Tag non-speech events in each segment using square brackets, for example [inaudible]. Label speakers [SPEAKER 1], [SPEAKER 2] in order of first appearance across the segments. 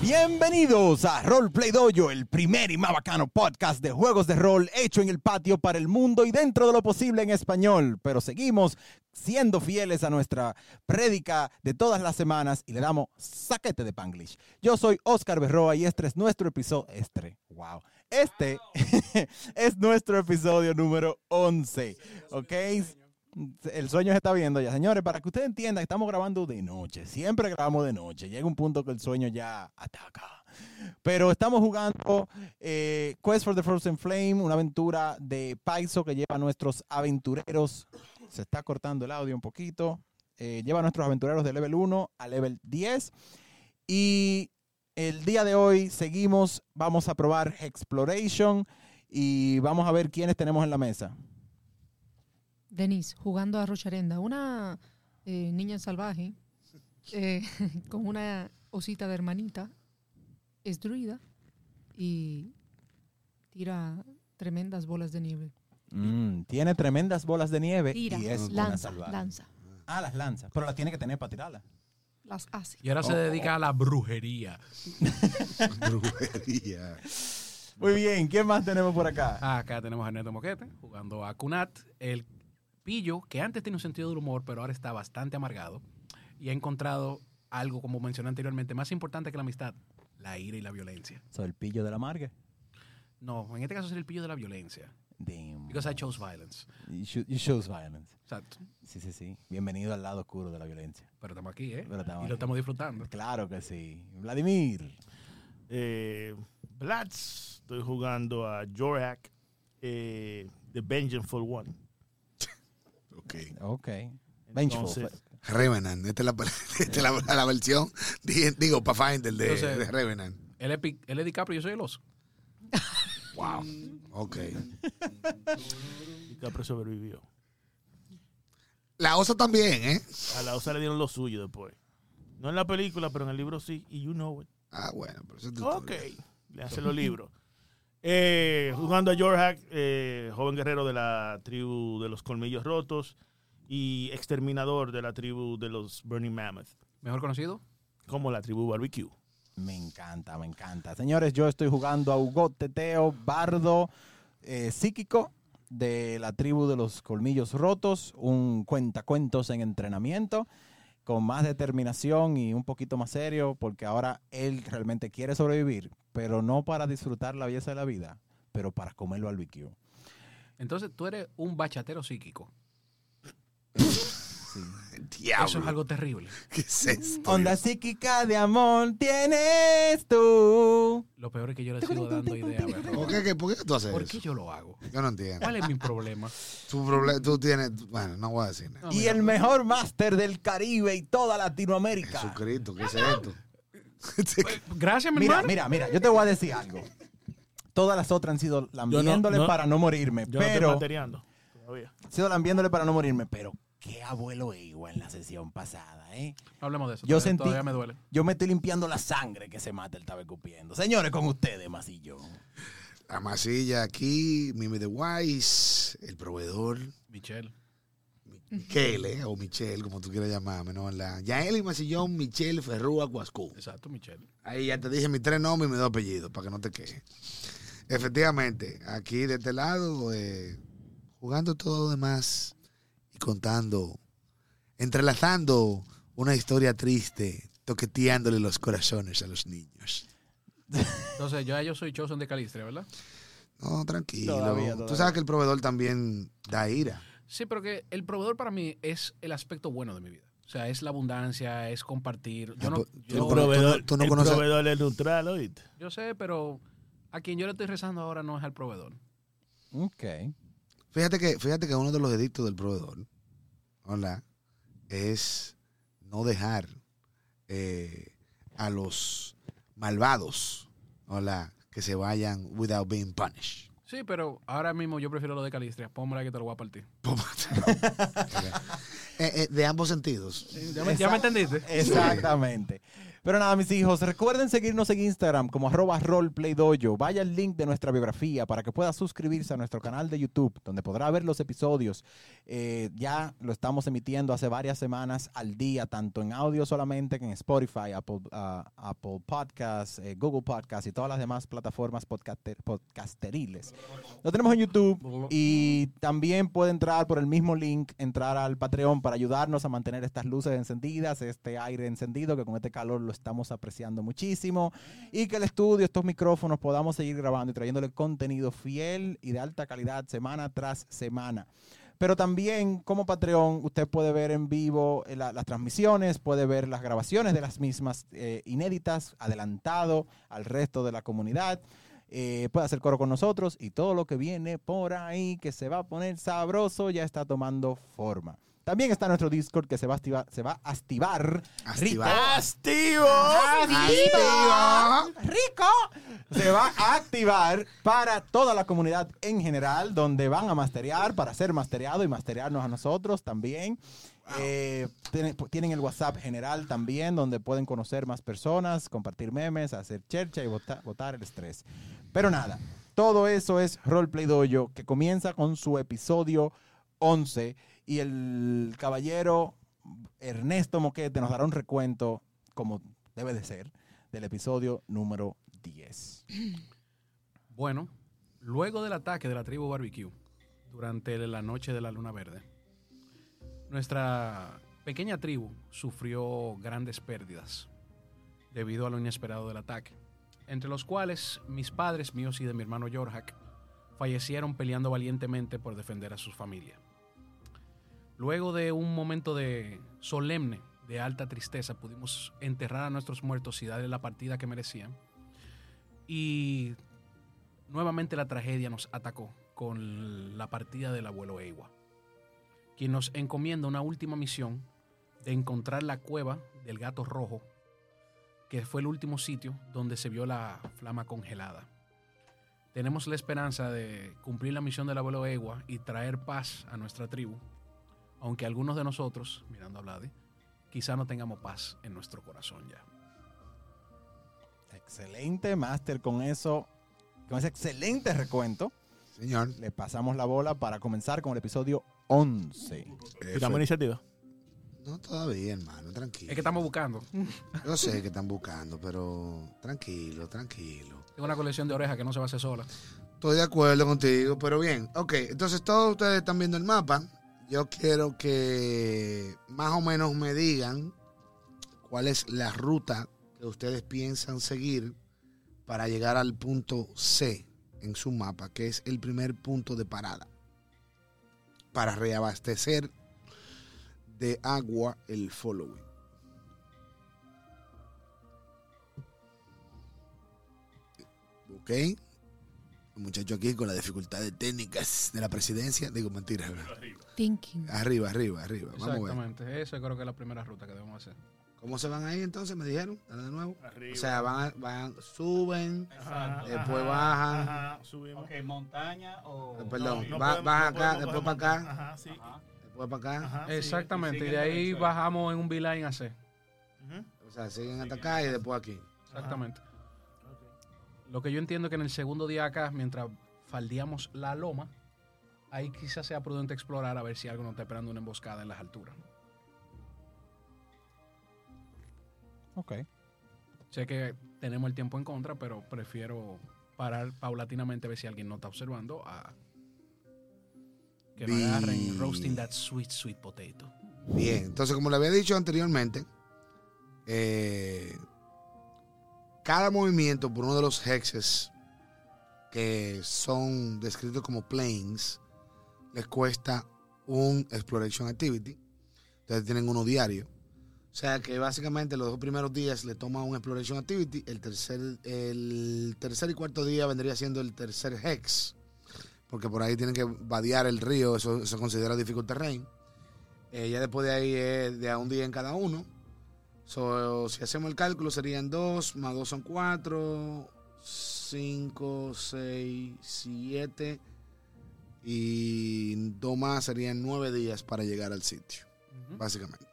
[SPEAKER 1] Bienvenidos a Roleplay Dojo, el primer y más bacano podcast de juegos de rol hecho en el patio para el mundo y dentro de lo posible en español. Pero seguimos siendo fieles a nuestra prédica de todas las semanas y le damos saquete de Panglish. Yo soy Oscar Berroa y este es nuestro episodio. Este, wow. Este [laughs] es nuestro episodio número 11. ¿Ok? El sueño se está viendo ya, señores. Para que ustedes entiendan, estamos grabando de noche. Siempre grabamos de noche. Llega un punto que el sueño ya ataca. Pero estamos jugando eh, Quest for the Frozen Flame, una aventura de Paizo que lleva a nuestros aventureros. Se está cortando el audio un poquito. Eh, lleva a nuestros aventureros de level 1 a level 10. Y el día de hoy seguimos. Vamos a probar Exploration y vamos a ver quiénes tenemos en la mesa.
[SPEAKER 2] Denise jugando a Rocharenda, una eh, niña salvaje eh, [laughs] con una osita de hermanita, es druida y tira tremendas bolas de nieve.
[SPEAKER 1] Mm, tiene tremendas bolas de nieve
[SPEAKER 2] Tira,
[SPEAKER 1] y es una
[SPEAKER 2] lanza,
[SPEAKER 1] salvaje.
[SPEAKER 2] lanza,
[SPEAKER 1] Ah, las lanzas. Pero las tiene que tener para tirarlas.
[SPEAKER 2] las hace.
[SPEAKER 3] Y ahora
[SPEAKER 1] Oh.
[SPEAKER 3] se dedica a la brujería.
[SPEAKER 4] Brujería.
[SPEAKER 1] Muy bien, ¿quién más tenemos por acá?
[SPEAKER 3] Acá tenemos a Ernesto Moquete jugando a Kunat, el pillo que antes tenía un sentido del humor, pero ahora está bastante amargado y ha encontrado algo, como mencioné anteriormente, más importante que la amistad, la ira y la violencia.
[SPEAKER 1] Soy el pillo de la marga.
[SPEAKER 3] No, en este caso sería el pillo de la violencia.
[SPEAKER 1] Damn.
[SPEAKER 3] Because I chose violence.
[SPEAKER 1] You, shoot- you choose violence.
[SPEAKER 3] Exacto.
[SPEAKER 1] Sí, sí, sí. Bienvenido al lado oscuro de la violencia.
[SPEAKER 3] Pero estamos aquí, ¿eh?
[SPEAKER 1] Pero estamos
[SPEAKER 3] y
[SPEAKER 1] aquí.
[SPEAKER 3] lo estamos disfrutando.
[SPEAKER 1] Claro que sí. Vladimir.
[SPEAKER 5] eh, Blatz, estoy jugando a Jorak, eh, The Vengeful One.
[SPEAKER 4] Ok.
[SPEAKER 1] Ok. Vengeful.
[SPEAKER 5] Entonces,
[SPEAKER 4] Revenant. Esta es la, [laughs] esta es la, la versión, di- digo, Pathfinder de,
[SPEAKER 3] Entonces-
[SPEAKER 4] de Revenant.
[SPEAKER 3] Él es, Pi- él es DiCaprio y yo soy el oso.
[SPEAKER 4] Wow. Ok.
[SPEAKER 5] DiCaprio sobrevivió.
[SPEAKER 4] La osa también, ¿eh?
[SPEAKER 5] A la osa le dieron lo suyo después. No en la película, pero en el libro sí. Y you know it.
[SPEAKER 4] Ah, bueno. Pero eso es tu-
[SPEAKER 5] Ok. Le hacen los libros. Eh, jugando a Jorak, eh, joven guerrero de la tribu de los colmillos rotos y exterminador de la tribu de los Burning Mammoth,
[SPEAKER 3] Mejor conocido.
[SPEAKER 5] como la tribu Barbecue.
[SPEAKER 1] Me encanta, me encanta. Señores, yo estoy jugando a Hugo Teteo, bardo eh, psíquico de la tribu de los colmillos rotos, un cuentacuentos en entrenamiento, con más determinación y un poquito más serio, porque ahora él realmente quiere sobrevivir, pero no para disfrutar la belleza de la vida, pero para comerlo al barbecue.
[SPEAKER 3] Entonces tú eres un bachatero psíquico.
[SPEAKER 1] Sí.
[SPEAKER 4] Diablo.
[SPEAKER 3] Eso es algo terrible.
[SPEAKER 4] ¿Qué es esto?
[SPEAKER 1] Onda psíquica de amor tienes tú.
[SPEAKER 3] Lo peor es que yo le sigo dando ideas.
[SPEAKER 4] ¿Por qué, qué- por qué tú haces
[SPEAKER 3] ¿Por
[SPEAKER 4] eso?
[SPEAKER 3] qué yo lo hago?
[SPEAKER 4] Yo no entiendo.
[SPEAKER 3] ¿Cuál es mi problema?
[SPEAKER 4] Tu problema, tú tienes... Bueno, no voy a decir nada.
[SPEAKER 3] No,
[SPEAKER 1] Y
[SPEAKER 3] mira,
[SPEAKER 1] el mejor máster del Caribe y toda Latinoamérica.
[SPEAKER 4] Jesucristo, ¿qué es esto?
[SPEAKER 3] Gracias, mi
[SPEAKER 1] Mira,
[SPEAKER 3] hermano.
[SPEAKER 1] mira, mira, yo te voy a decir algo. Todas las otras han sido lambiéndole
[SPEAKER 5] no-
[SPEAKER 1] para no morirme,
[SPEAKER 5] Yo no estoy
[SPEAKER 1] pero
[SPEAKER 5] materiando todavía.
[SPEAKER 1] han sido lambiéndole para no morirme, pero qué abuelo Igua en la sesión pasada, ¿eh?
[SPEAKER 3] No hablemos de eso.
[SPEAKER 1] Yo
[SPEAKER 3] todavía,
[SPEAKER 1] sentí-
[SPEAKER 3] todavía me duele.
[SPEAKER 1] Yo me estoy limpiando la sangre que se mata el tabecupiendo. Señores, con ustedes, Masillo.
[SPEAKER 4] La masilla aquí, Mimi de Wise, el proveedor,
[SPEAKER 3] Michelle.
[SPEAKER 4] Michele, o Michelle, como tú quieras llamarme, ¿no? La Yaeli Masillón, Michelle Ferrúa Guascú.
[SPEAKER 3] Exacto, Michelle.
[SPEAKER 4] Ahí ya te dije mis tres nombres y mis dos apellidos, para que no te quejes. Efectivamente, aquí de este lado, eh, jugando todo lo demás y contando, entrelazando una historia triste, toqueteándole los corazones a los niños.
[SPEAKER 3] Entonces, ya yo soy Chosen de Calistria, ¿verdad?
[SPEAKER 4] No, tranquilo.
[SPEAKER 1] Todavía, todavía.
[SPEAKER 4] Tú sabes que el proveedor también da ira.
[SPEAKER 3] Sí, pero que el proveedor para mí es el aspecto bueno de mi vida. O sea, es la abundancia, es compartir. Yo, no,
[SPEAKER 4] Tú-
[SPEAKER 3] yo,
[SPEAKER 4] tú-
[SPEAKER 5] proveedor,
[SPEAKER 4] tú no
[SPEAKER 5] el
[SPEAKER 4] conoces-
[SPEAKER 5] proveedor es neutral, ¿oíste?
[SPEAKER 3] yo sé, pero a quien yo le estoy rezando ahora no es al proveedor.
[SPEAKER 1] Ok.
[SPEAKER 4] Fíjate que, fíjate que uno de los edictos del proveedor, hola, es no dejar eh, a los malvados, hola, que se vayan without being punished.
[SPEAKER 3] Sí, pero ahora mismo yo prefiero lo de Calistria. Pónmela que te lo voy a partir.
[SPEAKER 4] Eh, eh, de ambos sentidos.
[SPEAKER 3] Eh, ¿Ya me, ya me entendiste?
[SPEAKER 1] Exactamente. Pero nada, mis hijos, recuerden seguirnos en Instagram como arroba roleplaydojo. Vaya al link de nuestra biografía para que pueda suscribirse a nuestro canal de YouTube, donde podrá ver los episodios. Eh, ya lo estamos emitiendo hace varias semanas al día, tanto en audio solamente que en Spotify, Apple, ah, Apple Podcasts, eh, Google Podcasts y todas las demás plataformas podcaster- podcasteriles. Lo tenemos en YouTube y también puede entrar por el mismo link, entrar al Patreon para ayudarnos a mantener estas luces encendidas, este aire encendido que con este calor lo estamos apreciando muchísimo y que el estudio, estos micrófonos podamos seguir grabando y trayéndole contenido fiel y de alta calidad semana tras semana. Pero también como Patreon usted puede ver en vivo eh, la- las transmisiones, puede ver las grabaciones de las mismas eh, inéditas, adelantado al resto de la comunidad. Eh, puede hacer coro con nosotros y todo lo que viene por ahí que se va a poner sabroso ya está tomando forma. También está nuestro Discord que se va a activar, se va a activar
[SPEAKER 4] Activar.
[SPEAKER 1] rico. Se va a activar para toda la comunidad en general, donde van a masterear, para ser mastereado y masterearnos a nosotros también. Eh, tiene- pu- tienen el WhatsApp general también, donde pueden conocer más personas, compartir memes, hacer chercha y bota- botar el estrés. Pero nada, todo eso es Roleplay Dojo, que comienza con su episodio 11 y el caballero Ernesto Moquete nos dará un recuento, como debe de ser, del episodio número 10.
[SPEAKER 3] Bueno, luego del ataque de la tribu Barbecue, durante la noche de la Luna Verde, nuestra pequeña tribu sufrió grandes pérdidas debido a lo inesperado del ataque, entre los cuales mis padres míos y de mi hermano Jorjak fallecieron peleando valientemente por defender a sus familias. Luego de un momento de solemne, de alta tristeza, pudimos enterrar a nuestros muertos y darle la partida que merecían. Y nuevamente la tragedia nos atacó con la partida del abuelo Eiwa, quien nos encomienda una última misión de encontrar la cueva del gato rojo, que fue el último sitio donde se vio la flama congelada. Tenemos la esperanza de cumplir la misión del abuelo Eiwa y traer paz a nuestra tribu, aunque algunos de nosotros, mirando a Vladi, quizá no tengamos paz en nuestro corazón ya.
[SPEAKER 1] Excelente, Master, con eso, con ese excelente recuento,
[SPEAKER 4] Señor.
[SPEAKER 1] le pasamos la bola para comenzar con el episodio 11.
[SPEAKER 5] Tiramos iniciativa.
[SPEAKER 4] No todavía, hermano, tranquilo.
[SPEAKER 3] Es que estamos buscando.
[SPEAKER 4] Yo sé que están buscando, pero tranquilo, tranquilo.
[SPEAKER 3] Tengo una colección de orejas que no se va a hacer sola.
[SPEAKER 4] Estoy de acuerdo contigo, pero bien. Ok, entonces todos ustedes están viendo el mapa. Yo quiero que más o menos me digan cuál es la ruta que ustedes piensan seguir para llegar al punto C en su mapa, que es el primer punto de parada. Para reabastecer de agua el following. Ok. El muchacho aquí con las dificultades técnicas de la presidencia. Digo, mentira.
[SPEAKER 2] Thinking.
[SPEAKER 4] Arriba, arriba, arriba. Vamos a ver.
[SPEAKER 3] Exactamente, eso creo que es la primera ruta que debemos hacer.
[SPEAKER 4] ¿Cómo se van ahí entonces? Me dijeron. Dale de nuevo.
[SPEAKER 6] Arriba.
[SPEAKER 4] O sea, van, van suben.
[SPEAKER 6] Ajá,
[SPEAKER 4] Después bajan.
[SPEAKER 5] Ajá, subimos.
[SPEAKER 6] Ok, montaña o.
[SPEAKER 4] Eh, perdón,
[SPEAKER 5] No
[SPEAKER 4] va-
[SPEAKER 5] podemos-
[SPEAKER 4] baja
[SPEAKER 5] no
[SPEAKER 4] acá,
[SPEAKER 5] podemos
[SPEAKER 4] después
[SPEAKER 5] bajar
[SPEAKER 4] para acá,
[SPEAKER 5] montaña. Ajá, sí.
[SPEAKER 6] Ajá.
[SPEAKER 4] después para acá.
[SPEAKER 5] Ajá, sí,
[SPEAKER 3] Exactamente, y
[SPEAKER 5] Ah, sigue
[SPEAKER 3] de ahí
[SPEAKER 5] derecho.
[SPEAKER 3] bajamos en un V-Line a C.
[SPEAKER 5] Ujú.
[SPEAKER 4] O sea, siguen hasta acá y después aquí.
[SPEAKER 3] Exactamente. Lo que yo entiendo es que en el segundo día acá, mientras faldeamos la loma, ahí quizás sea prudente explorar a ver si algo nos está esperando una emboscada en las alturas.
[SPEAKER 1] Ok.
[SPEAKER 3] Sé que tenemos el tiempo en contra, pero prefiero parar paulatinamente a ver si alguien no está observando a que nos
[SPEAKER 4] Vi-
[SPEAKER 3] agarren roasting that sweet, sweet potato.
[SPEAKER 4] Bien, entonces como le había dicho anteriormente, eh, cada movimiento por uno de los hexes que son descritos como planes les cuesta un exploration activity. Ustedes tienen uno diario. O sea que básicamente los dos primeros días le toma un exploration activity. El tercer, el tercer y cuarto día vendría siendo el tercer hex. Porque por ahí tienen que vadear el río. Eso se considera difícil terreno. Eh, ya después de ahí es de a un día en cada uno. So, si hacemos el cálculo serían 2, más 2 son 4, 5, 6, 7 y 2 más serían 9 días para llegar al sitio,
[SPEAKER 3] Ujú.
[SPEAKER 4] básicamente.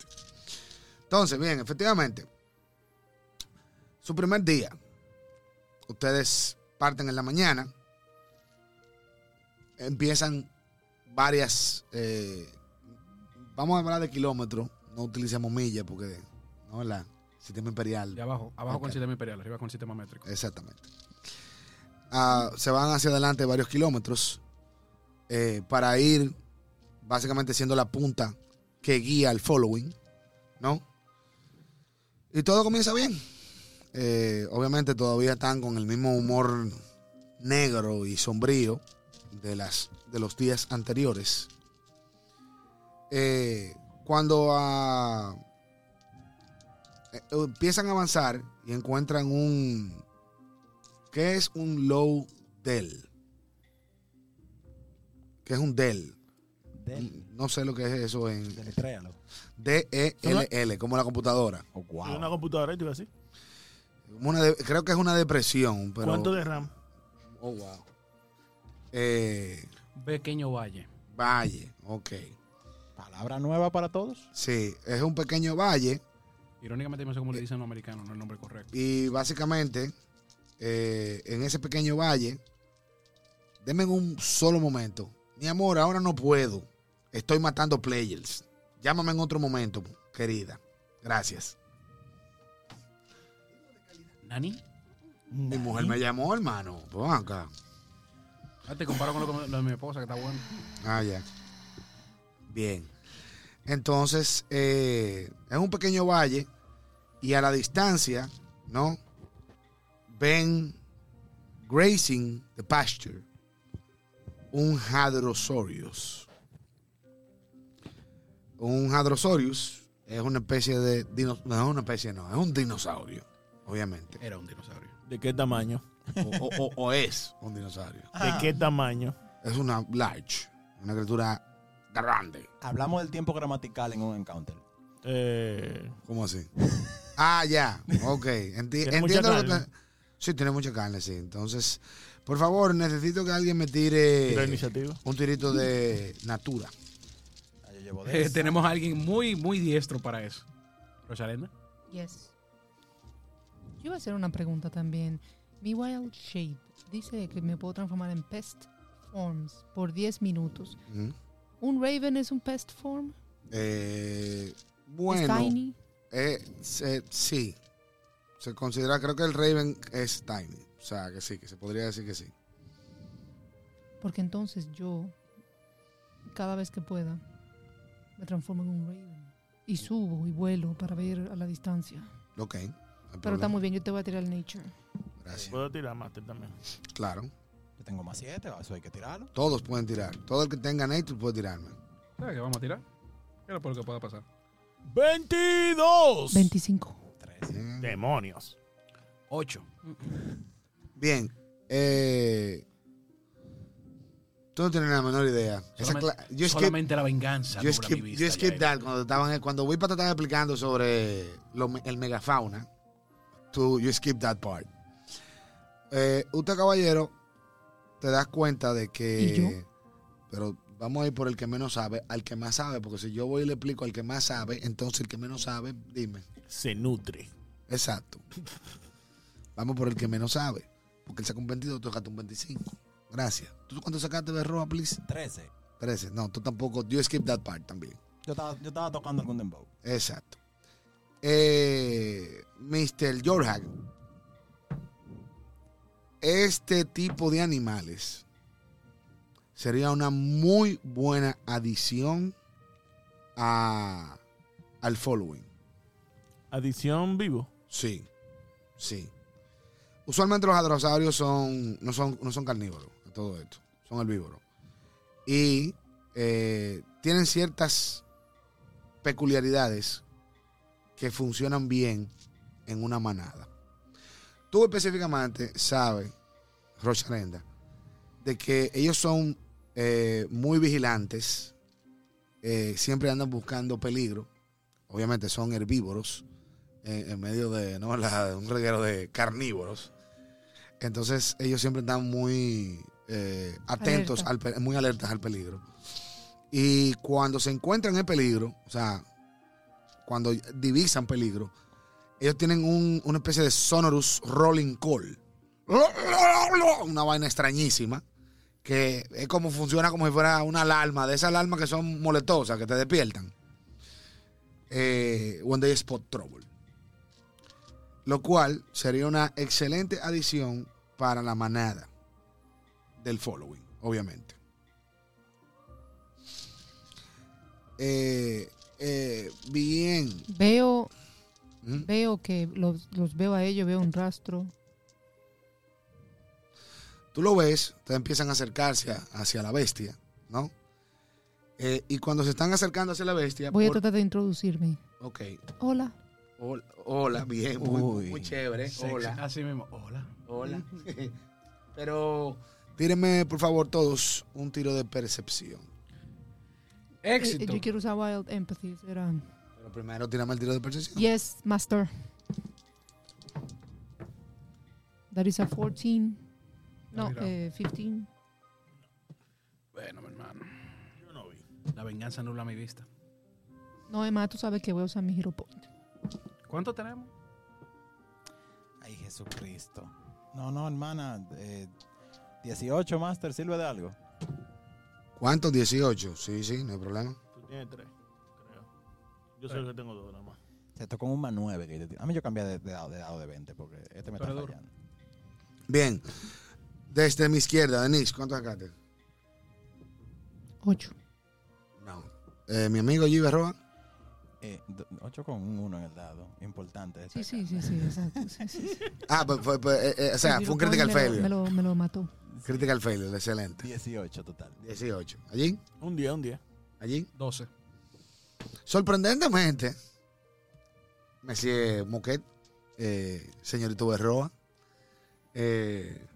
[SPEAKER 4] Entonces, bien, efectivamente, Su primer día. Ustedes parten en la mañana. Empiezan varias. eh, vamos a hablar de kilómetros. No utilicemos millas porque. No, la sistema imperial.
[SPEAKER 3] De abajo, abajo con
[SPEAKER 4] Ok. Eh.
[SPEAKER 3] sistema imperial, arriba con sistema métrico.
[SPEAKER 4] Exactamente. Ah, se van hacia adelante varios kilómetros eh, para ir básicamente siendo la punta que guía al following, ¿no? Y todo comienza bien. Eh, obviamente todavía están con el mismo humor negro y sombrío de, las, de los días anteriores. Eh, cuando a eh, empiezan a avanzar y encuentran un. ¿Qué es un low del? ¿Qué es un del?
[SPEAKER 1] Del,
[SPEAKER 4] No sé lo que es eso en
[SPEAKER 1] deletréalo.
[SPEAKER 4] D-E-L-L, como la computadora.
[SPEAKER 1] Oh,
[SPEAKER 5] Soy
[SPEAKER 1] wow.
[SPEAKER 5] una computadora y te iba a decir.
[SPEAKER 4] Como una de- creo que es una depresión, pero.
[SPEAKER 5] ¿Cuánto de RAM?
[SPEAKER 4] Oh, wow. Eh,
[SPEAKER 3] Pequeño valle.
[SPEAKER 4] valle, ok.
[SPEAKER 1] Palabra nueva para todos.
[SPEAKER 4] Sí, es un pequeño valle
[SPEAKER 3] Irónicamente, no sé cómo le dicen los americanos, no es el nombre correcto.
[SPEAKER 4] y básicamente eh, en ese pequeño valle, denme un solo momento. Mi amor, ahora no puedo. Estoy matando players. Llámame en otro momento, querida. Gracias.
[SPEAKER 3] ¿Nani?
[SPEAKER 4] Mi mujer me llamó, hermano. Pues ven acá.
[SPEAKER 3] Ah, te comparo con lo, con lo de mi esposa, que está [laughs] bueno.
[SPEAKER 4] Ah, ya. Bien. Entonces, eh, es un pequeño valle y a la distancia, ¿no? Ven grazing the pasture un hadrosaurus. Un hadrosaurus es una especie de... dino- no, es una especie, no. Es un dinosaurio, obviamente.
[SPEAKER 3] Era un dinosaurio.
[SPEAKER 5] ¿De qué tamaño?
[SPEAKER 4] O- o- o- o es un dinosaurio.
[SPEAKER 5] ¿De qué tamaño?
[SPEAKER 4] Es una large, una criatura grande.
[SPEAKER 1] Hablamos del tiempo gramatical en un encounter.
[SPEAKER 5] Eh,
[SPEAKER 4] ¿Cómo
[SPEAKER 5] [laughs]
[SPEAKER 4] así? Ah, ya. Ok. Enti-
[SPEAKER 5] Tiene mucha
[SPEAKER 4] entiendo lo que.
[SPEAKER 5] carne.
[SPEAKER 4] te- Sí, tiene mucha carne, sí. Entonces, por favor, necesito que alguien me tire
[SPEAKER 5] la iniciativa.
[SPEAKER 4] un tirito de natura.
[SPEAKER 1] Ah, Yo llevo
[SPEAKER 3] Eh,
[SPEAKER 1] 10.
[SPEAKER 3] tenemos a alguien muy, muy diestro para eso. Rosalena.
[SPEAKER 2] Yes. Yo iba a hacer una pregunta también. Mi wild shape dice que me puedo transformar en pest forms por 10 minutos.
[SPEAKER 1] Mm.
[SPEAKER 4] Ujú.
[SPEAKER 2] ¿Un raven es un pest form?
[SPEAKER 4] Eh,
[SPEAKER 2] ¿Es
[SPEAKER 4] bueno,
[SPEAKER 2] tiny?
[SPEAKER 4] eh, se- sí. Se considera, creo que el Raven es tiny. O sea, que sí, que se podría decir que sí.
[SPEAKER 2] Porque entonces yo, cada vez que pueda, me transformo en un raven. Y subo y vuelo para ver a la distancia.
[SPEAKER 4] Ok. no hay
[SPEAKER 2] Pero está
[SPEAKER 4] problema.
[SPEAKER 2] muy bien, yo te voy a tirar el nature.
[SPEAKER 4] Gracias.
[SPEAKER 5] Puedo tirar Master también.
[SPEAKER 4] Claro.
[SPEAKER 1] Yo tengo más 7, eso hay que tirarlo.
[SPEAKER 4] Todos pueden tirar. Todo el que tenga nature puede tirarme.
[SPEAKER 3] ¿Sabes qué vamos a tirar? Era por lo que pueda pasar.
[SPEAKER 1] Pues,
[SPEAKER 5] ¡22!
[SPEAKER 2] 25.
[SPEAKER 1] 3.
[SPEAKER 4] Bien.
[SPEAKER 5] Demonios.
[SPEAKER 3] Ocho.
[SPEAKER 4] Bien. eh, tú no tienes la menor idea. Esa
[SPEAKER 3] Solamente,
[SPEAKER 4] cla- yo skip,
[SPEAKER 3] solamente la venganza.
[SPEAKER 4] yo
[SPEAKER 3] nubla
[SPEAKER 4] skip-
[SPEAKER 3] mi
[SPEAKER 4] yo
[SPEAKER 3] vista,
[SPEAKER 4] skip
[SPEAKER 3] Yael.
[SPEAKER 4] that cuando, estaban, cuando Wipa te estaba explicando sobre lo me- el megafauna. Tú, you skip that part. Eh, usted, caballero, te das cuenta de que...
[SPEAKER 2] ¿Y yo?
[SPEAKER 4] Pero vamos a ir por el que menos sabe, al que más sabe, porque si yo voy y le explico al que más sabe, entonces el que menos sabe, dime.
[SPEAKER 5] Se nutre.
[SPEAKER 4] Exacto. Vamos por el que menos sabe. Porque él saca un 22, tú sacaste un 25. Gracias. ¿Tú cuánto sacaste de roja, please?
[SPEAKER 1] 13.
[SPEAKER 4] 13. No, tú tampoco. You skip that part también.
[SPEAKER 1] Yo estaba, yo estaba tocando algún dembow.
[SPEAKER 4] Exacto. Eh, Mr. Jorhag. Este tipo de animales sería una muy buena adición a, al following.
[SPEAKER 5] Adición vivo.
[SPEAKER 4] Sí, sí. Usualmente los hadrosaurios son, no, son, no son carnívoros, a todo esto, son herbívoros. Y eh, tienen ciertas peculiaridades que funcionan bien en una manada. Tú específicamente sabes, Rocharenda, de que ellos son eh, muy vigilantes, eh, siempre andan buscando peligro, obviamente son herbívoros eh, en, en medio de ¿no? La- de un reguero de carnívoros. Entonces ellos siempre están muy eh, atentos,
[SPEAKER 2] Alerta.
[SPEAKER 4] al pe- muy alertas al peligro. Y cuando se encuentran en peligro, o sea, cuando divisan peligro, ellos tienen un- una especie de sonorous rolling call. [laughs] Una vaina extrañísima. Que es como funciona como si fuera una alarma, de esas alarmas que son molestosas, que te despiertan. Eh, when they spot trouble. Lo cual sería una excelente adición para la manada del following, obviamente. Eh, eh, bien.
[SPEAKER 2] Veo,
[SPEAKER 4] ¿Mm?
[SPEAKER 2] veo que los, los veo a ellos, veo un rastro.
[SPEAKER 4] Tú lo ves, te empiezan a acercarse a- hacia la bestia, ¿no? Eh, y cuando se están acercando hacia la bestia,
[SPEAKER 2] Voy a
[SPEAKER 4] por-
[SPEAKER 2] tratar de introducirme.
[SPEAKER 4] ok,
[SPEAKER 2] Hola.
[SPEAKER 4] Hol- hola, bien, muy,
[SPEAKER 1] Uy.
[SPEAKER 4] muy chévere,
[SPEAKER 3] Sexy.
[SPEAKER 4] hola,
[SPEAKER 3] Así mismo. Hola.
[SPEAKER 4] hola. Pero tírenme, por favor, todos un tiro de percepción.
[SPEAKER 2] Eh, eh,
[SPEAKER 3] Éxito.
[SPEAKER 2] yo quiero usar Wild Empathy. será.
[SPEAKER 4] Pero primero tírame el tiro de percepción.
[SPEAKER 2] Yes, Master. That is a 14. No,
[SPEAKER 3] Mira.
[SPEAKER 2] eh, 15.
[SPEAKER 3] Bueno, mi hermano.
[SPEAKER 5] Yo no vi.
[SPEAKER 3] La venganza nubla mi vista.
[SPEAKER 2] No, Emma, tú sabes que voy a usar mi Hero Point.
[SPEAKER 3] ¿Cuánto tenemos?
[SPEAKER 1] Ay, Jesucristo. No, no, hermana. eh, 18 Master sirve de algo.
[SPEAKER 4] ¿Cuántos? 18. Sí, sí, no hay problema.
[SPEAKER 5] Tú tienes tres, creo. Yo sé que tengo dos nada más.
[SPEAKER 1] Se tocó un más 9. Que yo te- a mí yo cambié de, de dado, de dado de 20 porque este me está
[SPEAKER 3] Pero duro.
[SPEAKER 1] fallando.
[SPEAKER 4] Bien. Desde mi izquierda, Denise, ¿cuántos sacaste?
[SPEAKER 2] 8.
[SPEAKER 4] No. Eh, mi amigo Giva Roa,
[SPEAKER 1] Eh, 8 con un 1 en el dado. Importante.
[SPEAKER 2] Sí,
[SPEAKER 1] destacar.
[SPEAKER 2] sí, sí, sí, exacto. sí, sí, sí.
[SPEAKER 4] Ah, pues, pues, pues, eh, eh, o sea,
[SPEAKER 2] El
[SPEAKER 4] fue un
[SPEAKER 2] Hero Point
[SPEAKER 4] critical
[SPEAKER 2] me lo- Me
[SPEAKER 4] failure.
[SPEAKER 2] lo, me lo mató.
[SPEAKER 4] Critical failure, excelente.
[SPEAKER 1] 18 total.
[SPEAKER 4] 18. ¿Allí?
[SPEAKER 5] Un día, un día.
[SPEAKER 4] ¿Allí?
[SPEAKER 3] 12.
[SPEAKER 4] Sorprendentemente, Monsieur Moquet, eh, señorito Berroa, eh,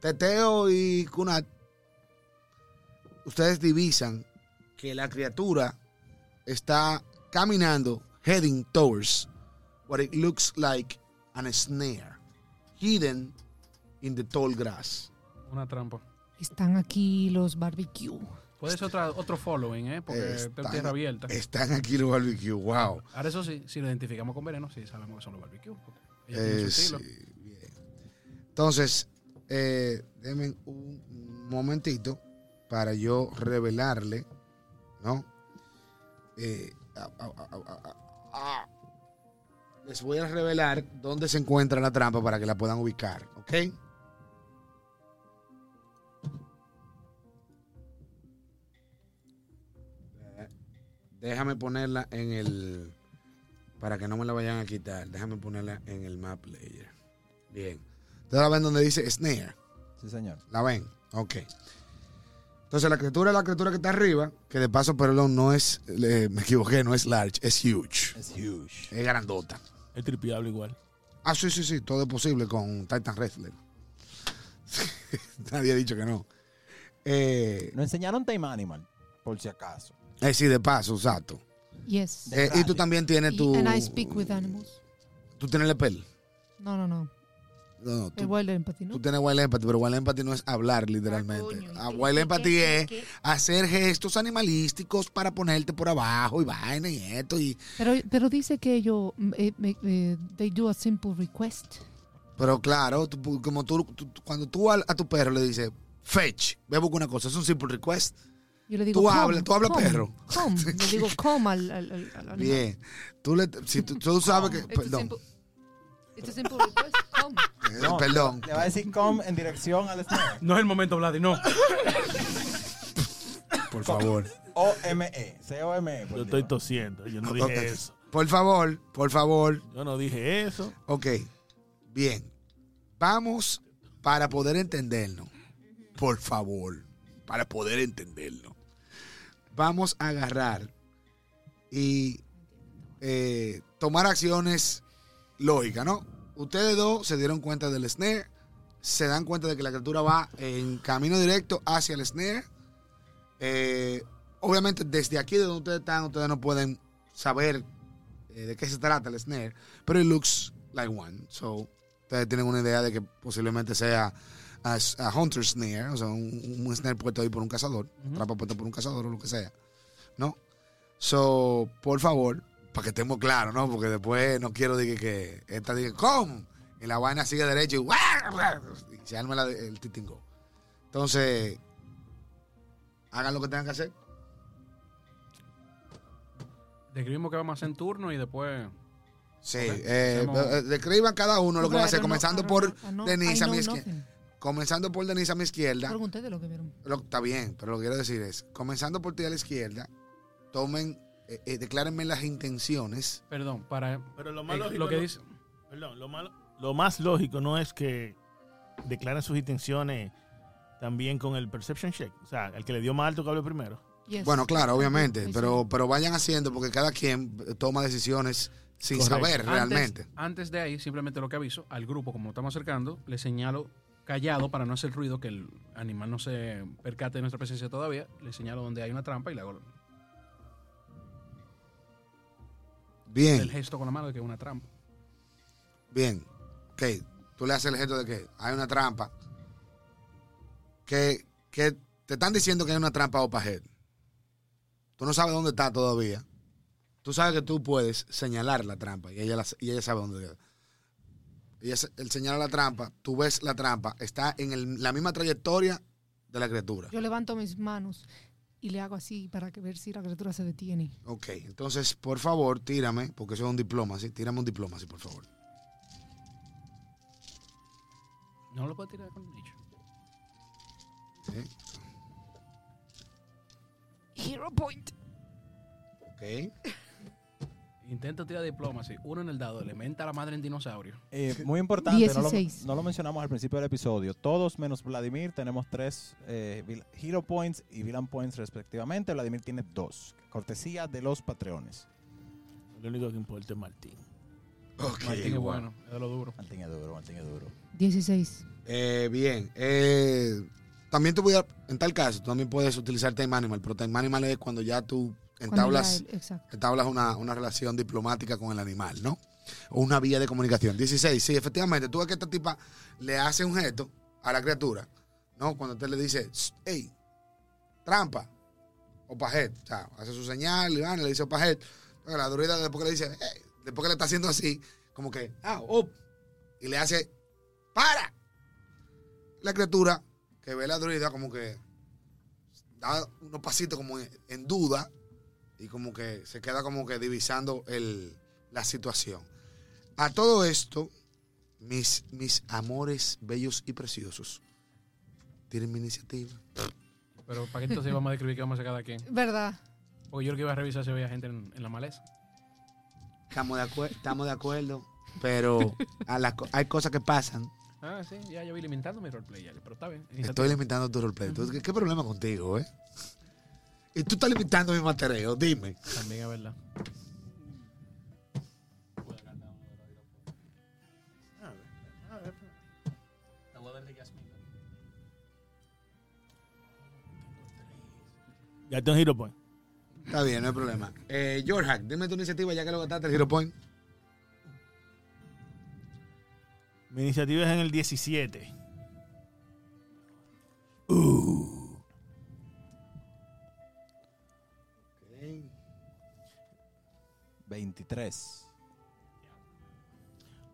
[SPEAKER 4] Teteo y Kunat, ustedes divisan que la criatura está caminando, heading towards what it looks like an snare, hidden in the tall grass.
[SPEAKER 3] Una trampa.
[SPEAKER 2] Están aquí los barbecue.
[SPEAKER 3] Puede ser otra, otro following, ¿eh? Porque está
[SPEAKER 4] Están-
[SPEAKER 3] en tierra abierta.
[SPEAKER 4] Están aquí los barbecue, wow.
[SPEAKER 3] Ahora eso sí, si lo identificamos con veneno, sí sabemos que son los barbecue. porque ellos
[SPEAKER 4] Eh,
[SPEAKER 3] tienen su
[SPEAKER 4] sí,
[SPEAKER 3] estilo.
[SPEAKER 4] bien. Entonces, eh, denme un momentito para yo revelarle, ¿no? Eh, a- a- a- a- a- a- les voy a revelar dónde se encuentra la trampa para que la puedan ubicar, ¿ok? Déjame ponerla en el. Para que no me la vayan a quitar. Déjame ponerla en el map layer. Bien. Ustedes la ven donde dice snare.
[SPEAKER 1] Sí, señor.
[SPEAKER 4] ¿La ven? Ok. Entonces la criatura es la criatura que está arriba. Que de paso, perdón, no es. eh, me equivoqué, no es large, es huge.
[SPEAKER 1] Es huge.
[SPEAKER 4] Es grandota.
[SPEAKER 5] Es tripiable igual.
[SPEAKER 4] Ah, sí, sí, sí, todo es posible con Titan Wrestler. [laughs] Nadie ha dicho que no. Eh,
[SPEAKER 1] Nos enseñaron Time Animal, por si acaso.
[SPEAKER 4] eh, sí, de paso, exacto.
[SPEAKER 2] Yes.
[SPEAKER 4] Eh, y tú también tienes
[SPEAKER 2] Y-
[SPEAKER 4] tu.
[SPEAKER 2] and I speak with animals.
[SPEAKER 4] Tú tienes el pel.
[SPEAKER 2] No, no, no.
[SPEAKER 4] No, no,
[SPEAKER 2] El
[SPEAKER 4] tú,
[SPEAKER 2] Wild Empathy, ¿no?
[SPEAKER 4] tú tienes wild empathy, pero wild empathy no es hablar, literalmente.
[SPEAKER 2] coño,
[SPEAKER 4] Ah,
[SPEAKER 2] ¿y qué-
[SPEAKER 4] wild
[SPEAKER 2] qué-
[SPEAKER 4] empathy
[SPEAKER 2] qué-
[SPEAKER 4] es
[SPEAKER 2] qué?
[SPEAKER 4] hacer gestos animalísticos para ponerte por abajo y vaina y esto. Y,
[SPEAKER 2] Pero, pero dice que ellos, mm, eh, me- eh, they do a simple request.
[SPEAKER 4] pero claro, tú- como tú, tú- tú- cuando tú al- a, tu perro le dices, fetch, ve a buscar una cosa, es un simple request.
[SPEAKER 2] Yo le digo,
[SPEAKER 4] Tú
[SPEAKER 2] "Come,
[SPEAKER 4] habla- tú habla,
[SPEAKER 2] come,
[SPEAKER 4] perro".
[SPEAKER 2] come.
[SPEAKER 4] [laughs]
[SPEAKER 2] Le digo, come al, al, al- al animal.
[SPEAKER 4] Bien. pues, Tú, le, si tú, tú
[SPEAKER 2] [laughs]
[SPEAKER 4] sabes que.
[SPEAKER 2] It's a
[SPEAKER 4] Perdón.
[SPEAKER 2] simple- it's a simple request, come.
[SPEAKER 4] Eh,
[SPEAKER 1] No,
[SPEAKER 4] [laughs] perdón.
[SPEAKER 1] Le va a decir com en dirección al snare.
[SPEAKER 3] No es el momento, Vladi, no.
[SPEAKER 4] Por favor.
[SPEAKER 1] O-M-E. C-O-M-E. E, por
[SPEAKER 5] Yo estoy
[SPEAKER 1] Dios.
[SPEAKER 5] tosiendo. Yo no [laughs] dije eso.
[SPEAKER 4] Por favor, por favor.
[SPEAKER 5] Yo no dije eso.
[SPEAKER 4] Ok. Bien. Vamos para poder entendernos. Por favor. Para poder entendernos. Vamos a agarrar y eh, tomar acciones lógicas, ¿no? Ustedes dos se dieron cuenta del snare. Se dan cuenta de que la criatura va en camino directo hacia el snare. Eh, obviamente, desde aquí de donde ustedes están, ustedes no pueden saber eh, de qué se trata el snare, pero it looks like one. So, ustedes tienen una idea de que posiblemente sea a, a hunter snare, o sea, un, un snare puesto ahí por un cazador, trampa puesta por un cazador o lo que sea, ¿no? So, por favor, Para que estemos claros, ¿no? Porque después no quiero diga, que esta diga, ¿cómo? Y la vaina sigue derecho y, y se arma la- el titingo. Entonces, hagan lo que tengan que hacer.
[SPEAKER 3] Describimos que vamos a hacer en turno y después.
[SPEAKER 4] Sí,
[SPEAKER 3] Ok.
[SPEAKER 4] eh,
[SPEAKER 3] Hacemos-
[SPEAKER 4] eh, describan cada uno lo que va a hacer,
[SPEAKER 2] Claro, no,
[SPEAKER 4] comenzando
[SPEAKER 2] ah,
[SPEAKER 4] por
[SPEAKER 2] ah, no,
[SPEAKER 4] Denise a
[SPEAKER 2] I
[SPEAKER 4] mi
[SPEAKER 2] know
[SPEAKER 4] izquierda.
[SPEAKER 2] nothing.
[SPEAKER 4] Comenzando por Denise a mi izquierda.
[SPEAKER 2] Pregunté de lo que vieron.
[SPEAKER 4] Lo- está bien, pero lo que quiero decir es, comenzando por ti a la izquierda, tomen, eh, eh, declárenme las intenciones.
[SPEAKER 3] Perdón, para.
[SPEAKER 5] Pero lo
[SPEAKER 3] eh,
[SPEAKER 5] más lógico.
[SPEAKER 3] lo que
[SPEAKER 5] no-
[SPEAKER 3] dice.
[SPEAKER 5] perdón, lo, malo- lo más lógico no es que declaren sus intenciones también con el perception check. O sea, el que le dio más alto que hable primero.
[SPEAKER 2] Yes. Pues
[SPEAKER 4] Bueno, claro, obviamente,
[SPEAKER 2] Sí,
[SPEAKER 4] pero, pero vayan haciendo porque cada quien eh, toma decisiones sin
[SPEAKER 5] Correcto.
[SPEAKER 4] saber
[SPEAKER 3] Antes-
[SPEAKER 4] realmente.
[SPEAKER 3] Antes, de ahí, simplemente lo que aviso al grupo, como estamos acercando, le señalo callado para no hacer ruido, que el animal no se percate de nuestra presencia todavía. Le señalo donde hay una trampa y le hago el
[SPEAKER 4] Bien,
[SPEAKER 3] gesto con la mano de que es una trampa.
[SPEAKER 4] bien. Ok, tú le haces el gesto de que hay una trampa. Que, que te están diciendo que hay una trampa o pajet. Tú no sabes dónde está todavía. Tú sabes que tú puedes señalar la trampa y ella, la- y ella sabe dónde está. Ella, se- él señala la trampa, tú ves la trampa, está en el- la misma trayectoria de la criatura.
[SPEAKER 2] Yo levanto mis manos y le hago así para que ver si la criatura se detiene.
[SPEAKER 4] Ok, entonces, por favor, tírame, porque eso es un diploma, ¿sí? Tírame un diploma, sí, por favor.
[SPEAKER 3] No lo puedo tirar con el nicho.
[SPEAKER 4] ¿sí?
[SPEAKER 2] Hero point.
[SPEAKER 4] Ok.
[SPEAKER 3] Intento tirar diploma, sí. Uno en el dado, elementa a la madre en dinosaurio.
[SPEAKER 1] Eh, muy importante, no lo,
[SPEAKER 2] 16.
[SPEAKER 1] no lo mencionamos al principio del episodio. Todos menos Vladimir tenemos tres eh, vil- Hero Points y Villain Points respectivamente. Vladimir tiene dos. Cortesía de los Patreones.
[SPEAKER 5] Lo único que importa es Martín.
[SPEAKER 4] Ok.
[SPEAKER 3] Martín es bueno, es de lo duro.
[SPEAKER 1] Martín es duro, Martín es duro.
[SPEAKER 2] 16.
[SPEAKER 4] Eh, bien. eh, también te voy a, en tal caso, tú también puedes utilizar Time Animal, pero Time Animal es cuando ya tú
[SPEAKER 2] Cuando
[SPEAKER 4] entablas,
[SPEAKER 2] ya él- exacto.
[SPEAKER 4] entablas una, una relación diplomática con el animal, ¿no? O una vía de comunicación. 16, sí, efectivamente. Tú ves que esta tipa le hace un gesto a la criatura, ¿no? Cuando usted le dice, hey, trampa, o pajet. O sea, hace su señal, le van y le dice pajet. Entonces, La druida después que le dice, "Ey", después que le está haciendo así, como que, ah, oh, y le hace, para. La criatura que ve la druida como que da unos pasitos como en, en duda y como que se queda como que divisando el, la situación. A todo esto, mis, mis amores bellos y preciosos, tienen mi iniciativa.
[SPEAKER 3] Pero para qué entonces vamos a describir que vamos a sacar cada quien.
[SPEAKER 2] ¿Verdad?
[SPEAKER 3] Porque yo lo que iba a revisar si había gente en, en la maleza.
[SPEAKER 4] Estamos de, acuer- estamos de acuerdo, pero a las co- hay cosas que pasan.
[SPEAKER 3] Ah, sí, ya yo vi limitando mi roleplay, ya, pero está bien.
[SPEAKER 4] Estoy limitando tu roleplay. Entonces, ¿qué, qué problema contigo, eh? Y tú estás limitando mi material, dime.
[SPEAKER 3] También es verdad.
[SPEAKER 5] Ya tengo pues. Hero Point.
[SPEAKER 4] Está bien, no hay problema. Eh, George Hack, dime tu iniciativa ya que lo gastaste el Hero Point.
[SPEAKER 5] Mi iniciativa es en el 17.
[SPEAKER 4] Ok.
[SPEAKER 1] 23.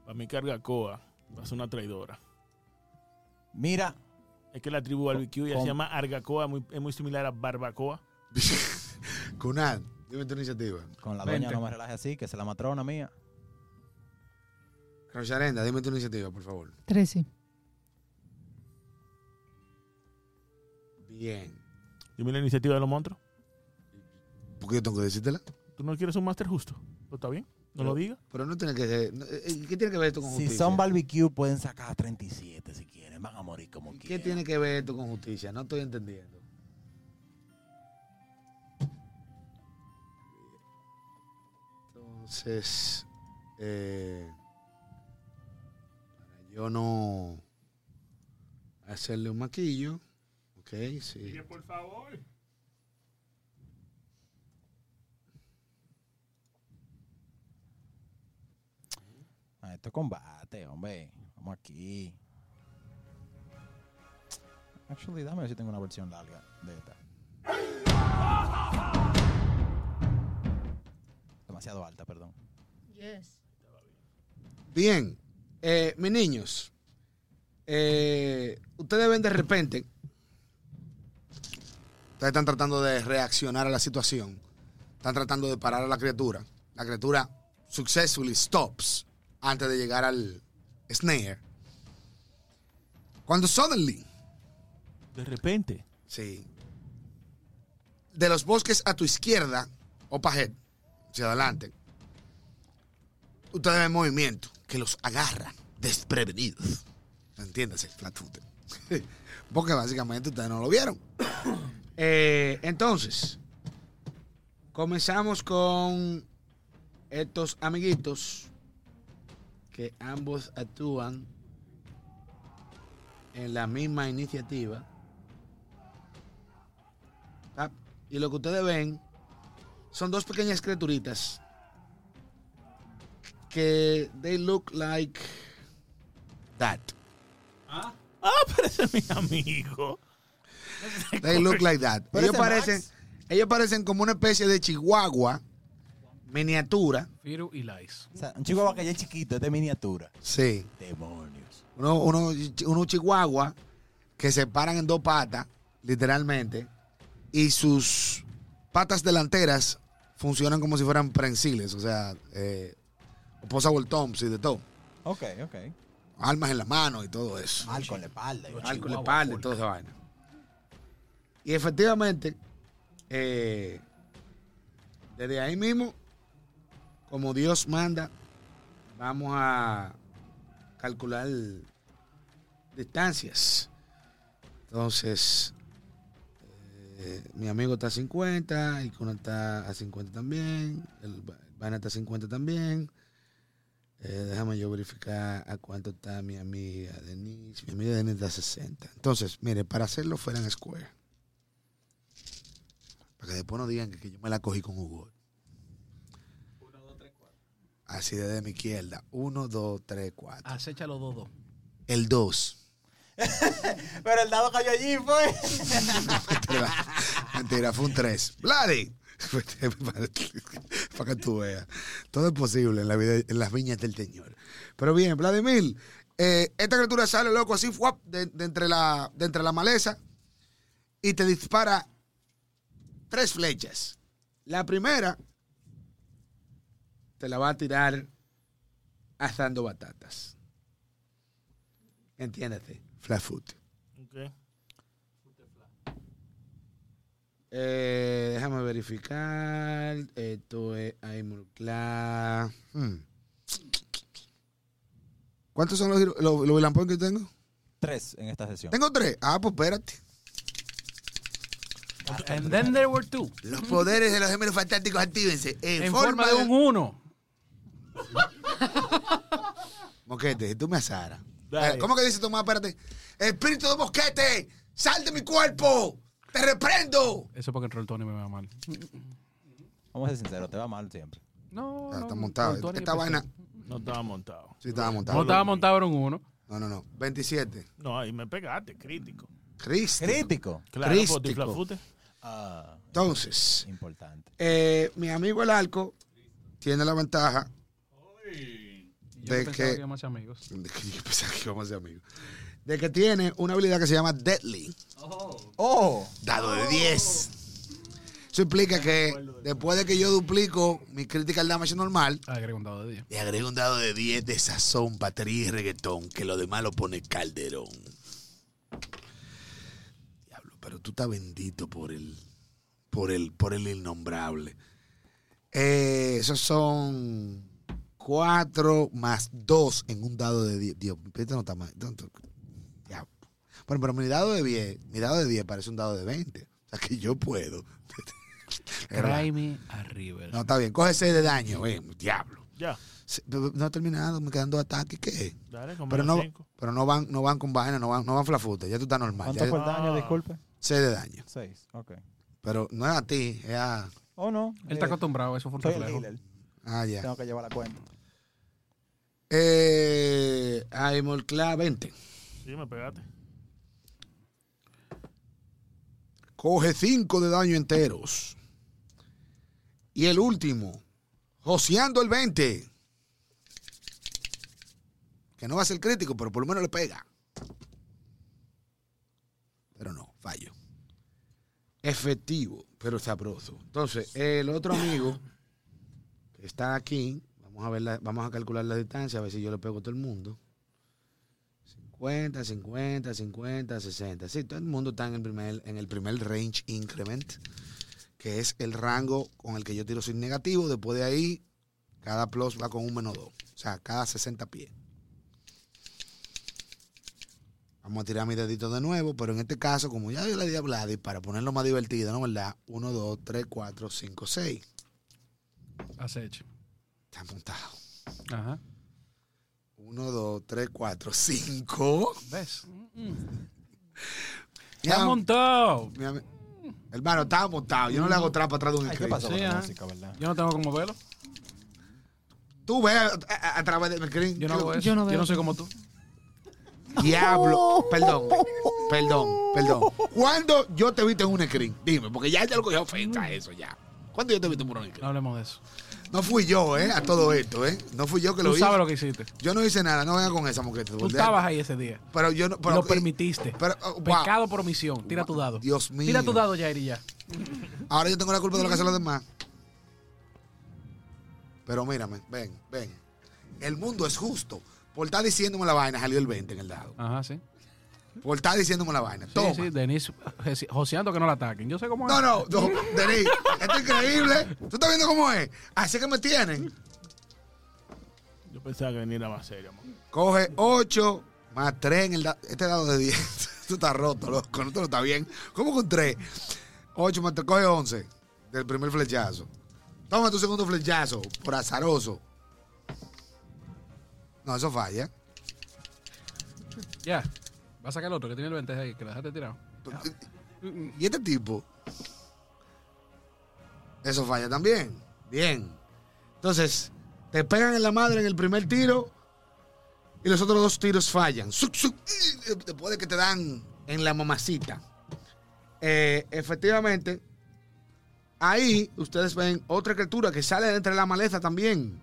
[SPEAKER 5] Para mi carga Coa. Va a ser una traidora.
[SPEAKER 1] Mira,
[SPEAKER 5] Es que la tribu barbecue ya
[SPEAKER 1] Con-
[SPEAKER 5] se llama Argacoa. muy- es muy similar a Barbacoa.
[SPEAKER 4] Kunal, dime tu iniciativa.
[SPEAKER 1] con la doña
[SPEAKER 3] 20.
[SPEAKER 1] no me relaje así, que es la matrona mía.
[SPEAKER 4] Rosarenda, dime tu iniciativa, por favor.
[SPEAKER 2] 13.
[SPEAKER 4] Bien.
[SPEAKER 5] Dime la iniciativa de los monstruos.
[SPEAKER 4] ¿Por qué yo tengo que decírtela?
[SPEAKER 5] ¿Tú no quieres un máster justo? ¿Pero ¿Está bien? No lo diga.
[SPEAKER 4] Pero no tiene que ser. no, eh, ¿Qué tiene que ver esto con
[SPEAKER 1] Si
[SPEAKER 4] justicia?
[SPEAKER 1] son barbecue, pueden sacar 37 si quieren. Van a morir como
[SPEAKER 4] ¿Qué
[SPEAKER 1] quieran.
[SPEAKER 4] tiene que ver esto con justicia? No estoy entendiendo. Entonces, eh, para yo no hacerle un maquillo, ok, sí.
[SPEAKER 5] por favor.
[SPEAKER 1] Ah, esto es combate, hombre. Vamos aquí. Actually, dame a ver si tengo una versión larga de esta. Toma demasiado alta, perdón.
[SPEAKER 2] Yes.
[SPEAKER 4] Bien, eh, mis niños, eh, ustedes ven de repente, ustedes están tratando de reaccionar a la situación, están tratando de parar a la criatura. La criatura successfully stops antes de llegar al snare. Cuando suddenly,
[SPEAKER 5] De repente. [laughs]
[SPEAKER 4] sí, de los bosques a tu izquierda, o pajet, hacia adelante, ustedes ven movimiento que los agarra desprevenidos. Entiéndase, flatute. [laughs] Porque básicamente ustedes no lo vieron. [coughs] Eh, entonces, comenzamos con estos amiguitos que ambos actúan en la misma iniciativa. Ah, Y lo que ustedes ven son dos pequeñas criaturitas que they look like that.
[SPEAKER 5] Ah, pero ese es mi amigo.
[SPEAKER 4] They look like that.
[SPEAKER 1] Parece
[SPEAKER 4] ellos parecen,
[SPEAKER 1] Max.
[SPEAKER 4] ellos parecen como una especie de chihuahua miniatura.
[SPEAKER 3] Firu y Lais.
[SPEAKER 1] O sea, un chihuahua que ya es chiquito, es de miniatura.
[SPEAKER 4] Sí.
[SPEAKER 1] Demonios.
[SPEAKER 4] Uno, uno, uno chihuahua que se paran en dos patas, literalmente, y sus patas delanteras funcionan como si fueran prensiles, o sea, eh, opposable thumbs y de todo.
[SPEAKER 1] Ok, ok.
[SPEAKER 4] Armas en la mano y todo eso.
[SPEAKER 1] Mal con la espalda.
[SPEAKER 3] Ah, Los
[SPEAKER 4] Alcohol,
[SPEAKER 3] Chihuahua,
[SPEAKER 4] espalda y
[SPEAKER 3] Hulk.
[SPEAKER 4] toda esa vaina. Y efectivamente, eh, desde ahí mismo, como Dios manda, vamos a calcular distancias. Entonces, eh, mi amigo está a 50, Icona está a 50 también, el va- Vaina está a 50 también. Eh, déjame yo verificar a cuánto está mi amiga Denise. Mi amiga Denise da 60. Entonces, mire, para hacerlo fuera en Square. Para que después no digan que, que yo me la cogí con Hugo. 1, 2, 3, 4. Así desde mi izquierda. 1, 2, 3, 4.
[SPEAKER 3] Acecha los dos dos.
[SPEAKER 4] El 2.
[SPEAKER 1] Pero el dado cayó allí, pues. fue.
[SPEAKER 4] Mentira, mentira, fue un 3. ¡Vladi! [laughs] para, para que tú veas. Todo es posible en, la vida, en las viñas del Señor. Pero bien, Vladimir, eh, esta criatura sale loco así, ¡fuap! de, de entre la, de entre la maleza y te dispara tres flechas. La primera te la va a tirar asando batatas. Entiéndete, flat foot.
[SPEAKER 5] Ok.
[SPEAKER 4] Eh, déjame verificar. Esto es Aimurcla. Hmm. ¿Cuántos son los, giro- los, los vilampón que tengo?
[SPEAKER 1] Tres en esta sesión.
[SPEAKER 4] Tengo tres. Ah, pues espérate.
[SPEAKER 3] Ah, And then there were two.
[SPEAKER 4] Los poderes de los gemelos fantásticos, actívense. En,
[SPEAKER 3] En forma de un uno.
[SPEAKER 4] Moquete, si tú me asaras.
[SPEAKER 5] Dale.
[SPEAKER 4] Eh, ¿Cómo que dice Tomás? Espérate. Espíritu de Mosquete, sal de mi cuerpo. Te reprendo.
[SPEAKER 3] Eso es porque el rol Tony me va mal.
[SPEAKER 1] Vamos a ser sinceros, te va mal siempre.
[SPEAKER 3] No.
[SPEAKER 4] Ah,
[SPEAKER 3] no,
[SPEAKER 4] está montado.
[SPEAKER 3] Roll Twenty
[SPEAKER 4] Esta
[SPEAKER 3] empezó.
[SPEAKER 4] vaina-
[SPEAKER 5] No estaba montado.
[SPEAKER 4] Sí, estaba montado.
[SPEAKER 3] No estaba montado, era un uno.
[SPEAKER 4] No, no, no. 27.
[SPEAKER 5] No, ahí me pegaste, crítico.
[SPEAKER 4] Cristo.
[SPEAKER 1] Crítico.
[SPEAKER 5] Claro,
[SPEAKER 4] Crístico.
[SPEAKER 5] por flafute.
[SPEAKER 1] Ah,
[SPEAKER 4] Entonces.
[SPEAKER 1] importante.
[SPEAKER 4] Eh, mi amigo el arco tiene la ventaja
[SPEAKER 3] Yo
[SPEAKER 4] De
[SPEAKER 3] pensaba
[SPEAKER 4] que-
[SPEAKER 3] que había más amigos.
[SPEAKER 4] de que, [laughs] yo pensaba que íbamos a ser amigos. De que tiene una habilidad que se llama Deadly,
[SPEAKER 1] ¡Oh!
[SPEAKER 4] dado de 10. Eso implica que después de que yo duplico mi critical damage normal,
[SPEAKER 3] Agrego Ah, un dado de 10.
[SPEAKER 4] le agrego un dado de 10 de sazón, batería y reggaetón, que lo demás lo pone Calderón. Diablo, pero tú estás bendito por el, por el, por el innombrable. Eh, esos son 4 más 2 en un dado de 10. Dios, esto no está mal. esto no- diablo. Bueno, pero mi dado de 10, mi dado de 10 parece un dado de 20. O sea que yo puedo. [laughs]
[SPEAKER 3] Tráeme a River.
[SPEAKER 4] No, está bien. Coge 6 de daño. eh, diablo.
[SPEAKER 5] Ya.
[SPEAKER 4] Sí, pero No ha terminado, me quedan dos ataques. ¿Qué?
[SPEAKER 5] Dale, con
[SPEAKER 4] Pero
[SPEAKER 5] menos
[SPEAKER 4] no,
[SPEAKER 5] cinco.
[SPEAKER 4] pero no van, no van con vaina, no van, no van flafute. Ya tú estás normal.
[SPEAKER 1] ¿Cuánto
[SPEAKER 4] Ya
[SPEAKER 1] fue el daño?
[SPEAKER 5] Ah.
[SPEAKER 1] Disculpe.
[SPEAKER 4] sé de daño.
[SPEAKER 1] Seis. Ok.
[SPEAKER 4] Pero no es a ti, es a.
[SPEAKER 1] ¿O no?
[SPEAKER 3] Él está
[SPEAKER 1] eh,
[SPEAKER 3] acostumbrado, eso fue un
[SPEAKER 1] Soy el
[SPEAKER 3] reflejo.
[SPEAKER 1] healer.
[SPEAKER 4] Ah, ya.
[SPEAKER 1] Tengo que llevar la cuenta.
[SPEAKER 4] Eh. Ay, Molcla 20.
[SPEAKER 5] Sí, me pegaste.
[SPEAKER 4] Coge 5 de daño enteros. Y el último, Joseando el 20. Que no va a ser crítico, pero por lo menos le pega. Pero no, fallo. Efectivo, pero sabroso. Entonces, el otro amigo que está aquí, vamos a ver la- vamos a calcular la distancia, a ver si yo le pego a todo el mundo. 50, 50, 50, 60. Sí, todo el mundo está en el primer, en el primer range increment, que es el rango con el que yo tiro sin negativo. Después de ahí, cada plus va con un menos 2. O sea, cada 60 pies. Vamos a tirar mi dedito de nuevo, pero en este caso, como ya yo le di a Vladi, para ponerlo más divertido, ¿no? ¿Verdad? 1, 2, 3, 4, 5, 6.
[SPEAKER 3] Aceche.
[SPEAKER 4] Está montado.
[SPEAKER 3] Ajá.
[SPEAKER 4] 1, 2, 3, 4, 5.
[SPEAKER 3] ¿Ves? Mm. ¡Está montado!
[SPEAKER 4] Mi ami- Hermano, estaba montado. Yo no le hago trampa atrás de un
[SPEAKER 1] Ay, ¿Qué
[SPEAKER 4] script.
[SPEAKER 1] pasó con la
[SPEAKER 3] Sí, ah.
[SPEAKER 1] música, verdad?
[SPEAKER 3] Yo no tengo cómo verlo.
[SPEAKER 4] Tú ves a, a- a través del screen.
[SPEAKER 3] Yo no hago eso.
[SPEAKER 2] Yo
[SPEAKER 3] Yo
[SPEAKER 2] no
[SPEAKER 3] no,
[SPEAKER 2] veo.
[SPEAKER 3] soy como tú.
[SPEAKER 4] Diablo. Perdón. Perdón, perdón. ¿Cuándo yo te viste en un screen? Dime, porque ya ya lo cogió ofensa a eso ya. ¿Cuándo yo te viste en un
[SPEAKER 3] No
[SPEAKER 4] screen?
[SPEAKER 3] hablemos de eso.
[SPEAKER 4] No fui yo, ¿eh? A todo esto, ¿eh? No fui yo que lo
[SPEAKER 3] Tú
[SPEAKER 4] hice.
[SPEAKER 3] sabes lo que hiciste.
[SPEAKER 4] Yo no hice nada. No venga con esa moqueta.
[SPEAKER 3] Tú estabas ahí ese día.
[SPEAKER 4] Pero yo no. Pero,
[SPEAKER 3] lo permitiste.
[SPEAKER 4] pero, oh, wow.
[SPEAKER 3] Pecado por omisión. Tira tu dado.
[SPEAKER 4] Dios mío.
[SPEAKER 3] Tira tu dado, Yair, y ya.
[SPEAKER 4] Ahora yo tengo la culpa de lo que hacen los demás. Pero mírame, ven, ven. El mundo es justo. Por estar diciéndome la vaina, salió el 20 en el dado.
[SPEAKER 3] Ajá, sí.
[SPEAKER 4] Por estar diciéndome la vaina.
[SPEAKER 3] Sí,
[SPEAKER 4] Toma.
[SPEAKER 3] sí. Denise jose- joseando que no la ataquen. Yo sé cómo
[SPEAKER 4] No,
[SPEAKER 3] es.
[SPEAKER 4] no, no, Denis, esto es increíble. ¿Tú estás viendo cómo es? Así que me tienen.
[SPEAKER 5] Yo pensaba que venía más serio, amor.
[SPEAKER 4] Coge 8 más 3 en el dado. Este dado de 10. [laughs] Esto está roto, loco. No te lo está bien. ¿Cómo con 3? 8 más 3. Coge 11 del primer flechazo. Toma tu segundo flechazo por azaroso. No, eso falla.
[SPEAKER 3] Ya. Va a sacar el otro que tiene el 20 ahí, que lo dejaste tirado.
[SPEAKER 4] ¿Y este tipo? Eso falla también. Bien. Entonces, te pegan en la madre en el primer tiro y los otros dos tiros fallan. Suc, suc, y, eh, Después de que te dan en la mamacita. Eh, efectivamente, ahí ustedes ven otra criatura que sale de entre la maleza también.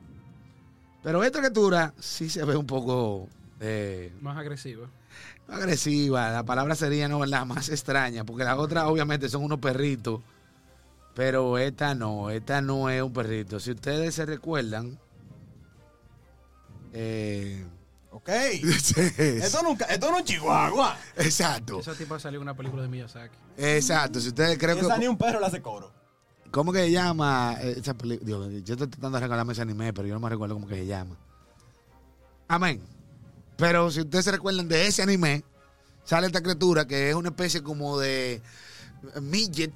[SPEAKER 4] Pero esta criatura sí se ve un poco... eh,
[SPEAKER 3] Más agresiva.
[SPEAKER 4] no agresiva, la palabra sería no, la más extraña, porque las otras obviamente son unos perritos, pero esta no, esta no es un perrito. Si ustedes se recuerdan, eh, [laughs]
[SPEAKER 1] Ok.
[SPEAKER 4] es-
[SPEAKER 1] Esto nunca, esto no es Chihuahua.
[SPEAKER 4] exacto,
[SPEAKER 3] Esa tipa salió en una película de Miyazaki.
[SPEAKER 4] exacto. Si ustedes creen
[SPEAKER 1] Esa ni
[SPEAKER 4] que
[SPEAKER 1] un perro le hace coro.
[SPEAKER 4] ¿cómo que se llama Eh, esa peli- Dios, yo estoy tratando de recordarme ese anime, pero yo no me recuerdo cómo que se llama. Amén. Pero si ustedes se recuerdan de ese anime, sale esta criatura que es una especie como de midget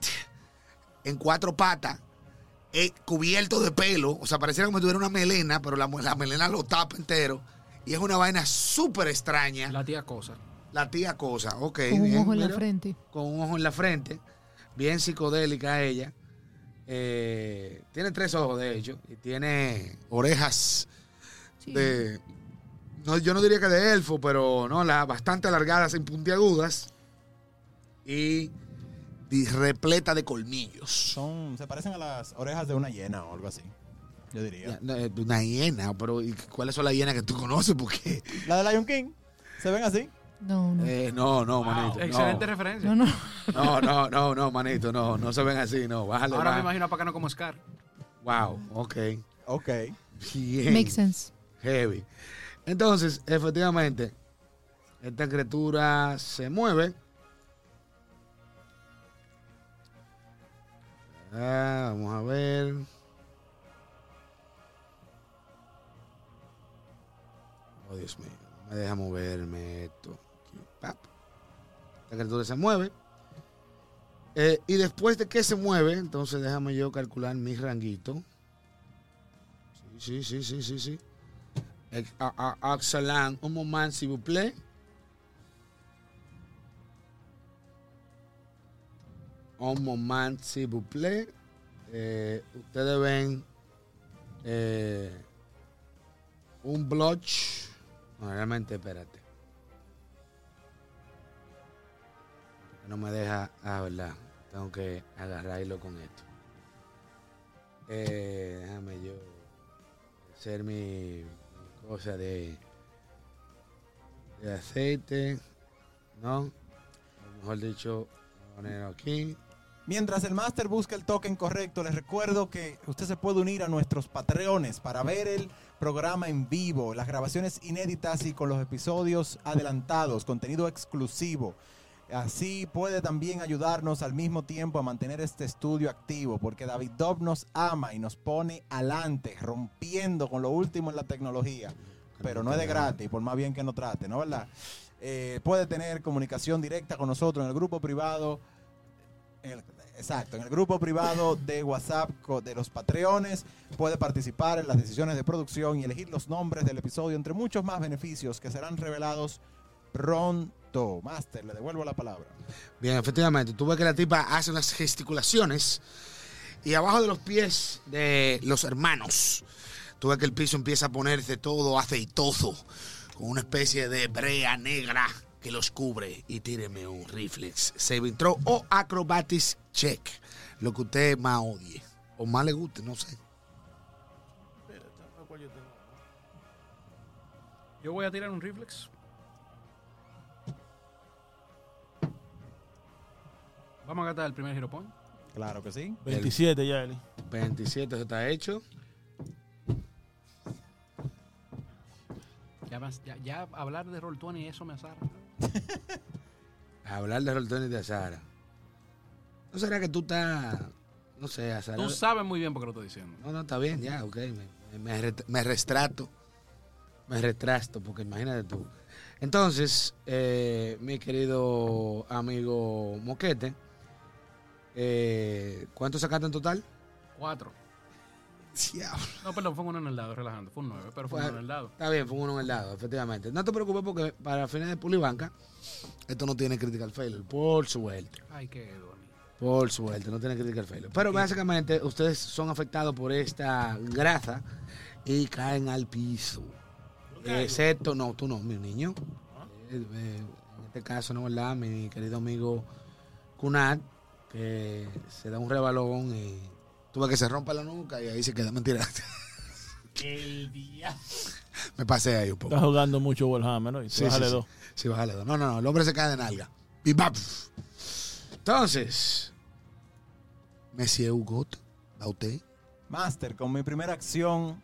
[SPEAKER 4] en cuatro patas, eh, cubierto de pelo. O sea, pareciera como si tuviera una melena, pero la, la melena lo tapa entero. Y es una vaina súper extraña. La,
[SPEAKER 3] La tía cosa.
[SPEAKER 4] tía cosa, ok.
[SPEAKER 2] Con un
[SPEAKER 4] bien,
[SPEAKER 2] ojo en la
[SPEAKER 4] pero-
[SPEAKER 2] frente.
[SPEAKER 4] con un ojo en la frente, bien psicodélica ella. Eh, tiene tres ojos, de hecho, y tiene orejas
[SPEAKER 2] Sí.
[SPEAKER 4] de. No, yo no diría que de elfo, pero no, las bastante alargadas en puntiagudas y, y repleta de colmillos.
[SPEAKER 1] Son, se parecen a las orejas de una hiena o algo así. Yo
[SPEAKER 4] Ya,
[SPEAKER 1] diría.
[SPEAKER 4] no, eh, Una hiena, pero ¿y ¿cuáles son las hienas que tú conoces?
[SPEAKER 3] [laughs]
[SPEAKER 4] Porque.
[SPEAKER 1] La de Lion King. ¿Se ven así?
[SPEAKER 2] No, no.
[SPEAKER 4] Eh, no, no, manito.
[SPEAKER 3] Excelente
[SPEAKER 4] no.
[SPEAKER 3] referencia.
[SPEAKER 2] No, no.
[SPEAKER 4] No, no, no, no, manito, no, no se ven así, no. Bájale.
[SPEAKER 3] Ahora me
[SPEAKER 4] bájale.
[SPEAKER 3] imagino a Pacano como Scar.
[SPEAKER 4] Wow, ok.
[SPEAKER 1] Ok.
[SPEAKER 4] [laughs] Bien.
[SPEAKER 2] Makes sense.
[SPEAKER 4] Heavy. Entonces, efectivamente, esta criatura se mueve. Ah, vamos a ver. Oh, Dios mío, no me deja moverme esto. Aquí, pap. Esta criatura se mueve. Eh, y después de que se mueve, entonces déjame yo calcular mi ranguito. Sí, sí, sí, sí, sí, sí. Ex- a- a- Axelan, un momento, s'il vous plaît. Un moment, s'il vous plaît. Eh, ustedes ven eh, un blotch. No, realmente, espérate. No me deja. Ah, verdad. Tengo que agarrarlo con esto. Eh, déjame yo. hacer mi cosa de, de aceite, ¿no? O mejor dicho, poner aquí.
[SPEAKER 1] Mientras el máster busca el token correcto, les recuerdo que usted se puede unir a nuestros patreones para ver el programa en vivo, las grabaciones inéditas y con los episodios adelantados, contenido exclusivo. Así puede también ayudarnos al mismo tiempo a mantener este estudio activo, porque David Dobb nos ama y nos pone adelante, rompiendo con lo último en la tecnología. Pero no es de gratis, por más bien que no trate, ¿no verdad? Eh, puede tener comunicación directa con nosotros en el grupo privado en el- exacto, en el grupo privado de WhatsApp co- de los Patreones puede participar en las decisiones de producción y elegir los nombres del episodio, entre muchos más beneficios que serán revelados pronto. Master, le devuelvo la palabra.
[SPEAKER 4] Bien, efectivamente, tú ves que la tipa hace unas gesticulaciones y abajo de los pies de los hermanos, tú ves que el piso empieza a ponerse todo aceitoso, con una especie de brea negra que los cubre y tíreme un reflex, saving throw o acrobatics check, lo que usted más odie o más le guste, no sé.
[SPEAKER 3] Yo voy a tirar un reflex. Vamos a gastar el primer hero point.
[SPEAKER 1] Claro que sí.
[SPEAKER 5] 27 ya, Eli.
[SPEAKER 4] 27 eso está hecho.
[SPEAKER 3] Ya, vas- ya- ya hablar de Roll20 y eso me azarra.
[SPEAKER 4] Hablar de Roltones de Azara. ¿No será que tú estás, no sé, Azara?
[SPEAKER 3] Tú sabes muy bien por qué lo estoy diciendo.
[SPEAKER 4] No, no, está bien, ya, ok. Me, me, re- me restrato. Me retrasto, porque imagínate tú. Entonces, eh, mi querido amigo Moquete, eh, ¿cuánto sacaste en total?
[SPEAKER 3] Cuatro.
[SPEAKER 4] Diablo.
[SPEAKER 3] No, perdón, fue uno en el lado, relajando. Fue un nueve, pero fue
[SPEAKER 4] Fue-
[SPEAKER 3] uno en el lado.
[SPEAKER 4] Está bien, fue uno en el lado, efectivamente. No te preocupes porque para fines de Pulibanca, esto no tiene critical failure, por suerte.
[SPEAKER 3] Ay, qué bonito.
[SPEAKER 4] Por suerte, no tiene critical failure. Pero básicamente, ustedes son afectados por esta grasa y caen al piso. Excepto, no, tú no, mi niño. Eh, eh, En este caso, no, ¿verdad? Mi querido amigo Kunat, que se da un rebalón y tuve que se rompa la nuca y ahí se queda. Mentira,
[SPEAKER 5] El día.
[SPEAKER 4] me pasé ahí un
[SPEAKER 5] Está
[SPEAKER 4] poco.
[SPEAKER 5] jugando mucho Warhammer, ¿no? Y
[SPEAKER 4] Sí,
[SPEAKER 5] bájale
[SPEAKER 4] sí,
[SPEAKER 5] dos.
[SPEAKER 4] Sí, bájale dos. No, no, no, el hombre se cae de nalga. Y va, pf. Entonces, Monsieur Hugot, da usted.
[SPEAKER 1] Master, con mi primera acción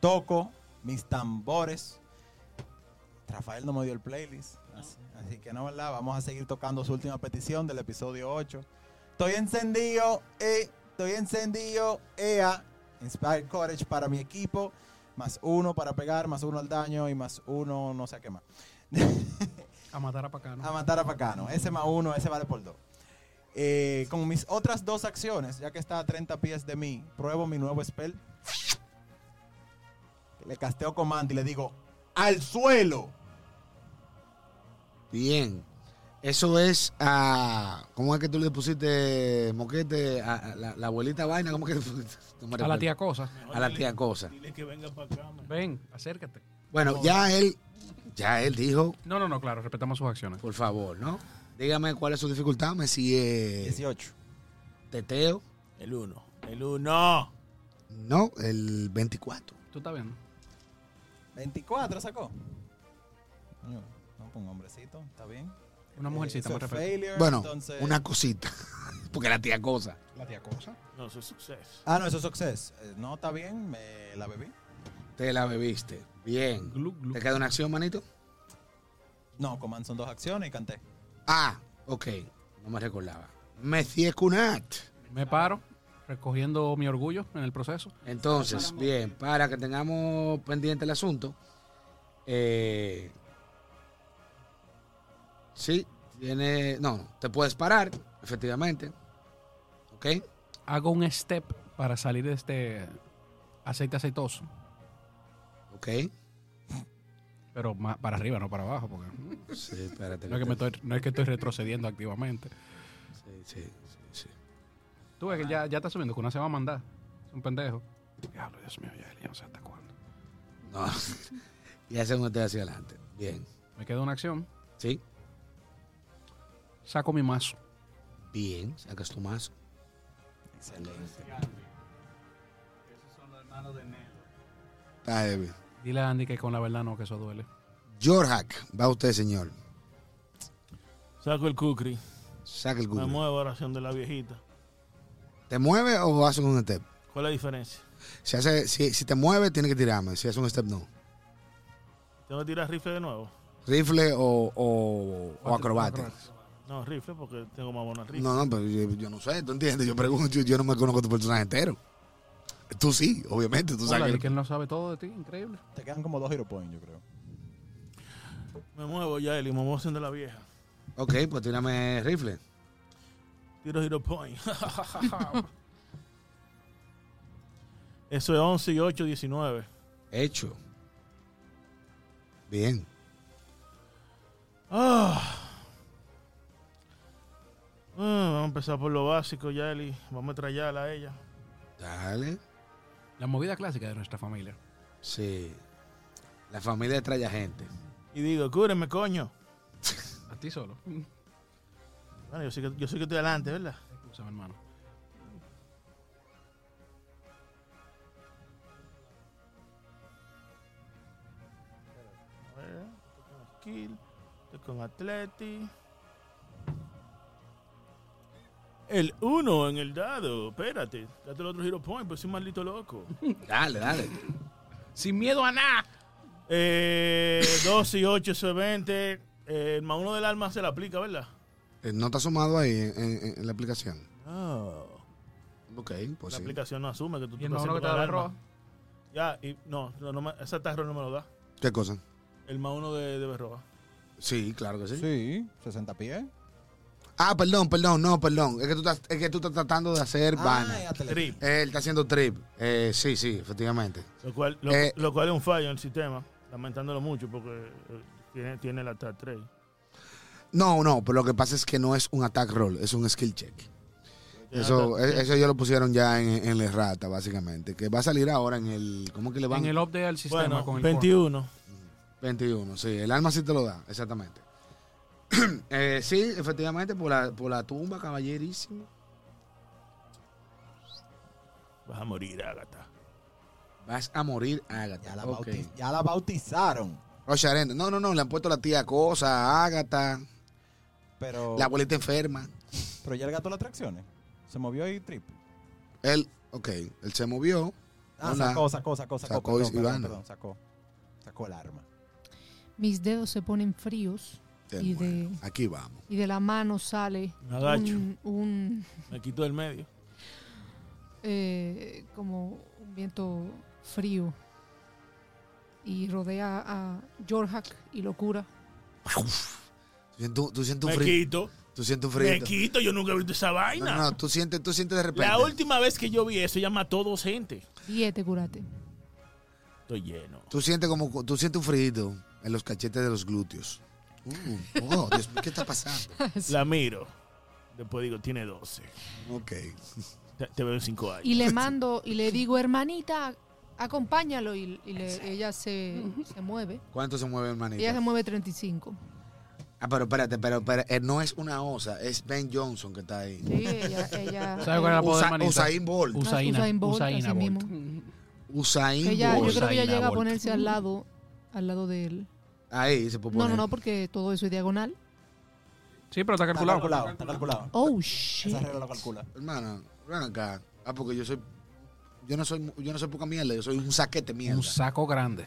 [SPEAKER 1] toco mis tambores. Rafael no me dio el playlist, así, así que no, ¿verdad? Vamos a seguir tocando su última petición del episodio 8. Estoy encendido, eh, estoy encendido, EA. Inspire Courage para mi equipo, más uno para pegar, más uno al daño y más uno no sé a qué más.
[SPEAKER 3] A matar a Pacano.
[SPEAKER 1] A matar a Pacano. Ese más uno, ese vale por dos. Eh, con mis otras dos acciones, ya que está a 30 pies de mí, pruebo mi nuevo spell. Le casteo comando y le digo, ¡al suelo!
[SPEAKER 4] Bien. Eso es a. ¿Cómo es que tú le pusiste moquete a, a la, la abuelita vaina? ¿Cómo que le pusiste? [laughs] No me
[SPEAKER 3] A la
[SPEAKER 4] recuerdo.
[SPEAKER 3] tía Cosa.
[SPEAKER 4] A la tía cosa.
[SPEAKER 5] Dile que venga para acá, man.
[SPEAKER 3] Ven, acércate.
[SPEAKER 4] Bueno, ya él. Ya él dijo,
[SPEAKER 3] No, no, no, claro, respetamos sus acciones.
[SPEAKER 4] por favor, ¿no? Dígame cuál es su dificultad, me si
[SPEAKER 1] Eh.
[SPEAKER 4] es
[SPEAKER 1] 18.
[SPEAKER 4] teteo.
[SPEAKER 5] El 1. El 1.
[SPEAKER 4] No, el 24.
[SPEAKER 3] Tú estás viendo.
[SPEAKER 1] 24 sacó. Coño, No, con un hombrecito, está bien.
[SPEAKER 3] Una mujercita,
[SPEAKER 1] Eh,
[SPEAKER 3] más
[SPEAKER 1] eso es
[SPEAKER 3] respeto.
[SPEAKER 1] failure,
[SPEAKER 4] Bueno,
[SPEAKER 1] entonces-
[SPEAKER 4] una cosita. [laughs] Porque la tía cosa.
[SPEAKER 3] La tía Cosa.
[SPEAKER 5] No, eso es suceso.
[SPEAKER 1] Ah, no, eso es success. Eh, no, está bien, me la bebí.
[SPEAKER 4] Te la bebiste. Bien.
[SPEAKER 3] Glu, glu.
[SPEAKER 4] ¿Te queda una acción, manito?
[SPEAKER 1] No, command son dos acciones y canté.
[SPEAKER 4] Ah, ok. No me recordaba. Messier Cunat.
[SPEAKER 3] Me paro, recogiendo mi orgullo en el proceso.
[SPEAKER 4] Entonces, bien, para que tengamos pendiente el asunto, eh, sí, tiene, no, no, te puedes parar, efectivamente, ¿ok?
[SPEAKER 3] Hago un step para salir de este aceite aceitoso.
[SPEAKER 4] Ok.
[SPEAKER 3] Pero más para arriba, no para abajo, porque
[SPEAKER 4] Sí, espérate.
[SPEAKER 3] no es que, me estoy- no es que estoy retrocediendo activamente.
[SPEAKER 4] Sí, sí, sí, sí.
[SPEAKER 3] Tú ves que ya, ya está subiendo, que una se va a mandar. Es un pendejo. Diablo, Dios mío, ya, ya no sé hasta cuándo.
[SPEAKER 4] No, [laughs] y hace un te hacia adelante. Bien,
[SPEAKER 3] Me queda una acción.
[SPEAKER 4] ¿sí?
[SPEAKER 3] Saco mi mazo.
[SPEAKER 4] Bien, sacas tu mazo.
[SPEAKER 1] Excelente.
[SPEAKER 4] Está heavy.
[SPEAKER 3] Dile a Andy que con la verdad no, que eso duele.
[SPEAKER 4] Jorhack, va usted, señor.
[SPEAKER 5] Saco el cucri.
[SPEAKER 4] Saca el
[SPEAKER 5] Me
[SPEAKER 4] Google.
[SPEAKER 5] muevo a oración de la viejita.
[SPEAKER 4] ¿Te mueve o hace un step?
[SPEAKER 5] ¿Cuál es la diferencia?
[SPEAKER 4] Si, hace, si, si te mueve, tiene que tirarme. Si hace un step, no.
[SPEAKER 5] ¿Tengo que tirar rifle de nuevo?
[SPEAKER 4] Rifle o, o, o acrobata.
[SPEAKER 5] No, rifle porque tengo más buenos rifles.
[SPEAKER 4] No, no, pero yo, yo no sé, ¿tú entiendes? Yo pregunto, yo, yo no me conozco tu personaje entero. Tú sí, obviamente, tú
[SPEAKER 3] Hola,
[SPEAKER 4] sabes
[SPEAKER 3] di
[SPEAKER 4] que...
[SPEAKER 3] que él no sabe todo de ti, increíble.
[SPEAKER 1] Te quedan como dos hero points, yo creo.
[SPEAKER 5] Me muevo ya, Eli, me muevo siendo la vieja.
[SPEAKER 4] Ok, pues tírame rifle.
[SPEAKER 5] Tiro Hero Point. [laughs] Eso es 11 y 8, 19.
[SPEAKER 4] Hecho. Bien.
[SPEAKER 5] Ah. Ah, vamos a empezar por lo básico, ya, Eli. Vamos a trallarla a ella.
[SPEAKER 4] Dale.
[SPEAKER 3] La movida clásica de nuestra familia.
[SPEAKER 4] Sí. La familia trae gente.
[SPEAKER 5] Y digo, cúreme, coño.
[SPEAKER 3] A ti solo. [laughs]
[SPEAKER 5] Bueno, yo sé que, yo sé que estoy adelante, ¿verdad?
[SPEAKER 3] Escúchame, hermano.
[SPEAKER 5] A ver, estoy con skill, estoy con atleti. El 1 en el dado, espérate. Date el otro hero point, pues soy un maldito loco.
[SPEAKER 3] [laughs]
[SPEAKER 4] Dale, dale.
[SPEAKER 3] Sin miedo a nada.
[SPEAKER 5] Eh, 2 y 8, eso es 20. Eh, el más uno del alma se la aplica, ¿verdad?
[SPEAKER 4] Eh, No está asomado ahí en, en- en la aplicación.
[SPEAKER 5] No.
[SPEAKER 4] Ok, pues
[SPEAKER 5] La
[SPEAKER 4] sí.
[SPEAKER 5] aplicación no asume que tú
[SPEAKER 3] Y el hermano que te da la
[SPEAKER 5] haciendo con el
[SPEAKER 3] roja.
[SPEAKER 5] alma. Ya, y no, no, no me- esa tarro no me lo da.
[SPEAKER 4] ¿Qué cosa?
[SPEAKER 5] El más uno de, de Berroa.
[SPEAKER 4] Sí, claro que sí.
[SPEAKER 1] Sí, 60 pies.
[SPEAKER 4] Ah, perdón, perdón, no, perdón. Es que tú estás, es que tú estás tratando de hacer
[SPEAKER 1] Ah,
[SPEAKER 4] vanas.
[SPEAKER 1] ya te le-
[SPEAKER 5] Trip.
[SPEAKER 4] Él está haciendo trip. Eh, sí, sí, efectivamente.
[SPEAKER 5] Lo cual, lo,
[SPEAKER 4] Eh.
[SPEAKER 5] lo cual es un fallo en el sistema, lamentándolo mucho porque eh, tiene, tiene la TAT 3.
[SPEAKER 4] No, no, pero lo que pasa es que no es un attack roll, es un skill check. Eso,
[SPEAKER 5] Ya,
[SPEAKER 4] e- eso ellos lo pusieron ya en, en la errata, básicamente. Que va a salir ahora en el. ¿Cómo que le van?
[SPEAKER 3] En el update al sistema
[SPEAKER 5] Bueno,
[SPEAKER 3] con el
[SPEAKER 5] 21.
[SPEAKER 4] 21, sí. El alma sí te lo da, exactamente. [clears throat] Eh, sí, efectivamente, por la, por la tumba, caballerísimo.
[SPEAKER 5] Vas a morir, Agatha.
[SPEAKER 4] Vas a morir,
[SPEAKER 1] Ya
[SPEAKER 4] Agatha.
[SPEAKER 1] la,
[SPEAKER 4] Ok.
[SPEAKER 1] bautiz- ya la bautizaron.
[SPEAKER 4] Rocha Arenda. No, no, no, le han puesto la tía Cosa, a Agatha,
[SPEAKER 1] Pero,
[SPEAKER 4] la abuelita enferma.
[SPEAKER 1] pero ya el gato las tracciones. Se movió y trip.
[SPEAKER 4] Él, ok, él se movió.
[SPEAKER 1] Ah,
[SPEAKER 4] Hola.
[SPEAKER 1] sacó, sacó, sacó, sacó.
[SPEAKER 4] Sacó
[SPEAKER 1] perdón, perdón,
[SPEAKER 4] Ivana.
[SPEAKER 1] perdón, sacó. Sacó el arma.
[SPEAKER 2] Mis dedos se ponen fríos
[SPEAKER 4] Él
[SPEAKER 2] Y
[SPEAKER 4] muere.
[SPEAKER 2] de-
[SPEAKER 4] Aquí vamos.
[SPEAKER 2] y de la mano sale
[SPEAKER 5] Me agacho.
[SPEAKER 2] un, un,
[SPEAKER 5] Me quito del medio.
[SPEAKER 2] eh, como un viento frío y rodea a Jorhack y lo cura.
[SPEAKER 4] Tú sientes, tú sientes un
[SPEAKER 5] Me
[SPEAKER 4] frío.
[SPEAKER 5] quito.
[SPEAKER 4] Tú sientes un
[SPEAKER 5] Me
[SPEAKER 4] frío.
[SPEAKER 5] quito. Yo nunca he visto esa
[SPEAKER 4] No,
[SPEAKER 5] vaina.
[SPEAKER 4] no, no, tú sientes, tú sientes de repente.
[SPEAKER 5] La última vez que yo vi eso, ya mató dos gente.
[SPEAKER 2] Siete, curate.
[SPEAKER 5] Estoy lleno.
[SPEAKER 4] Tú sientes como tú sientes un frío en los cachetes de los glúteos. Uh, oh, Dios mío, ¿qué
[SPEAKER 2] [laughs]
[SPEAKER 4] está pasando?
[SPEAKER 5] La miro. Después digo, tiene 12.
[SPEAKER 4] Ok.
[SPEAKER 5] Te, te veo en 5 años.
[SPEAKER 2] Y
[SPEAKER 3] [laughs]
[SPEAKER 2] le mando y le digo, hermanita, acompáñalo. Y, y le- ella se, se mueve.
[SPEAKER 4] ¿Cuánto se mueve,
[SPEAKER 2] Ella se
[SPEAKER 4] hermanita?
[SPEAKER 2] mueve 35.
[SPEAKER 4] Ah, pero espérate, pero, pero eh, no es una osa, es Ben Johnson que está ahí.
[SPEAKER 2] Sí, ella,
[SPEAKER 3] [laughs]
[SPEAKER 2] ella-
[SPEAKER 3] ¿Sabes cuál es la poder,
[SPEAKER 4] Usa-
[SPEAKER 3] manita?
[SPEAKER 4] Usain Bolt.
[SPEAKER 3] Usaina.
[SPEAKER 2] Usain Bolt,
[SPEAKER 3] Usaina
[SPEAKER 2] así
[SPEAKER 3] Bolt.
[SPEAKER 4] Usain
[SPEAKER 2] ella- yo
[SPEAKER 4] Bolt.
[SPEAKER 2] creo que ella
[SPEAKER 3] Usain
[SPEAKER 2] llega a
[SPEAKER 3] Bolt.
[SPEAKER 2] ponerse al lado, al lado de él.
[SPEAKER 4] Ahí se puede
[SPEAKER 2] No,
[SPEAKER 4] poner.
[SPEAKER 2] no, no, porque todo eso es diagonal.
[SPEAKER 3] [laughs] Sí, pero está
[SPEAKER 1] Está
[SPEAKER 3] calculado.
[SPEAKER 1] calculado, está calculado.
[SPEAKER 2] Oh, shit.
[SPEAKER 1] Esa regla lo calcula.
[SPEAKER 4] Hermana, ven acá. Ah, porque yo soy. Yo no soy, yo no soy poca mierda, yo soy un saquete mierda.
[SPEAKER 3] Un saco grande.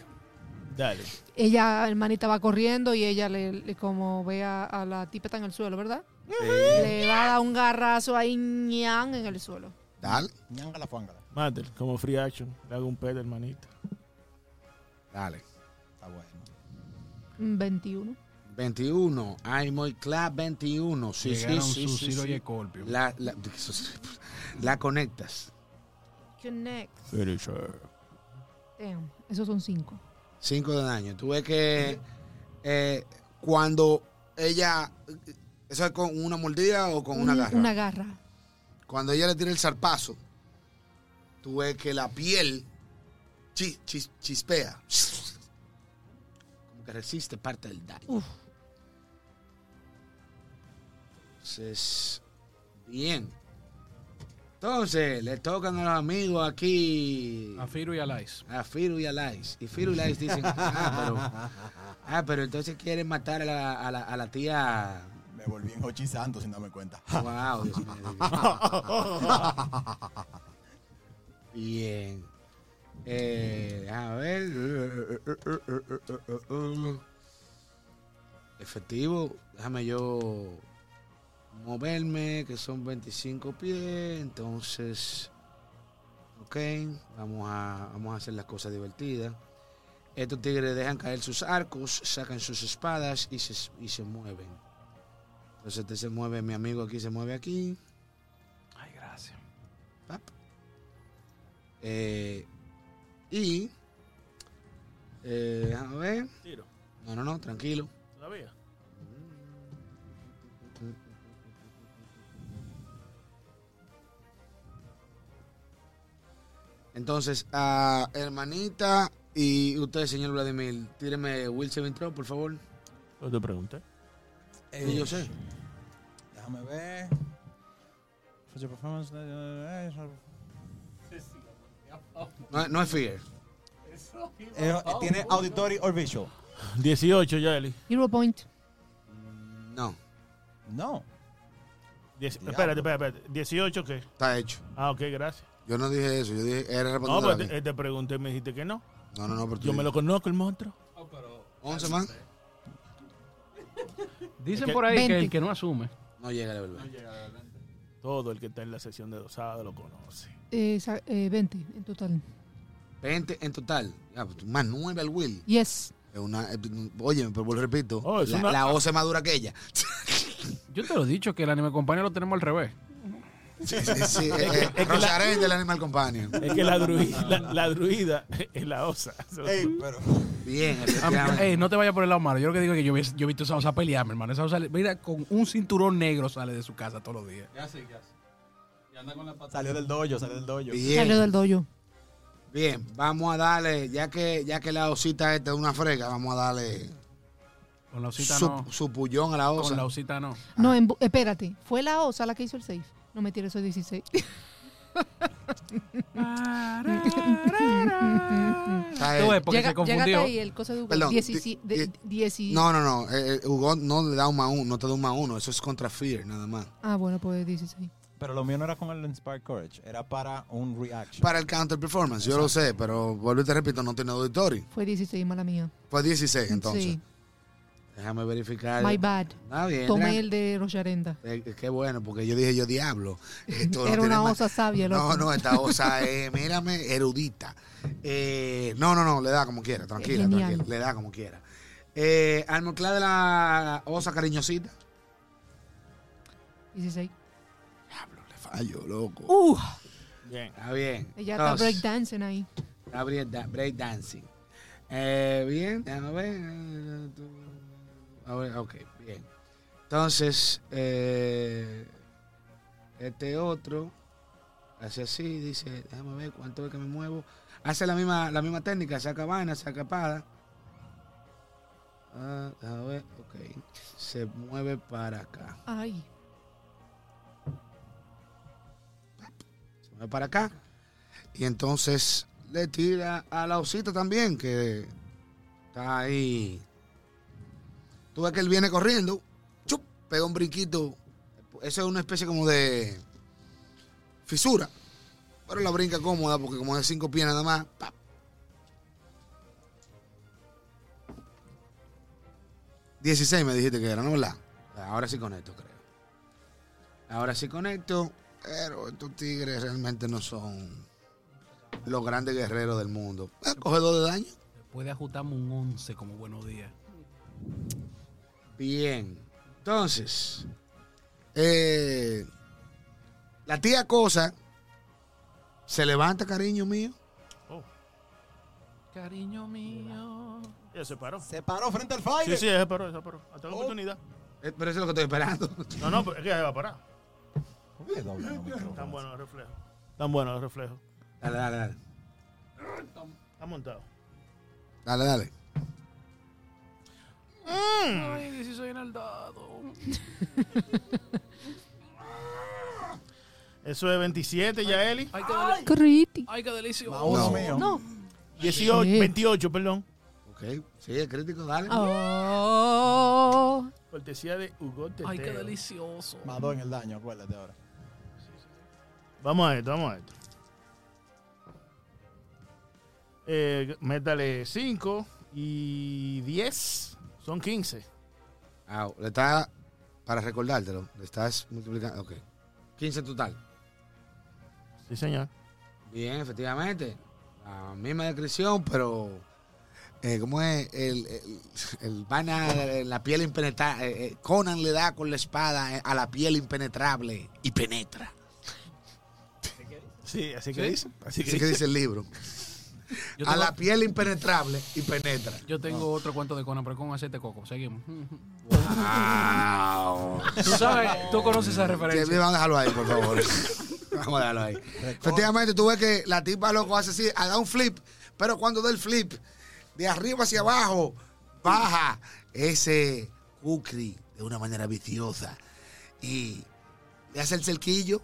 [SPEAKER 5] Dale.
[SPEAKER 2] Ella, hermanita, va corriendo y ella, le, le- como ve a, a la tipeta en el suelo, ¿verdad? Le va a dar un garrazo ahí, ñan, en el suelo.
[SPEAKER 4] Dale,
[SPEAKER 1] Ñangala, fuángala.
[SPEAKER 5] Mátel, como free action. Le hago un pedo, hermanito.
[SPEAKER 4] dale.
[SPEAKER 1] Está bueno.
[SPEAKER 2] Mm, 21.
[SPEAKER 4] 21, I'm muy clap 21. Sí,
[SPEAKER 3] Llegaron
[SPEAKER 4] sí, sí. sí,
[SPEAKER 3] Susilo
[SPEAKER 4] sí.
[SPEAKER 3] y Escorpio.
[SPEAKER 4] La, la, [laughs] la conectas.
[SPEAKER 2] Connect.
[SPEAKER 5] Finisher.
[SPEAKER 2] Damn, esos son 5.
[SPEAKER 4] 5 de daño. Tú ves que eh, cuando ella. ¿Eso es con una mordida o con una garra?
[SPEAKER 2] Una garra.
[SPEAKER 4] Cuando ella le tira el zarpazo, tú ves que la piel chi- chis- chispea. Como que resiste parte del daño.
[SPEAKER 2] Uf.
[SPEAKER 4] Entonces. Bien. Entonces, le tocan a los amigos aquí.
[SPEAKER 3] A Firo y a Lice.
[SPEAKER 4] A Firu y a Lais. Y Firu y Lais dicen, ah, pero, ah, pero entonces quieren matar a la, a la, a la tía.
[SPEAKER 1] Me volví en Hochi Santos sin darme cuenta.
[SPEAKER 4] Wow, Dios mío. Bien. Eh, a ver. Efectivo, déjame yo moverme, que son 25 pies, entonces, ok, vamos a, vamos a hacer las cosas divertidas. Estos tigres dejan caer sus arcos, sacan sus espadas y se, y se mueven. Entonces este se mueve, mi amigo aquí se mueve aquí.
[SPEAKER 3] Ay, gracias.
[SPEAKER 4] pap. Eh, y... eh, a ver...
[SPEAKER 5] Tiro.
[SPEAKER 4] No, no, no, tranquilo.
[SPEAKER 5] Todavía.
[SPEAKER 4] Entonces, a hermanita y usted, señor Vladimir, tíreme Will Saving Throw, por favor.
[SPEAKER 5] No te pregunté.
[SPEAKER 4] Sí, Eh,
[SPEAKER 5] Eh.
[SPEAKER 4] yo sé.
[SPEAKER 1] Déjame ver. For your performance, eh,
[SPEAKER 4] No, no es fear.
[SPEAKER 1] eh, tiene auditory or visual.
[SPEAKER 5] 18, Yaeli.
[SPEAKER 2] Hero Point.
[SPEAKER 4] No,
[SPEAKER 1] No.
[SPEAKER 5] Diez-
[SPEAKER 1] Diablo.
[SPEAKER 5] Espérate, espérate, espérate. 18, ¿qué?
[SPEAKER 4] está hecho.
[SPEAKER 5] Ah, ok, gracias.
[SPEAKER 4] Yo no dije eso, yo dije, era
[SPEAKER 5] No,
[SPEAKER 4] respondiendo
[SPEAKER 5] pues
[SPEAKER 4] a mí.
[SPEAKER 5] te, te pregunté y me dijiste que no.
[SPEAKER 4] No, no, no, pero tú
[SPEAKER 5] Yo me lo
[SPEAKER 4] dices.
[SPEAKER 5] conozco, el monstruo.
[SPEAKER 4] 11 más.
[SPEAKER 3] Dicen
[SPEAKER 5] Es que-
[SPEAKER 3] por ahí que
[SPEAKER 2] 20.
[SPEAKER 3] el que no asume.
[SPEAKER 4] No llega la verdad.
[SPEAKER 5] Todo el que está en la sesión de dosada lo conoce.
[SPEAKER 2] Eh, sa- eh, 20 en total.
[SPEAKER 4] 20 en total. Ya, pues, más 9 al Will.
[SPEAKER 2] Yes.
[SPEAKER 4] Es una, eh, oye, pero vuelvo y repito,
[SPEAKER 5] Oh, es
[SPEAKER 4] la,
[SPEAKER 5] una-
[SPEAKER 4] la O se madura que
[SPEAKER 5] [laughs]
[SPEAKER 4] ella.
[SPEAKER 3] Yo te lo he dicho que el anime compañero lo tenemos al revés.
[SPEAKER 4] sí, sí, eh, eh,
[SPEAKER 5] que la-
[SPEAKER 4] Rosarén del Animal Companion.
[SPEAKER 5] Es que la druida, la, la druida [laughs] es la osa. Se lo-
[SPEAKER 1] Ey, pero. [laughs]
[SPEAKER 4] Bien,
[SPEAKER 3] Ah,
[SPEAKER 4] efectivamente.
[SPEAKER 5] eh,
[SPEAKER 3] Ey, no te vayas por el lado malo. Yo lo que digo es que yo, vi- yo he visto esa osa pelear, mi hermano. Esa osa, mira, con un cinturón negro sale de su casa todos los días.
[SPEAKER 6] ¿Qué hace? ¿Qué hace? Y anda con la pata.
[SPEAKER 1] Salió del dojo, salió del dojo.
[SPEAKER 4] Bien. Ah.
[SPEAKER 2] Salió del dojo.
[SPEAKER 4] Bien, vamos a darle, ya que, ya que la osita esta es una frega, vamos a darle
[SPEAKER 3] Con la osita
[SPEAKER 4] su,
[SPEAKER 3] no.
[SPEAKER 4] su pullón a la
[SPEAKER 3] Con la
[SPEAKER 4] osa.
[SPEAKER 3] osita no.
[SPEAKER 2] No, en bu- espérate. Fue la OSA la que hizo el save. No me tires, soy 16.
[SPEAKER 4] Está
[SPEAKER 3] Tú ves,
[SPEAKER 4] él.
[SPEAKER 2] [laughs]
[SPEAKER 3] porque
[SPEAKER 2] Llega-
[SPEAKER 3] se confundió.
[SPEAKER 2] llegate ahí el cosa de Hugo.
[SPEAKER 4] Perdón,
[SPEAKER 2] Diecisie-
[SPEAKER 4] di-
[SPEAKER 2] de-
[SPEAKER 4] di-
[SPEAKER 2] dieci-
[SPEAKER 4] No, no, no. eh, eh, Hugón no le da un más uno, no te da un más uno. Eso es contra Fear, nada más.
[SPEAKER 2] Ah, bueno, pues 16.
[SPEAKER 1] Pero lo mío no era con el Inspire Courage, era para un reaction.
[SPEAKER 4] Para el counter performance, yo lo sé, pero vuelvo y te repito, no tiene auditorio.
[SPEAKER 2] Fue 16, mala mía.
[SPEAKER 4] Fue 16, entonces.
[SPEAKER 2] Sí.
[SPEAKER 4] Déjame verificar.
[SPEAKER 2] My bad.
[SPEAKER 4] Está bien.
[SPEAKER 2] Tomé
[SPEAKER 4] tran-
[SPEAKER 2] el de Rocharenda.
[SPEAKER 4] Eh, qué bueno, porque yo dije yo diablo.
[SPEAKER 2] [laughs]
[SPEAKER 4] Esto no
[SPEAKER 2] Era
[SPEAKER 4] tiene
[SPEAKER 2] una
[SPEAKER 4] más-
[SPEAKER 2] osa sabia,
[SPEAKER 4] No,
[SPEAKER 2] loco.
[SPEAKER 4] no, esta
[SPEAKER 2] [laughs]
[SPEAKER 4] osa es, mírame, erudita. Eh, no, no, no, le da como quiera, tranquila,
[SPEAKER 2] Genial.
[SPEAKER 4] tranquila, le da como quiera. Eh, almoclá de la osa cariñosita.
[SPEAKER 2] 16.
[SPEAKER 4] Diablo, le fallo, loco.
[SPEAKER 2] Uh,
[SPEAKER 5] Bien.
[SPEAKER 4] Está bien.
[SPEAKER 2] ella está
[SPEAKER 4] Entonces,
[SPEAKER 2] breakdancing ahí.
[SPEAKER 4] Está break, dancing. Eh, bien, déjame ver. A ver, ok, bien. Entonces, eh, este otro hace así, dice, déjame ver cuánto es que me muevo. Hace la misma, la misma técnica, saca vaina, saca espada. Ah, déjame ver, ok. Se mueve para acá.
[SPEAKER 2] Ay.
[SPEAKER 4] Se mueve para acá. Y entonces le tira a la osita también, que está ahí. Tú ves que él viene corriendo, chup, pega un brinquito. Eso es una especie como de fisura. Pero la brinca cómoda porque como es de cinco pies nada más. ¡pap! ...16 me dijiste que era, ¿no verdad? Ahora sí conecto, creo. Ahora sí conecto, pero estos tigres realmente no son los grandes guerreros del mundo. Eh, Coge dos de daño.
[SPEAKER 3] Puede ajustarme un 11 como buenos días.
[SPEAKER 4] Bien. Entonces, eh, la tía Cosa se levanta, cariño mío.
[SPEAKER 5] Oh,
[SPEAKER 3] Cariño mío.
[SPEAKER 5] ella se paró.
[SPEAKER 1] Se paró frente al fire.
[SPEAKER 5] Sí, sí, ella se paró, ella se paró. Hasta la oportunidad.
[SPEAKER 4] Eh, Pero eso es lo que estoy esperando.
[SPEAKER 5] No, no, pero es que ella se va a parar.
[SPEAKER 1] ¿Por qué doblan los micrófonos?
[SPEAKER 5] Tan bueno el reflejo. Tan bueno el reflejo.
[SPEAKER 4] [laughs] Dale, dale, dale.
[SPEAKER 5] Está montado.
[SPEAKER 4] Dale, dale.
[SPEAKER 3] Ay, 16 en el dado.
[SPEAKER 5] Ese Eso es 27, ya Eli.
[SPEAKER 3] Ay, qué, deli-
[SPEAKER 2] Qué rico.
[SPEAKER 3] ay, qué delicioso.
[SPEAKER 1] Dios
[SPEAKER 4] No.
[SPEAKER 1] mío.
[SPEAKER 2] No.
[SPEAKER 5] 18,
[SPEAKER 2] Sí.
[SPEAKER 5] 28, perdón.
[SPEAKER 4] Ok, sí, el crítico, dale.
[SPEAKER 2] Oh.
[SPEAKER 5] Cortesía de Hugo Teteo.
[SPEAKER 3] Ay, qué delicioso.
[SPEAKER 1] Madó en el daño, acuérdate ahora.
[SPEAKER 5] Vamos a esto, vamos a esto. Eh, métale 5 y 10. Son 15.
[SPEAKER 4] Ah, le está, para recordártelo, le estás multiplicando. Ok, 15 en total.
[SPEAKER 5] Sí, señor.
[SPEAKER 4] Bien, efectivamente. La misma descripción, pero. eh, ¿Cómo es? El, el, el pana, eh, la piel impenetrable. Conan le da con la espada eh, a la piel impenetrable y penetra.
[SPEAKER 5] Sí, así
[SPEAKER 3] Sí.
[SPEAKER 5] Así
[SPEAKER 4] Así que dice el libro.
[SPEAKER 3] Yo
[SPEAKER 4] A
[SPEAKER 3] tengo,
[SPEAKER 4] la piel impenetrable y penetra.
[SPEAKER 3] yo tengo otro cuento de Conan, pero con aceite de coco. Seguimos. [laughs]
[SPEAKER 4] ¡Wow!
[SPEAKER 3] Tú sabes, tú conoces esa
[SPEAKER 4] Sí,
[SPEAKER 3] referencia.
[SPEAKER 4] Vamos a dejarlo ahí,
[SPEAKER 3] [laughs]
[SPEAKER 4] por favor. Vamos a dejarlo ahí. Efectivamente, tú ves que la tipa loco hace así, da un flip, pero cuando da el flip, de arriba hacia abajo, baja ese kukri de una manera viciosa y le hace el cerquillo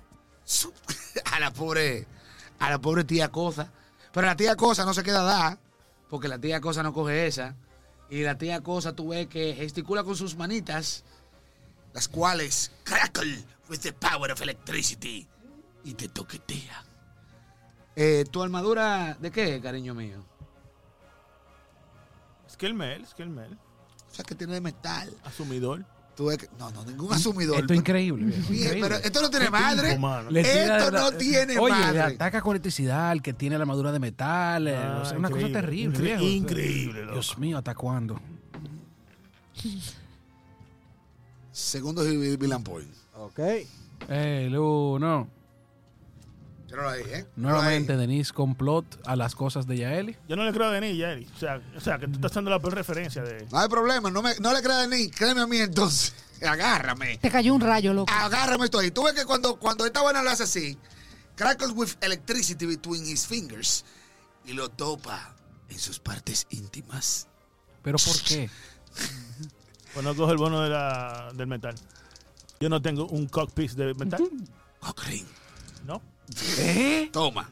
[SPEAKER 4] ¡zup! [laughs] a la pobre, a la pobre tía Cosa. Pero la tía Cosa no se queda da, porque la tía Cosa no coge esa. Y la tía Cosa tú ves que gesticula con sus manitas las cuales crackle with the power of electricity y te toquetea. Eh, ¿Tu armadura de qué, cariño mío?
[SPEAKER 5] Skillmel, Skillmel.
[SPEAKER 4] O sea, que tiene de metal.
[SPEAKER 5] Asumidor.
[SPEAKER 4] Tú ves que- no, no, ningún asumidor.
[SPEAKER 3] Esto es increíble. viejo,
[SPEAKER 4] Bien,
[SPEAKER 3] increíble.
[SPEAKER 4] pero esto no tiene madre.
[SPEAKER 5] mano.
[SPEAKER 3] Le tira
[SPEAKER 4] Esto
[SPEAKER 3] la-
[SPEAKER 4] no tiene
[SPEAKER 3] Oye, le
[SPEAKER 4] madre.
[SPEAKER 3] ataca con electricidad al que tiene la armadura de metal. eh,
[SPEAKER 5] Ah,
[SPEAKER 3] o sea, una cosa
[SPEAKER 5] increíble,
[SPEAKER 3] terrible.
[SPEAKER 5] incre-
[SPEAKER 3] viejo.
[SPEAKER 5] increíble, loco.
[SPEAKER 3] Dios mío, ¿hasta cuándo?
[SPEAKER 4] Segundo Vil- Villain Point.
[SPEAKER 1] Ok.
[SPEAKER 3] El uno.
[SPEAKER 4] Yo no lo dije, ¿eh? No lo
[SPEAKER 3] Nuevamente, Denise complot a las cosas de Yaeli.
[SPEAKER 5] Yo no le creo a Denis, Jerry. O sea, o sea, que tú estás dando la peor referencia de.
[SPEAKER 4] dije. No hay problema, no, me- no le creas a ni, créeme a mí entonces. [laughs] Agárrame.
[SPEAKER 2] Te cayó un rayo,
[SPEAKER 4] Ah.
[SPEAKER 2] loco.
[SPEAKER 4] Agárrame esto ahí. Tú ves que cuando, cuando esta buena lo hace así, crackles with electricity between his fingers y lo topa en sus partes íntimas.
[SPEAKER 3] ¿Pero por qué?
[SPEAKER 5] Pues no cojo el bono de la, del metal. Yo no tengo un cockpit
[SPEAKER 3] [laughs]
[SPEAKER 5] de metal.
[SPEAKER 4] Cochran,
[SPEAKER 5] ¿No?
[SPEAKER 3] ¿Eh?
[SPEAKER 4] toma.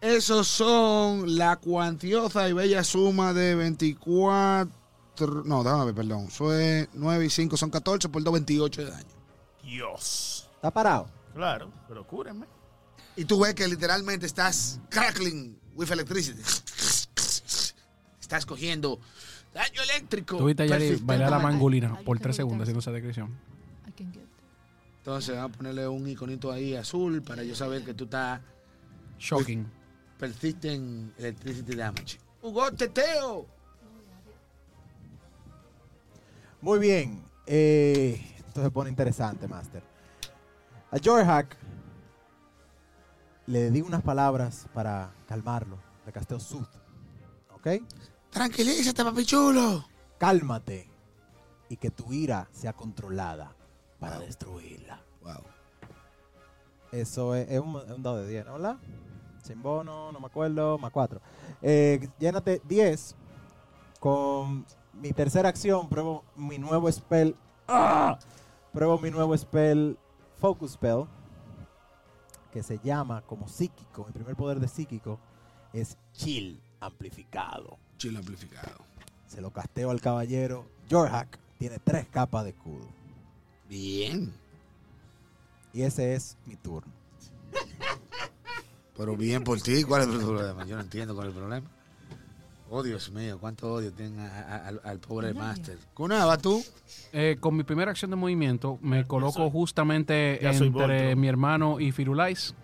[SPEAKER 4] Esos son la cuantiosa y bella suma de 24. No, déjame ver, perdón. Eso es 9 y 5, son 14 por 2, 28 de daño.
[SPEAKER 5] Dios.
[SPEAKER 1] Está parado.
[SPEAKER 5] Claro, pero cúrenme.
[SPEAKER 4] Y tú ves que literalmente estás crackling with electricity. Estás cogiendo daño eléctrico.
[SPEAKER 3] Tuviste a Yaeli
[SPEAKER 4] persistente.
[SPEAKER 3] bailar la
[SPEAKER 2] Ay,
[SPEAKER 3] mangolina
[SPEAKER 2] ay,
[SPEAKER 3] por
[SPEAKER 2] qué bonita.
[SPEAKER 3] tres segundos haciendo esa descripción.
[SPEAKER 2] I can get
[SPEAKER 4] Entonces vamos a ponerle un iconito ahí azul para yo saber que tú estás
[SPEAKER 3] Shocking.
[SPEAKER 4] persistent electricity damage. Hugo Teteo.
[SPEAKER 1] Muy bien. Eh, esto se pone interesante, Master. A George Hack le di unas palabras para calmarlo. Le casteo Sud. ¿Ok?
[SPEAKER 4] Tranquilízate, papi chulo.
[SPEAKER 1] Cálmate y que tu ira sea controlada para destruirla.
[SPEAKER 4] Wow.
[SPEAKER 1] Eso es, es un, es un dado de 10, ¿no? ¿Verdad? Sin bono, no me acuerdo, más 4. Eh, llénate 10 con mi tercera acción. Pruebo mi nuevo spell. ¡Ah! Pruebo mi nuevo spell, Focus Spell, que se llama como psíquico. Mi primer poder de psíquico es Chill Amplificado.
[SPEAKER 4] Chilo amplificado.
[SPEAKER 1] Se lo casteo al caballero. Jorhack tiene tres capas de escudo.
[SPEAKER 4] Bien.
[SPEAKER 1] Y ese es mi turno.
[SPEAKER 4] Pero bien por ti. ¿Cuál es el problema? Yo no entiendo cuál es el problema. Oh, Dios mío, cuánto odio tienen a- a- al, al pobre
[SPEAKER 2] Nadie.
[SPEAKER 4] Master. Cunaba, tú.
[SPEAKER 3] Eh, con mi primera acción de movimiento me coloco justamente
[SPEAKER 5] ya soy
[SPEAKER 3] entre
[SPEAKER 5] Voltron.
[SPEAKER 3] mi hermano y Firulais.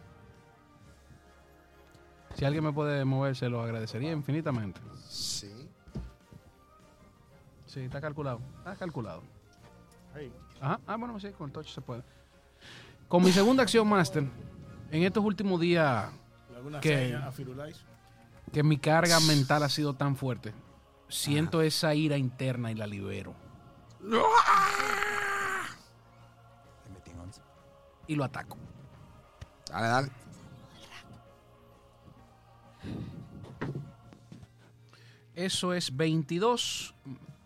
[SPEAKER 3] Si alguien me puede mover, se lo agradecería infinitamente.
[SPEAKER 4] Sí.
[SPEAKER 3] Sí, está calculado. Está calculado.
[SPEAKER 5] Ahí.
[SPEAKER 3] Ajá. Ah, bueno, sí, con el touch se puede. Con mi segunda acción, Master, en estos últimos días
[SPEAKER 5] ¿Alguna
[SPEAKER 3] ¿Qué?
[SPEAKER 5] seña a Firulais?
[SPEAKER 3] que mi carga mental ha sido tan fuerte, siento esa ira interna y la libero.
[SPEAKER 1] Le metí un once.
[SPEAKER 3] Y lo ataco.
[SPEAKER 4] Dale, dale.
[SPEAKER 3] Eso es 22.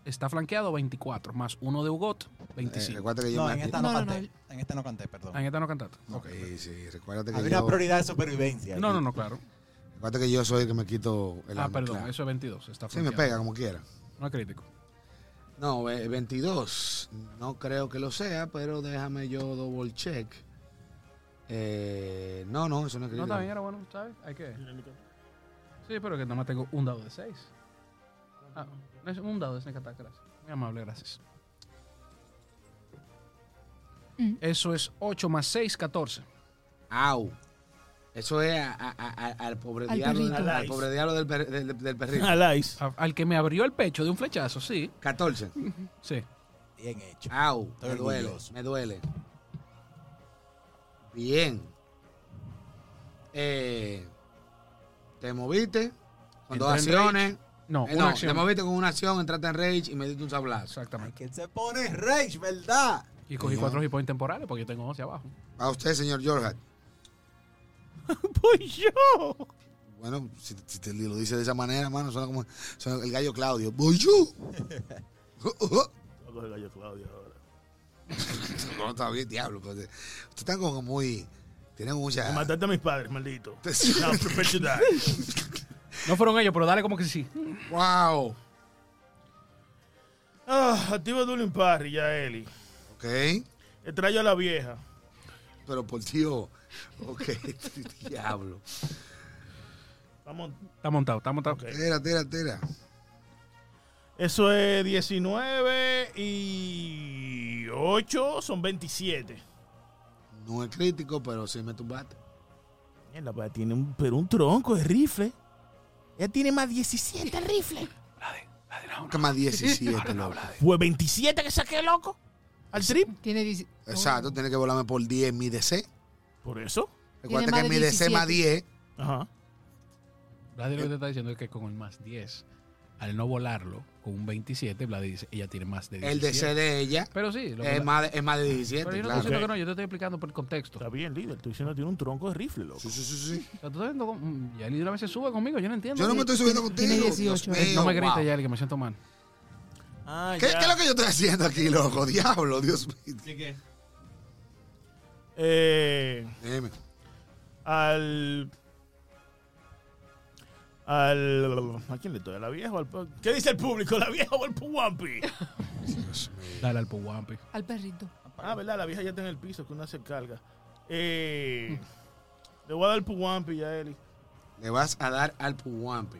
[SPEAKER 3] está flanqueado 24, más uno de Ugot,
[SPEAKER 4] Eh,
[SPEAKER 3] 25.
[SPEAKER 4] recuerda que yo
[SPEAKER 1] No,
[SPEAKER 4] me
[SPEAKER 1] en esta
[SPEAKER 2] No,
[SPEAKER 1] no,
[SPEAKER 2] no,
[SPEAKER 1] canté. En esta no canté, perdón.
[SPEAKER 3] Ah, en esta no cantaste.
[SPEAKER 4] Ok, sí, recuérdate que
[SPEAKER 1] Había una
[SPEAKER 4] yo...
[SPEAKER 1] prioridad de supervivencia.
[SPEAKER 3] No, no, no, claro.
[SPEAKER 4] Recuerda que yo soy el que me quito el
[SPEAKER 3] Ah,
[SPEAKER 4] alma,
[SPEAKER 3] perdón,
[SPEAKER 4] claro.
[SPEAKER 3] eso es 22. Está
[SPEAKER 4] Sí, me
[SPEAKER 3] flanqueado.
[SPEAKER 4] pega como quiera.
[SPEAKER 3] No es crítico.
[SPEAKER 4] No, eh, 22. No creo que lo sea, pero déjame yo double check. Eh, no, no, eso no
[SPEAKER 3] No,
[SPEAKER 4] es crítico.
[SPEAKER 3] está bien, era bueno, ¿sabes? Hay que. Sí, pero que nada más tengo un dado de 6. Ah, no es un dado de Sneak Attack, gracias. Muy amable, gracias.
[SPEAKER 2] Mm.
[SPEAKER 3] Eso es 8 más 6, 14.
[SPEAKER 4] Au. Eso es a- a- a- a- al pobre
[SPEAKER 2] Al
[SPEAKER 4] diablo, al,
[SPEAKER 2] perrito.
[SPEAKER 4] pobre diablo del, per- del- del
[SPEAKER 3] [laughs]
[SPEAKER 4] perrito.
[SPEAKER 5] Al ice.
[SPEAKER 3] A- Al que me abrió el pecho de un flechazo, sí.
[SPEAKER 4] 14.
[SPEAKER 3] Sí.
[SPEAKER 1] Bien hecho.
[SPEAKER 4] Au.
[SPEAKER 1] Estoy
[SPEAKER 4] me duele,
[SPEAKER 1] orgulloso.
[SPEAKER 4] me duele. Bien. Eh, te moviste con
[SPEAKER 3] Entré
[SPEAKER 4] dos
[SPEAKER 3] en
[SPEAKER 4] acciones.
[SPEAKER 3] No,
[SPEAKER 4] Eh,
[SPEAKER 3] una
[SPEAKER 4] no,
[SPEAKER 3] acción.
[SPEAKER 4] te moviste con una acción, entraste en rage y me diste un sablazo.
[SPEAKER 1] Ay,
[SPEAKER 3] Exactamente.
[SPEAKER 1] que se pone rage, ¿verdad?
[SPEAKER 3] Y cogí
[SPEAKER 4] Yo-
[SPEAKER 3] 4 hit points temporales porque yo tengo 11 abajo. [laughs]
[SPEAKER 4] A usted, señor Jorhat.
[SPEAKER 5] Pues yo.
[SPEAKER 4] Bueno, si, si te lo dice de esa manera, mano, suena como suena el gallo Claudio. ¡Voy yo! [laughs]
[SPEAKER 5] Voy a coger gallo Claudio ahora.
[SPEAKER 4] no, está bien, diablo. Pero te- ustedes están como muy... Tienen
[SPEAKER 5] Me
[SPEAKER 4] mucha...
[SPEAKER 5] mataste a mis padres, maldito.
[SPEAKER 4] Sí.
[SPEAKER 5] Now prepare to die.
[SPEAKER 3] No fueron ellos, pero dale como que sí.
[SPEAKER 4] ¡Wow!
[SPEAKER 5] Ah, activo Dueling Parry, ya Eli.
[SPEAKER 4] Ok.
[SPEAKER 5] Extraño a la vieja.
[SPEAKER 4] Pero por Dios. Ok, [laughs] diablo.
[SPEAKER 5] Vamos.
[SPEAKER 3] Está montado, está montado.
[SPEAKER 5] Ok.
[SPEAKER 4] Tera, tera, tera.
[SPEAKER 5] Eso es 19 y 8 son 27.
[SPEAKER 4] No es crítico, pero sí me tumbaste.
[SPEAKER 5] Mierda, pues, tiene un, pero un tronco de rifle. Ella tiene más 17 el rifle.
[SPEAKER 3] La de, la de la una.
[SPEAKER 4] Nunca
[SPEAKER 3] [laughs]
[SPEAKER 4] más 17,
[SPEAKER 3] No,
[SPEAKER 4] loco.
[SPEAKER 3] la de.
[SPEAKER 5] Fue 27 Pues, que saqué, loco. Al trip.
[SPEAKER 2] Tiene dieci- Oh.
[SPEAKER 4] Exacto, tiene que volarme por 10 mi DC.
[SPEAKER 5] Por eso.
[SPEAKER 4] Recuerda
[SPEAKER 2] más de
[SPEAKER 4] que mi DC más 10
[SPEAKER 5] Ajá.
[SPEAKER 3] Vladi lo que te está diciendo es que con el más 10, al no volarlo, con un 27, Vladi dice, ella tiene más de 10.
[SPEAKER 4] El DC de ella
[SPEAKER 3] Pero sí, lo que
[SPEAKER 4] es
[SPEAKER 3] la-
[SPEAKER 4] más, de, es más de
[SPEAKER 3] Pero yo
[SPEAKER 4] 17,
[SPEAKER 3] no
[SPEAKER 4] claro.
[SPEAKER 3] estoy diciendo
[SPEAKER 5] Ok.
[SPEAKER 3] que no, yo te estoy explicando por el contexto.
[SPEAKER 5] Está bien, líder. Estoy diciendo que tiene un tronco de rifle, loco.
[SPEAKER 4] Sí, sí, sí, sí.
[SPEAKER 3] O sea, tú estás viendo cómo- mm, Yael de una vez se sube conmigo, yo no entiendo. Eh,
[SPEAKER 4] Yo no me estoy subiendo contigo.
[SPEAKER 2] Tiene
[SPEAKER 4] Dios
[SPEAKER 2] 18.
[SPEAKER 4] mío,
[SPEAKER 3] No me
[SPEAKER 4] wow.
[SPEAKER 3] grites, Yael, que me siento mal.
[SPEAKER 5] Ah,
[SPEAKER 4] ¿Qué, qué es lo que yo estoy haciendo aquí, loco? Diablo, Dios mío.
[SPEAKER 6] ¿De qué?
[SPEAKER 5] Eh,
[SPEAKER 4] Dime.
[SPEAKER 5] al... Al... ¿A quién le estoy? ¿A la vieja o al... pu- ¿Qué dice el público? ¿La vieja o el Puwampi?
[SPEAKER 3] Dale al Puwampi.
[SPEAKER 2] Al perrito.
[SPEAKER 5] Ah, ¿verdad? La vieja ya está en el piso, que una se carga. Eh, le voy a dar el Puwampi ya, Eli.
[SPEAKER 4] Le vas a dar al Puwampi.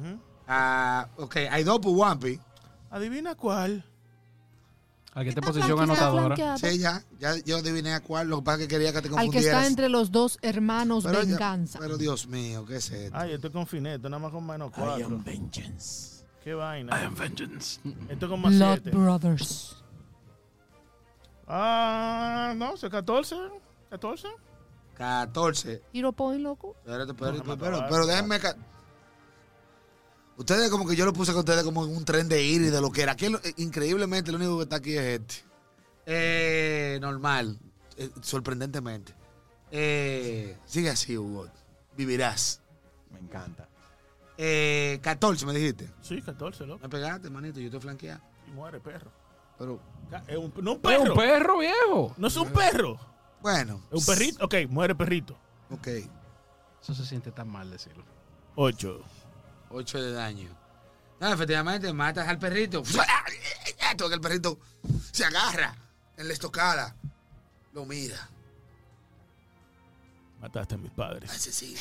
[SPEAKER 5] Ujú.
[SPEAKER 4] Ah, ok, hay dos Puwampi.
[SPEAKER 5] Adivina cuál.
[SPEAKER 3] Al que te
[SPEAKER 2] Está
[SPEAKER 3] posición
[SPEAKER 2] flanqueado,
[SPEAKER 3] anotadora.
[SPEAKER 2] flanqueado.
[SPEAKER 4] Sí, ya. Ya yo adiviné a cuál. Lo que pasa es que quería que te
[SPEAKER 2] Ah, pues. Al que está
[SPEAKER 4] confundieras.
[SPEAKER 2] entre los dos hermanos
[SPEAKER 4] Pero ya-
[SPEAKER 2] venganza.
[SPEAKER 4] pero Dios mío, ¿qué es esto?
[SPEAKER 5] Ay, estoy con finete, nada más con menos
[SPEAKER 1] I
[SPEAKER 5] cuatro.
[SPEAKER 1] am vengeance.
[SPEAKER 5] Qué vaina.
[SPEAKER 3] Vengeance.
[SPEAKER 5] Esto con más
[SPEAKER 2] Blood
[SPEAKER 5] siete.
[SPEAKER 2] Brothers.
[SPEAKER 5] Ah, no, o sea, 14. 14.
[SPEAKER 4] 14.
[SPEAKER 2] Hero Point, loco.
[SPEAKER 4] Espérate, espérate,
[SPEAKER 5] No, me
[SPEAKER 4] pero,
[SPEAKER 5] acabaste.
[SPEAKER 4] pero déjenme. ca- Ustedes, como que yo lo puse con ustedes como en un tren de ir y de lo que era. Aquí, lo- eh, increíblemente, lo único que está aquí es este. Eh, normal. Eh, sorprendentemente. Eh, sigue así, Hugo. Vivirás.
[SPEAKER 1] Me encanta.
[SPEAKER 4] Eh, 14, me dijiste.
[SPEAKER 5] Sí, 14, loco.
[SPEAKER 4] Me pegaste, manito, yo te flanqueado.
[SPEAKER 5] Y muere, perro.
[SPEAKER 4] Pero,
[SPEAKER 5] Ca- Es un, no un
[SPEAKER 3] ¡Es un
[SPEAKER 5] perro.
[SPEAKER 3] perro viejo!
[SPEAKER 5] No es un perro.
[SPEAKER 4] bueno.
[SPEAKER 5] Es un perrito. Ok, muere perrito.
[SPEAKER 4] Ok,
[SPEAKER 3] Eso se siente tan mal decirlo.
[SPEAKER 5] 8.
[SPEAKER 4] 8 de daño. No, efectivamente, matas al perrito. [laughs] Esto que el perrito se agarra en la estocada. Lo mira.
[SPEAKER 5] Mataste a mis padres.
[SPEAKER 4] Asesino.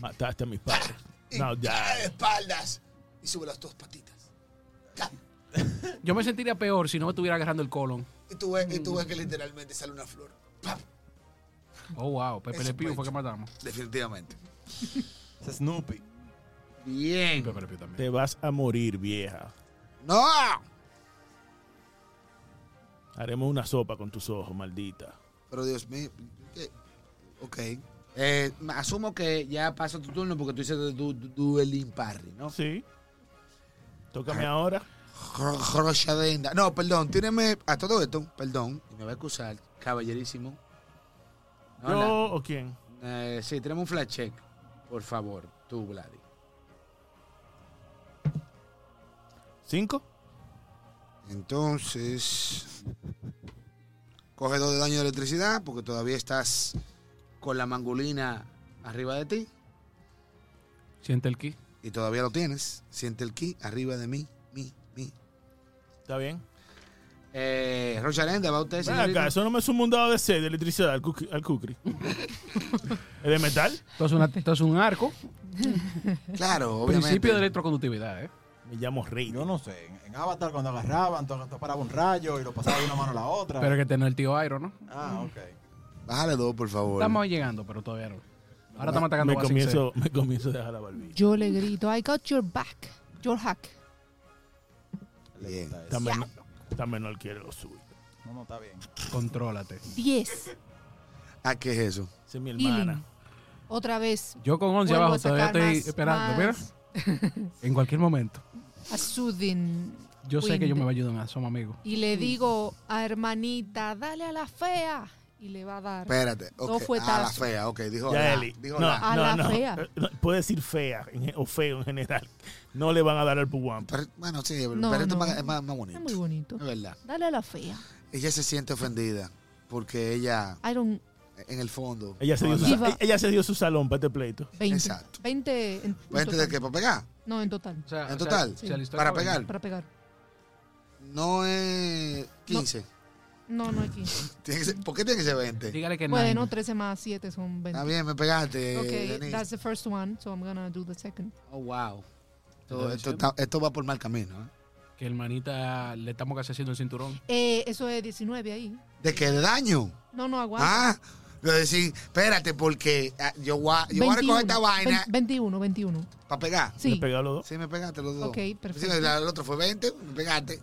[SPEAKER 5] Mataste a mis padres.
[SPEAKER 4] Y
[SPEAKER 5] No,
[SPEAKER 4] cae de
[SPEAKER 5] ya.
[SPEAKER 4] espaldas y sube las dos patitas. Ya.
[SPEAKER 3] Yo me sentiría peor si no me estuviera agarrando el colon.
[SPEAKER 4] Y tú ves, y tú ves que literalmente sale una flor. ¡Pap!
[SPEAKER 3] Oh, wow. Pepe
[SPEAKER 4] Eso
[SPEAKER 3] Le Pew
[SPEAKER 4] fue
[SPEAKER 3] fue que
[SPEAKER 4] hecho.
[SPEAKER 3] matamos.
[SPEAKER 4] Definitivamente.
[SPEAKER 1] Es Snoopy.
[SPEAKER 3] Y
[SPEAKER 4] Bien.
[SPEAKER 3] Pepe Le Pew también.
[SPEAKER 5] Te vas a morir, vieja.
[SPEAKER 4] ¡No!
[SPEAKER 5] Haremos una sopa con tus ojos, maldita.
[SPEAKER 4] Pero Dios mío. eh, Ok. Eh, asumo que ya pasó tu turno porque tú dices du, du- dueling parry, ¿no?
[SPEAKER 5] Sí. Tócame ahora.
[SPEAKER 4] Cro- Crochadenda. No, perdón, tíreme a todo esto, perdón, y me va a excusar, caballerísimo. No,
[SPEAKER 5] ¿Yo o quién?
[SPEAKER 4] la- eh, sí, tíreme un flash check, por favor, tú, Vladi.
[SPEAKER 5] ¿Cinco?
[SPEAKER 4] Entonces, coge dos de daño de electricidad porque todavía estás con la mangulina arriba de ti
[SPEAKER 3] Siente el ki.
[SPEAKER 4] y todavía lo tienes. Siente el ki arriba de mí, mí, mí.
[SPEAKER 5] ¿Está bien?
[SPEAKER 4] Eh, Rocha Arenda, va usted,
[SPEAKER 5] Ven
[SPEAKER 4] señorita?
[SPEAKER 5] acá, eso no me suma un dado de sed de electricidad al, cucri- al cucri. ¿Es de metal?
[SPEAKER 3] Esto es, una- esto es un arco.
[SPEAKER 4] Claro,
[SPEAKER 3] Principio de
[SPEAKER 4] obviamente.
[SPEAKER 3] electroconductividad, ¿eh?
[SPEAKER 5] Me llamo Rey.
[SPEAKER 1] Yo no sé, en, en Avatar cuando agarraban, tú, tú parabas un rayo y lo pasabas de una mano a la otra.
[SPEAKER 3] Pero que tener el tío Iron, ¿no?
[SPEAKER 1] ah, ok.
[SPEAKER 4] Bájale dos, por favor.
[SPEAKER 3] Estamos llegando, pero todavía no. Ahora estamos atacando
[SPEAKER 5] me,
[SPEAKER 3] a Sin
[SPEAKER 5] comienzo, me comienzo a dejar la barbilla.
[SPEAKER 2] Yo le grito, I got your back, your hack.
[SPEAKER 4] Bien.
[SPEAKER 5] Está, men- está menor que lo suyo.
[SPEAKER 1] No, no, está bien.
[SPEAKER 3] Cell. Contrólate.
[SPEAKER 2] 10.
[SPEAKER 4] ¿A Ah, qué es eso?
[SPEAKER 5] Esa es mi
[SPEAKER 2] Healing.
[SPEAKER 5] hermana.
[SPEAKER 2] Otra vez.
[SPEAKER 3] Yo con 11
[SPEAKER 2] vuelvo
[SPEAKER 3] abajo
[SPEAKER 2] a
[SPEAKER 3] todavía
[SPEAKER 2] sacar
[SPEAKER 3] estoy
[SPEAKER 2] más-
[SPEAKER 3] esperando.
[SPEAKER 2] más
[SPEAKER 3] Mira, en cualquier momento.
[SPEAKER 2] A soothing.
[SPEAKER 3] Yo sé que
[SPEAKER 2] wind.
[SPEAKER 3] yo me voy a ayudar más, somos amigos.
[SPEAKER 2] Y le digo a hermanita, dale a la fea. Y le va a dar.
[SPEAKER 4] Espérate.
[SPEAKER 2] Dos
[SPEAKER 4] ok. Ah, la
[SPEAKER 2] fuetazos.
[SPEAKER 4] fea, ok. Dijo
[SPEAKER 5] Ya,
[SPEAKER 4] la.
[SPEAKER 5] Eli.
[SPEAKER 4] Dijo
[SPEAKER 5] no,
[SPEAKER 4] la.
[SPEAKER 2] A
[SPEAKER 5] no,
[SPEAKER 2] la
[SPEAKER 5] no.
[SPEAKER 2] fea.
[SPEAKER 5] Eh, no, Puede decir fea en ge- o feo en general. No le van a dar al puguampa.
[SPEAKER 4] Pero- bueno, sí, pero
[SPEAKER 2] No,
[SPEAKER 4] pero esto
[SPEAKER 2] no.
[SPEAKER 4] es más- es más, más bonito.
[SPEAKER 2] Es muy bonito.
[SPEAKER 4] Es verdad.
[SPEAKER 2] Dale a la fea.
[SPEAKER 4] Ella se siente ofendida porque ella,
[SPEAKER 2] I don't
[SPEAKER 4] en el fondo.
[SPEAKER 5] Ella se, dio su,
[SPEAKER 2] Diva.
[SPEAKER 5] sa- ella se dio su salón para este pleito.
[SPEAKER 2] 20.
[SPEAKER 4] Exacto.
[SPEAKER 2] 20 en, en
[SPEAKER 4] ¿Vente de
[SPEAKER 2] total.
[SPEAKER 4] qué? ¿Para pegar?
[SPEAKER 2] No, en total.
[SPEAKER 3] O sea,
[SPEAKER 4] En
[SPEAKER 3] o sea,
[SPEAKER 4] total,
[SPEAKER 3] o sea, la historia
[SPEAKER 4] para
[SPEAKER 3] va bien.
[SPEAKER 4] pegar.
[SPEAKER 2] Para pegar.
[SPEAKER 4] No es 15.
[SPEAKER 2] No, no hay 15.
[SPEAKER 4] Tiene que ser- ¿Por qué tiene que ser 20?
[SPEAKER 3] Dígale que
[SPEAKER 2] Bueno,
[SPEAKER 3] no.
[SPEAKER 2] 13 más 7 son 20.
[SPEAKER 4] Está bien, me pegaste.
[SPEAKER 2] Okay,
[SPEAKER 4] Denise.
[SPEAKER 2] that's the first one, so I'm gonna do the second.
[SPEAKER 4] Oh, wow. Esto,
[SPEAKER 3] Entonces,
[SPEAKER 4] esto está- esto va por mal camino. ¿eh?
[SPEAKER 3] Que hermanita le estamos casi haciendo el cinturón.
[SPEAKER 2] Eh, eso es 19 ahí.
[SPEAKER 4] ¿De qué? ¿De daño?
[SPEAKER 2] No, no, aguanta.
[SPEAKER 4] Ah, lo de decir, espérate, porque ah, yo, voy a- yo voy a recoger esta vaina
[SPEAKER 2] Ve- 21, 21.
[SPEAKER 4] para pegar.
[SPEAKER 5] Le
[SPEAKER 2] Sí,
[SPEAKER 5] pegaron los dos.
[SPEAKER 4] Sí, me pegaste los dos.
[SPEAKER 2] Ok,
[SPEAKER 4] Sí,
[SPEAKER 2] perfecto.
[SPEAKER 4] el, el otro fue 20, me pegaste.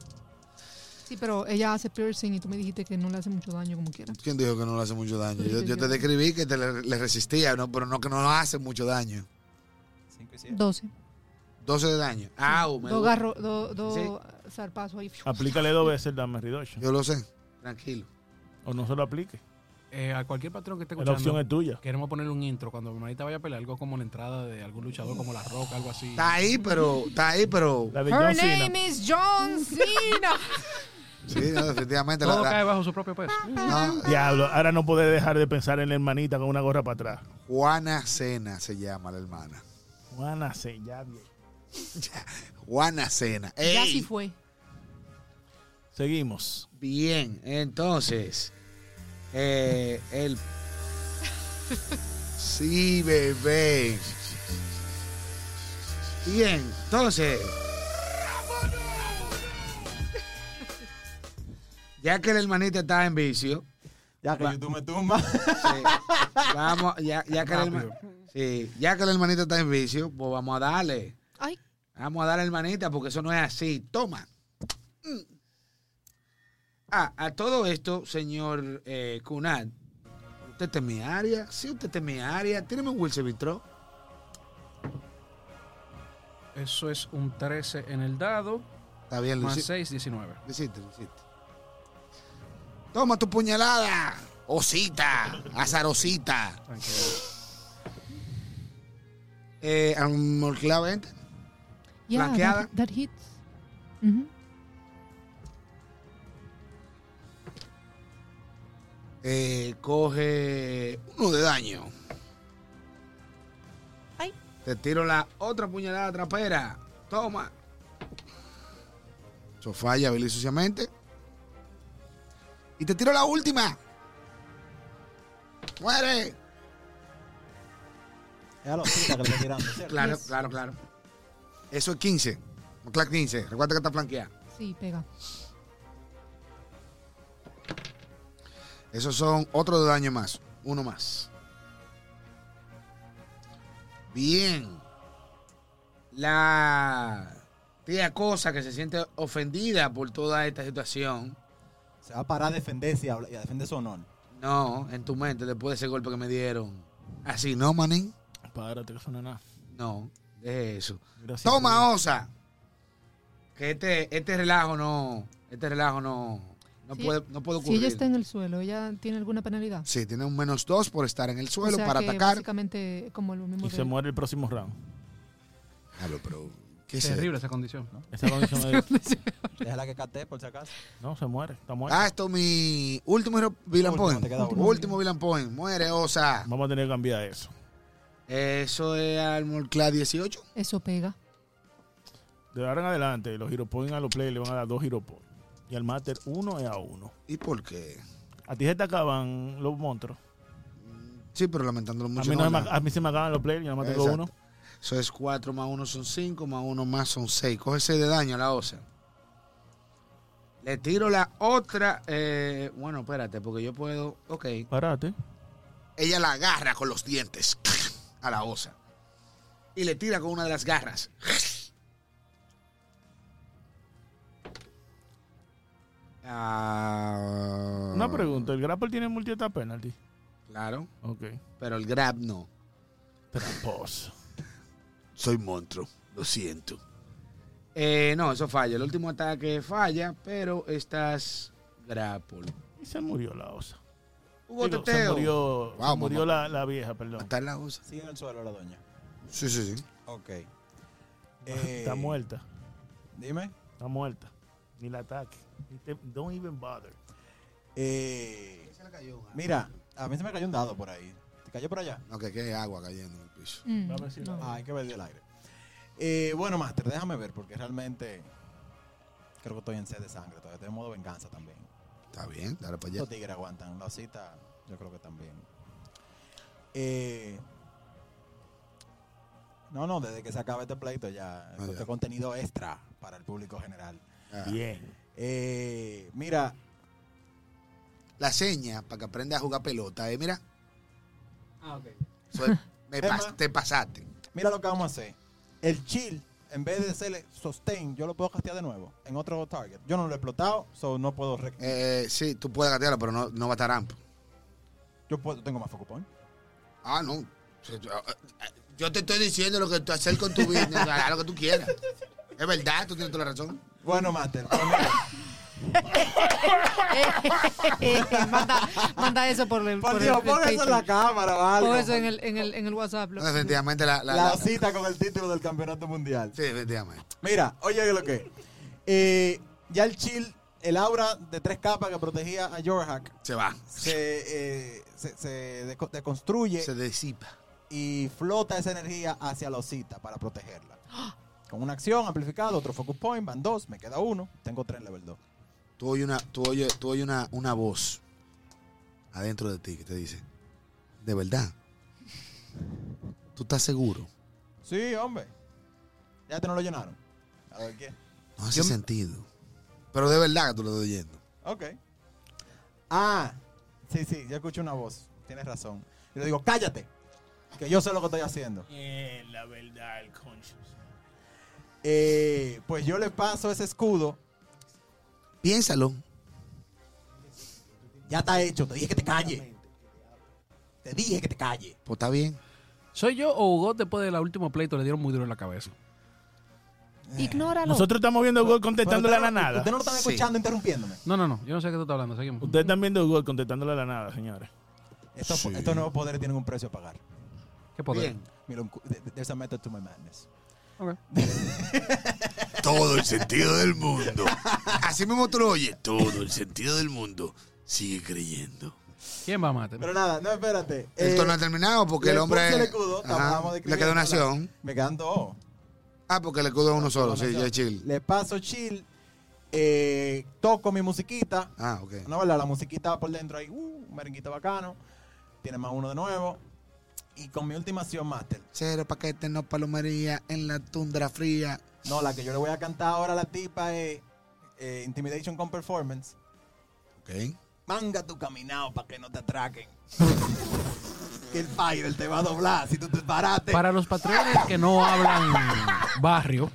[SPEAKER 2] sí, pero ella hace piercing y tú me dijiste que no le hace mucho daño como quiera.
[SPEAKER 4] ¿Quién dijo que no le hace mucho daño? Yo, yo te
[SPEAKER 2] Sí.
[SPEAKER 4] describí que te le, le resistía, ¿no? pero no que no hace mucho daño.
[SPEAKER 1] 5 y 7.
[SPEAKER 2] 12.
[SPEAKER 4] 12 de daño. Au, me
[SPEAKER 2] Dos
[SPEAKER 4] duele.
[SPEAKER 2] garro, dos dos zarpazos ahí.
[SPEAKER 5] Aplícale dos veces el Dame Reduction.
[SPEAKER 4] Yo lo sé, tranquilo.
[SPEAKER 5] O no se lo aplique.
[SPEAKER 3] Eh, a cualquier patrón que esté
[SPEAKER 5] La opción es
[SPEAKER 3] escuchando,
[SPEAKER 5] tuya.
[SPEAKER 3] queremos ponerle un intro. Cuando mi hermanita vaya a pelear, algo como la entrada de algún luchador, como La Roca, algo así.
[SPEAKER 4] Está ahí, pero. Está ahí, pero.
[SPEAKER 5] La de
[SPEAKER 2] Her
[SPEAKER 5] John Cena.
[SPEAKER 2] name is John Cena.
[SPEAKER 4] Sí, no, definitivamente. la-
[SPEAKER 3] Todo
[SPEAKER 4] la-
[SPEAKER 3] cae bajo su propio peso.
[SPEAKER 4] no,
[SPEAKER 5] Diablo, ahora no puede dejar de pensar en la hermanita con una gorra para atrás.
[SPEAKER 4] Juana Cena se llama la hermana.
[SPEAKER 5] Juana se ya bien.
[SPEAKER 4] Juana Cena.
[SPEAKER 2] ya
[SPEAKER 4] [laughs] Ey,
[SPEAKER 2] sí fue.
[SPEAKER 5] Seguimos.
[SPEAKER 4] Bien, entonces. eh, el. Sí, bebé. Bien, entonces. Ya que la hermanita está en vicio,
[SPEAKER 1] Ya que YouTube me tumba. [laughs]
[SPEAKER 4] sí, vamos, ya, ya que la herma- sí, ya que la hermanita está en vicio, pues vamos a darle.
[SPEAKER 2] Ay,
[SPEAKER 4] Vamos a darle hermanita porque eso no es así. Toma. Mm. Ah, a todo esto, señor eh, Cunat, usted está en mi área. Sí, usted está en mi área. Tíreme un Wilson Vitro.
[SPEAKER 3] Eso es un 13 en el dado,
[SPEAKER 4] Está bien,
[SPEAKER 3] más
[SPEAKER 4] Luisito.
[SPEAKER 3] 6, 19.
[SPEAKER 4] Lo hiciste, lo hiciste. Toma tu puñalada. Osita. Azarosita.
[SPEAKER 3] Tranquilo.
[SPEAKER 4] Eh, amor, clave, enter.
[SPEAKER 2] yeah,
[SPEAKER 4] Blanqueada.
[SPEAKER 2] that, that hits. Mhm.
[SPEAKER 4] Eh, coge uno de daño.
[SPEAKER 2] Ay.
[SPEAKER 4] Te tiro la otra puñalada trapera. Toma. Eso falla veliciosamente. Y te tiro la última. ¡Muere!
[SPEAKER 1] Es a los citas que le está tirando. ¿cierto?
[SPEAKER 4] Claro,
[SPEAKER 2] Yes.
[SPEAKER 4] claro, claro. Eso es 15. Claro, 15. Recuerda que está flanqueada.
[SPEAKER 2] Sí, pega.
[SPEAKER 4] Esos son otro de daño más. Uno más. Bien. La tía Cosa que se siente ofendida por toda esta situación.
[SPEAKER 1] Se va a parar a defenderse y a, y a defender su honor.
[SPEAKER 4] No, en tu mente, después de ese golpe que me dieron. Así, ¿no, manín?
[SPEAKER 5] Párate que suena nada.
[SPEAKER 4] No, deje eso.
[SPEAKER 5] Gracias.
[SPEAKER 4] Toma, Osa. Que este, este relajo no. Este relajo no. No,
[SPEAKER 2] Sí.
[SPEAKER 4] puede, no puede
[SPEAKER 2] Si
[SPEAKER 4] ocurrir.
[SPEAKER 2] ella está en el suelo, ¿ella tiene alguna penalidad?
[SPEAKER 4] Sí, tiene un menos dos por estar en el suelo
[SPEAKER 2] o sea
[SPEAKER 4] para
[SPEAKER 2] que
[SPEAKER 4] atacar.
[SPEAKER 2] Básicamente como lo mismo.
[SPEAKER 5] Y
[SPEAKER 2] de-
[SPEAKER 5] se muere el próximo round.
[SPEAKER 4] Claro, pero ¿Qué es
[SPEAKER 3] Terrible esa condición.
[SPEAKER 2] [laughs]
[SPEAKER 5] Esa condición es-
[SPEAKER 1] Déjala que cate, por si acaso.
[SPEAKER 5] no, se muere, está muerto.
[SPEAKER 4] Ah, esto mi último hero- Villain
[SPEAKER 1] Último,
[SPEAKER 4] Point.
[SPEAKER 1] te queda uno.
[SPEAKER 4] Último Villain Point. Muere, Osa.
[SPEAKER 5] Vamos a tener que cambiar eso.
[SPEAKER 4] Eso es Armor Class 18.
[SPEAKER 2] Eso pega.
[SPEAKER 5] De ahora en adelante, los Hero Point a los play le van a dar dos Hero Point. Y al Master uno es a uno.
[SPEAKER 4] ¿Y por qué?
[SPEAKER 5] A ti se te acaban los monstruos.
[SPEAKER 4] Sí, pero lamentándolo
[SPEAKER 5] A
[SPEAKER 4] mucho.
[SPEAKER 5] mí, no
[SPEAKER 4] no,
[SPEAKER 5] me-
[SPEAKER 4] no.
[SPEAKER 5] a mí se me acaban los play y al Master
[SPEAKER 4] Exacto.
[SPEAKER 5] uno.
[SPEAKER 4] Eso es 4 más 1 son 5, más 1 más son 6. Coge 6 de daño a la osa. Le tiro la otra. eh, bueno, espérate, porque yo puedo. Ok.
[SPEAKER 5] Parate.
[SPEAKER 4] Ella la agarra con los dientes a la osa. Y le tira con una de las garras. Ah,
[SPEAKER 5] Una pregunta, ¿el grapple tiene multieta penalty?
[SPEAKER 4] Claro,
[SPEAKER 5] Ok.
[SPEAKER 4] pero el grab no.
[SPEAKER 5] Tramposo.
[SPEAKER 4] Soy monstruo, lo siento. Eh, no, eso falla. El último ataque falla, pero estás grapple.
[SPEAKER 5] Y se murió la osa.
[SPEAKER 4] Hubo
[SPEAKER 5] Digo, se
[SPEAKER 4] teteo.
[SPEAKER 5] murió, se
[SPEAKER 4] Vamos,
[SPEAKER 5] murió la, la vieja, perdón.
[SPEAKER 4] Está en la osa.
[SPEAKER 1] Sigue en el suelo la doña.
[SPEAKER 4] Sí, sí, sí.
[SPEAKER 1] Ok.
[SPEAKER 5] [laughs]
[SPEAKER 1] Eh.
[SPEAKER 5] Está muerta.
[SPEAKER 1] Dime.
[SPEAKER 5] Está muerta. Ni la ataque. Ni te- don't even bother.
[SPEAKER 1] Eh, mira, a mí se me cayó un dado por ahí. ¿Te cayó por allá?
[SPEAKER 4] No, que aquí hay agua cayendo en el piso.
[SPEAKER 2] Mm,
[SPEAKER 5] Vamos a decir
[SPEAKER 2] no. [laughs]
[SPEAKER 1] Ah, hay que ver el aire. Eh, bueno, Master, déjame ver, porque realmente creo que estoy en sed de sangre. Todavía tengo modo venganza también.
[SPEAKER 4] Está bien, dale para allá.
[SPEAKER 1] Los tigres aguantan. La osita, yo creo que también. Eh, no, no, desde que se acabe este pleito ya.
[SPEAKER 4] Ah,
[SPEAKER 1] este
[SPEAKER 4] ya.
[SPEAKER 1] contenido extra para el público general.
[SPEAKER 4] Ah.
[SPEAKER 5] Bien.
[SPEAKER 1] Eh, mira,
[SPEAKER 4] La seña para que aprenda a jugar pelota, eh, mira.
[SPEAKER 6] Ah, ok.
[SPEAKER 4] Eso es- me
[SPEAKER 1] Emma.
[SPEAKER 4] pas- te pasaste.
[SPEAKER 1] mira lo que vamos a hacer. El chill, en vez de hacerle sostén, yo lo puedo castear de nuevo en otro target. Yo no lo he explotado, so no puedo. rec-
[SPEAKER 4] Eh, sí, tú puedes gatearla, pero no, no va a estar amplio.
[SPEAKER 1] Yo puedo, tengo más foco point.
[SPEAKER 4] Ah, no. eh, Yo te estoy diciendo lo que tú haces con tu vida, [laughs] haz lo que tú quieras. Es verdad, tú tienes toda la razón.
[SPEAKER 1] Bueno,
[SPEAKER 2] [laughs]
[SPEAKER 1] Master, pues mira,
[SPEAKER 2] Eh, manda, manda eso por el.
[SPEAKER 1] por
[SPEAKER 2] por
[SPEAKER 1] Dios,
[SPEAKER 2] el- el
[SPEAKER 1] pon eso en la
[SPEAKER 2] Patreon.
[SPEAKER 1] cámara, ¿vale?
[SPEAKER 2] Pon eso en el, en el, en el WhatsApp.
[SPEAKER 4] No,
[SPEAKER 2] lo-
[SPEAKER 4] definitivamente la. la-
[SPEAKER 1] La
[SPEAKER 4] la- sí,
[SPEAKER 1] osita con el título del campeonato mundial.
[SPEAKER 4] definitivamente.
[SPEAKER 1] Mira, oye lo que. eh, ya el chill, el aura de tres capas que protegía a Jorhack
[SPEAKER 4] Se va.
[SPEAKER 1] se, eh, se, se deco- deconstruye
[SPEAKER 4] Se disipa.
[SPEAKER 1] y flota esa energía hacia la osita para protegerla. Con una acción amplificada, otro focus point, van dos, me queda uno, tengo tres level 2.
[SPEAKER 4] Tú oyes una, tú oyes, tú oyes una, una voz adentro de ti que te dice: De verdad. ¿Tú estás seguro?
[SPEAKER 1] Sí, hombre. Ya te no lo llenaron. A ver qué.
[SPEAKER 4] No hace sentido. Pero de verdad que tú lo estás oyendo.
[SPEAKER 1] Ok. Ah, sí, sí, yo escucho una voz. Tienes razón. Y le digo, cállate, que yo sé lo que estoy haciendo.
[SPEAKER 5] la verdad, el conscious.
[SPEAKER 1] Eh, pues yo le paso ese escudo.
[SPEAKER 4] Piénsalo.
[SPEAKER 1] Ya está hecho. Te dije que te calle. Te dije que te calle.
[SPEAKER 4] Pues está bien.
[SPEAKER 3] ¿Soy yo o Hugo después de la última pleito le dieron muy duro en la cabeza?
[SPEAKER 2] Ignóralo.
[SPEAKER 5] Nosotros estamos viendo a Google contestándole a
[SPEAKER 1] Pero
[SPEAKER 5] la
[SPEAKER 1] ustedes no-
[SPEAKER 5] nada.
[SPEAKER 1] Ustedes no lo están
[SPEAKER 4] Sí.
[SPEAKER 1] escuchando interrumpiéndome.
[SPEAKER 3] No, no, no. Yo no sé de qué tú estás hablando. Seguimos.
[SPEAKER 5] Ustedes están viendo a Google contestándole a la nada, señores.
[SPEAKER 1] Estos,
[SPEAKER 4] Sí.
[SPEAKER 1] estos nuevos poderes tienen un precio a pagar.
[SPEAKER 3] ¿Qué poder?
[SPEAKER 4] Bien.
[SPEAKER 1] Mira, un cu- th- th- there's a method to my madness.
[SPEAKER 3] Ok.
[SPEAKER 4] Todo el sentido del mundo. [laughs] Así mismo tú lo oyes. Todo el sentido del mundo. Sigue creyendo.
[SPEAKER 3] ¿Quién va a matar?
[SPEAKER 1] Pero nada, no, espérate.
[SPEAKER 4] Esto
[SPEAKER 1] Eh,
[SPEAKER 4] no ha terminado porque
[SPEAKER 1] le
[SPEAKER 4] el hombre.
[SPEAKER 1] puse el escudo,
[SPEAKER 4] Ajá.
[SPEAKER 1] acabamos de
[SPEAKER 4] le queda una acción.
[SPEAKER 1] me quedan dos.
[SPEAKER 4] Ah, porque el escudo es uno solo. Sí, ya es chill.
[SPEAKER 1] Le paso chill. eh, toco mi musiquita.
[SPEAKER 4] Ah, ok.
[SPEAKER 1] No, ¿verdad? La musiquita por dentro ahí, uh, un merenguito bacano. Tiene más uno de nuevo. Y con mi última acción, Master.
[SPEAKER 4] Cero paquete, no palomería en la tundra fría.
[SPEAKER 1] No, la que yo le voy a cantar ahora a la tipa es eh, Intimidation con Performance.
[SPEAKER 4] Ok.
[SPEAKER 1] Manga tu caminado para que no te atraquen. que el Fiverr te va a doblar si tú te paraste.
[SPEAKER 3] Para los patrones que no hablan barrio,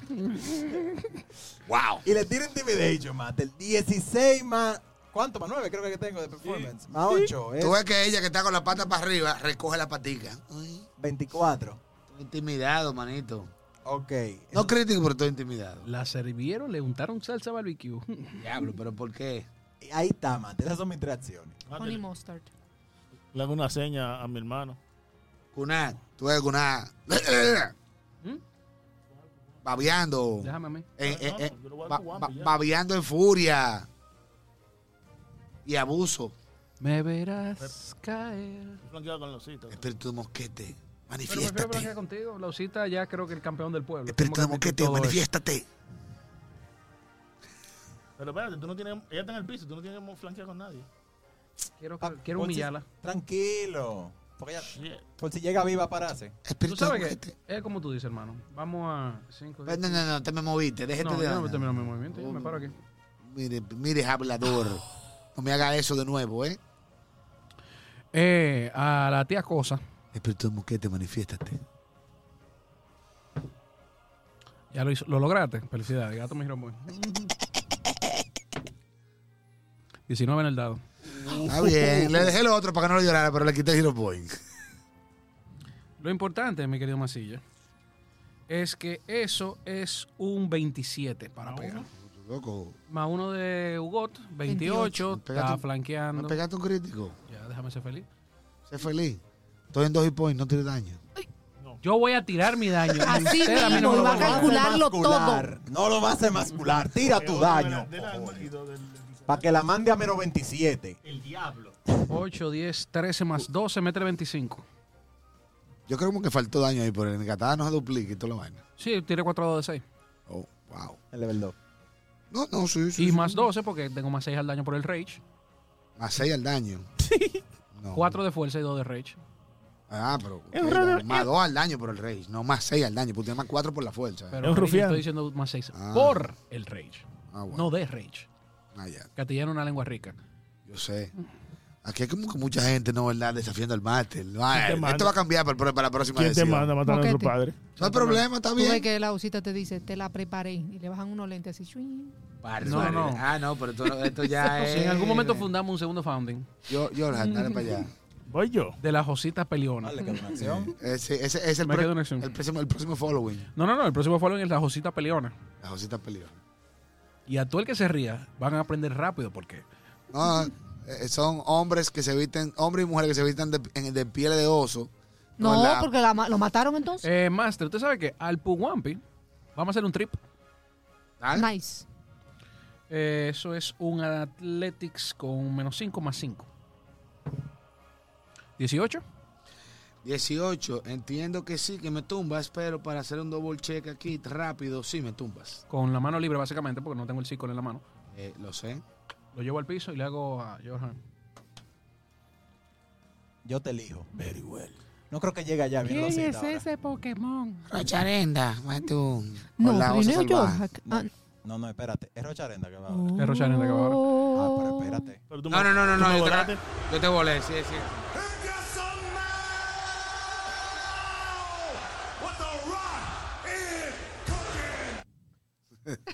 [SPEAKER 4] Wow.
[SPEAKER 1] Y le tiro Intimidation, Master. 16 más... ¿Cuánto? Más 9 creo que tengo de Performance. Más 8 es
[SPEAKER 4] Tú ves que ella que está con la pata para arriba recoge la patica. Ay,
[SPEAKER 1] 24.
[SPEAKER 4] estoy intimidado, manito.
[SPEAKER 1] Ok.
[SPEAKER 4] No crítico, pero estoy intimidado.
[SPEAKER 3] la sirvieron, le untaron salsa barbecue.
[SPEAKER 4] Diablo, pero ¿por qué?
[SPEAKER 1] Eh, Ahí está, Master. Esas son mis tres acciones.
[SPEAKER 2] Honey mustard.
[SPEAKER 5] Ah, Le hago una seña a mi hermano.
[SPEAKER 4] Cuná, tú eres Cuná.
[SPEAKER 3] ¿Mm?
[SPEAKER 4] babeando,
[SPEAKER 3] Déjame a mí.
[SPEAKER 4] en,
[SPEAKER 5] No,
[SPEAKER 4] en-
[SPEAKER 5] no,
[SPEAKER 4] en-
[SPEAKER 5] yo lo voy a
[SPEAKER 4] ba-
[SPEAKER 5] jugar,
[SPEAKER 4] ba-
[SPEAKER 5] ya.
[SPEAKER 4] babeando en furia y abuso.
[SPEAKER 3] Me verás caer.
[SPEAKER 5] Flanqueado con los hitos.
[SPEAKER 1] Este-
[SPEAKER 4] Espíritu de mosquete,
[SPEAKER 3] Pero prefiero
[SPEAKER 4] manifiéstate.
[SPEAKER 3] blanquear contigo. La usita ya creo que el campeón del pueblo.
[SPEAKER 4] Espíritu de
[SPEAKER 3] Tengo que admitir
[SPEAKER 4] mosquete,
[SPEAKER 3] todo eso.
[SPEAKER 4] manifiéstate.
[SPEAKER 5] Pero espérate, tú no tienes. Ella está en el piso, tú no tienes que flanquear con nadie.
[SPEAKER 3] Quiero,
[SPEAKER 1] Ah,
[SPEAKER 3] quiero
[SPEAKER 1] Fonsi,
[SPEAKER 3] humillarla.
[SPEAKER 1] Tranquilo. Porque ya,
[SPEAKER 5] Shit.
[SPEAKER 1] por si llega viva, pararse.
[SPEAKER 3] Tú
[SPEAKER 4] Espíritu de
[SPEAKER 3] sabes que
[SPEAKER 4] mosquete.
[SPEAKER 3] es como tú dices, hermano. Vamos a 5
[SPEAKER 4] Pero No, no, no, te me moviste, déjate
[SPEAKER 3] no,
[SPEAKER 4] de
[SPEAKER 3] yo no
[SPEAKER 4] vaina.
[SPEAKER 3] voy a terminar mi movimiento, yo me paro aquí.
[SPEAKER 4] Mire, mire, hablador. No me haga eso de nuevo, ¿eh?
[SPEAKER 3] Eh, a la tía Cosa,
[SPEAKER 4] Espíritu de mosquete, manifiéstate.
[SPEAKER 3] ya lo, hizo- lo lograste. Felicidades, gato me giró muy. 19 en el dado.
[SPEAKER 4] Está bien, le dejé lo otro para que no lo llorara, pero le quité el Hero Point.
[SPEAKER 3] Lo importante, mi querido Masilla, es que eso es un 27 para pegar.
[SPEAKER 4] Loco,
[SPEAKER 3] Más uno de Hugot, 28,
[SPEAKER 4] Pégate
[SPEAKER 3] está
[SPEAKER 4] un-
[SPEAKER 3] flanqueando.
[SPEAKER 4] no pegaste un crítico.
[SPEAKER 3] Ya, déjame ser feliz.
[SPEAKER 4] Sé feliz. Estoy en dos hit points, no te daño.
[SPEAKER 3] Yo voy a tirar mi daño.
[SPEAKER 2] Así
[SPEAKER 3] Usted a mí
[SPEAKER 2] mismo,
[SPEAKER 3] me lo
[SPEAKER 2] va a
[SPEAKER 3] va a
[SPEAKER 2] calcular.
[SPEAKER 3] pagar.
[SPEAKER 2] Calcularlo
[SPEAKER 1] Emascular. No lo vas a emascular. Tira tu daño. Para que la mande a menos 27.
[SPEAKER 6] El diablo.
[SPEAKER 3] 8, 10, 13 más 12, mete el 25.
[SPEAKER 4] Yo creo como que faltó daño ahí, pero el engatada no se duplica y toda la vaina.
[SPEAKER 3] Sí, tiré 4 dados de 6.
[SPEAKER 4] Oh, wow.
[SPEAKER 1] El level 2.
[SPEAKER 4] No, no, sí, sí.
[SPEAKER 3] Y
[SPEAKER 4] sí. Ah,
[SPEAKER 3] más 12 porque tengo más 6 al daño por el Rage.
[SPEAKER 4] Más seis al daño. No.
[SPEAKER 3] 4 de fuerza y 2 de Rage.
[SPEAKER 4] Ah, pero. ok, más dos al daño por el rey. No, más seis al daño, porque tiene más cuatro por la fuerza.
[SPEAKER 3] Pero
[SPEAKER 5] Es un
[SPEAKER 3] Rage,
[SPEAKER 5] rufián.
[SPEAKER 3] Estoy diciendo más 6
[SPEAKER 4] Ah.
[SPEAKER 3] por el Rage.
[SPEAKER 4] ah, bueno.
[SPEAKER 3] No de Rage.
[SPEAKER 4] Ah, ya.
[SPEAKER 3] Castellano es una lengua rica.
[SPEAKER 4] Yo sé. Aquí hay como que mucha gente, ¿no? ¿Verdad? Desafiando el máster. Ay,
[SPEAKER 5] te
[SPEAKER 4] eh,
[SPEAKER 5] manda?
[SPEAKER 4] esto va a cambiar para, para la próxima
[SPEAKER 5] ¿Quién te
[SPEAKER 4] edición.
[SPEAKER 5] manda a matar a nuestro
[SPEAKER 2] Moquete.
[SPEAKER 5] padre?
[SPEAKER 4] No hay problema, está
[SPEAKER 2] Tú ves
[SPEAKER 4] bien.
[SPEAKER 2] que la usita te dice, te la preparé. Y le bajan unos lentes así. chuin.
[SPEAKER 3] No, no.
[SPEAKER 4] Ah, no, pero esto, esto ya
[SPEAKER 3] [laughs]
[SPEAKER 4] es.
[SPEAKER 3] Si en algún momento fundamos un segundo founding
[SPEAKER 4] Yo, yo, Orhan, dale para allá.
[SPEAKER 5] Voy yo.
[SPEAKER 3] de la Josita Peleona.
[SPEAKER 1] Vale, que una acción.
[SPEAKER 4] Ese, ese- ese es el,
[SPEAKER 3] Me
[SPEAKER 4] pro-
[SPEAKER 3] quedo en acción.
[SPEAKER 4] el próximo, el próximo following.
[SPEAKER 3] No, no, no. El próximo founding es la Josita Peleona.
[SPEAKER 4] La Josita peleó.
[SPEAKER 3] Y a todo el que se ría, van a aprender rápido porque
[SPEAKER 4] No, eh, son hombres que se visten, hombres y mujeres que se visten de, en- de piel de oso.
[SPEAKER 2] No,
[SPEAKER 4] ¿verdad?
[SPEAKER 2] porque la ma- lo mataron entonces.
[SPEAKER 3] Eh, Master, usted sabe que al Puguampi vamos a hacer un trip.
[SPEAKER 4] Dale.
[SPEAKER 2] Nice.
[SPEAKER 3] Eh, eso es un Athletics con menos 5 más 5. 18.
[SPEAKER 4] 18, entiendo que sí, que me tumbas, pero para hacer un double check aquí rápido, sí me tumbas.
[SPEAKER 3] Con la mano libre, básicamente, porque no tengo el ciclo en la mano.
[SPEAKER 4] Eh, lo sé.
[SPEAKER 3] Lo llevo al piso y le hago a Johan.
[SPEAKER 1] Yo te elijo. Very well. No creo que llegue allá. Viene la cita ahora.
[SPEAKER 3] Pokémon?
[SPEAKER 4] Rocharenda, va tú.
[SPEAKER 2] No,
[SPEAKER 4] Hola, oso
[SPEAKER 2] primero yo.
[SPEAKER 4] salvaje.
[SPEAKER 2] Hack. Ah,
[SPEAKER 1] No, no, espérate. Es Rocharenda que va ahora.
[SPEAKER 2] oh.
[SPEAKER 3] Es Rocharena que va ahora.
[SPEAKER 1] Ah, pero espérate.
[SPEAKER 5] Pero tú
[SPEAKER 7] No,
[SPEAKER 5] me-
[SPEAKER 7] no, no, no,
[SPEAKER 5] tú
[SPEAKER 7] no,
[SPEAKER 5] me
[SPEAKER 7] yo te,
[SPEAKER 5] volaste.
[SPEAKER 7] la- yo te volé, sí, sí.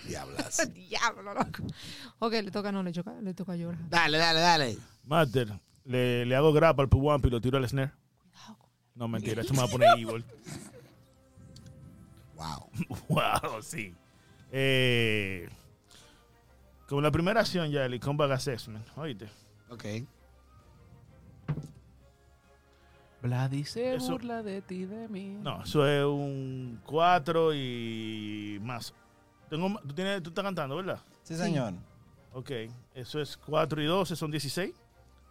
[SPEAKER 4] Diablas.
[SPEAKER 2] [laughs] Diablo, loco. Ok, le toca, no, le, choca, le toca a George Hack.
[SPEAKER 4] Dale, dale, dale.
[SPEAKER 5] Master, le, le hago grab al Puwampi y lo tiro al snare. No, mentira, eso me va a poner evil. [laughs]
[SPEAKER 4] Wow.
[SPEAKER 5] wow, sí. Eh, como la primera acción ya, el Combat Assessment. Oíste.
[SPEAKER 4] Ok.
[SPEAKER 3] Vladi se
[SPEAKER 5] Eso-
[SPEAKER 3] burla de ti, de mí.
[SPEAKER 5] No, eso es un 4 y más. Tengo, tú, tienes, tú estás cantando, ¿verdad?
[SPEAKER 1] Sí, señor.
[SPEAKER 5] Ok, eso es 4 y 12, son 16.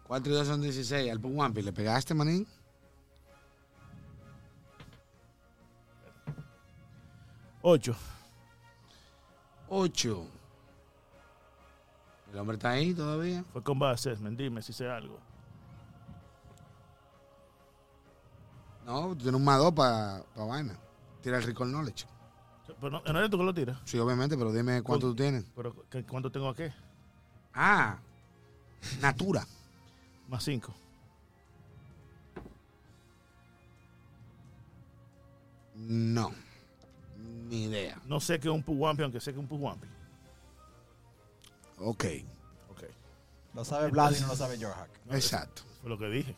[SPEAKER 4] 4 y 2 son 16. Al Puguampi, ¿le pegaste, manín?
[SPEAKER 5] Ocho.
[SPEAKER 4] 8. El hombre está ahí todavía.
[SPEAKER 5] Fue Combat Assessment, dime si sé algo.
[SPEAKER 4] No, tiene un más 2 para vaina. Tira el Recall Knowledge.
[SPEAKER 5] Pero no, no eres tú que lo tiras.
[SPEAKER 4] Sí, obviamente, pero dime cuánto tú tienes.
[SPEAKER 5] Pero ¿cu- ¿cuánto tengo aquí?
[SPEAKER 4] Ah, Natura.
[SPEAKER 5] Más 5.
[SPEAKER 4] No. Ni idea.
[SPEAKER 5] No sé qué es un Puwampi, aunque sé que es un Puwampi.
[SPEAKER 4] Ok.
[SPEAKER 5] Ok.
[SPEAKER 1] Lo sabe Vlad y no lo sabe Jorhack.
[SPEAKER 4] Exacto.
[SPEAKER 5] Fue lo que dije.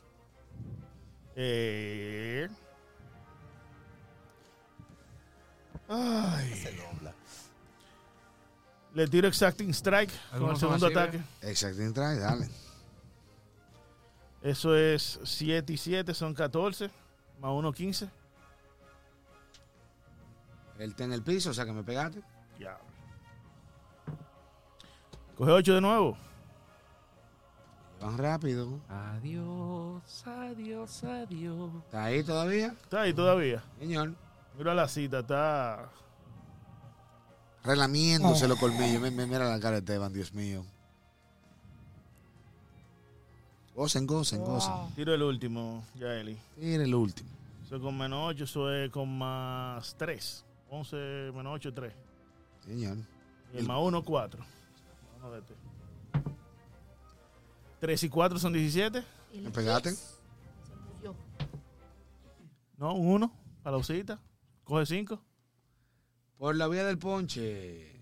[SPEAKER 5] Eh... Ay.
[SPEAKER 1] Se dobla.
[SPEAKER 5] Le tiro Exacting Strike con el
[SPEAKER 3] Algunos son
[SPEAKER 5] segundo
[SPEAKER 3] así, ¿verdad?
[SPEAKER 5] ataque.
[SPEAKER 4] Exacto. Entra y dale.
[SPEAKER 5] Eso es 7 y 7, son 14. Más 1, 15.
[SPEAKER 4] Él está en el piso, o sea que me pegaste.
[SPEAKER 5] Ya. Coge 8 de nuevo.
[SPEAKER 4] Van rápido.
[SPEAKER 3] Adiós, adiós, adiós.
[SPEAKER 4] ¿Está ahí todavía?
[SPEAKER 5] Está ahí todavía.
[SPEAKER 4] Señor.
[SPEAKER 5] Mira la cita, está.
[SPEAKER 4] Relamiéndose los colmillos. Mi- mi- Mira la cara de Esteban, Dios mío. Gocen, gocen, gocen.
[SPEAKER 5] Tiro el último, ya Eli.
[SPEAKER 4] Tira el último.
[SPEAKER 5] Eso es con menos 8, eso es con más 3. 11 menos 8, 3.
[SPEAKER 4] Señor.
[SPEAKER 5] Y el más 1, 4. Vamos a verte. 3 y 4 son 17.
[SPEAKER 4] ¿Me pegaste?
[SPEAKER 5] No, un 1 para la usita. Coge 5.
[SPEAKER 4] Por la vía del ponche.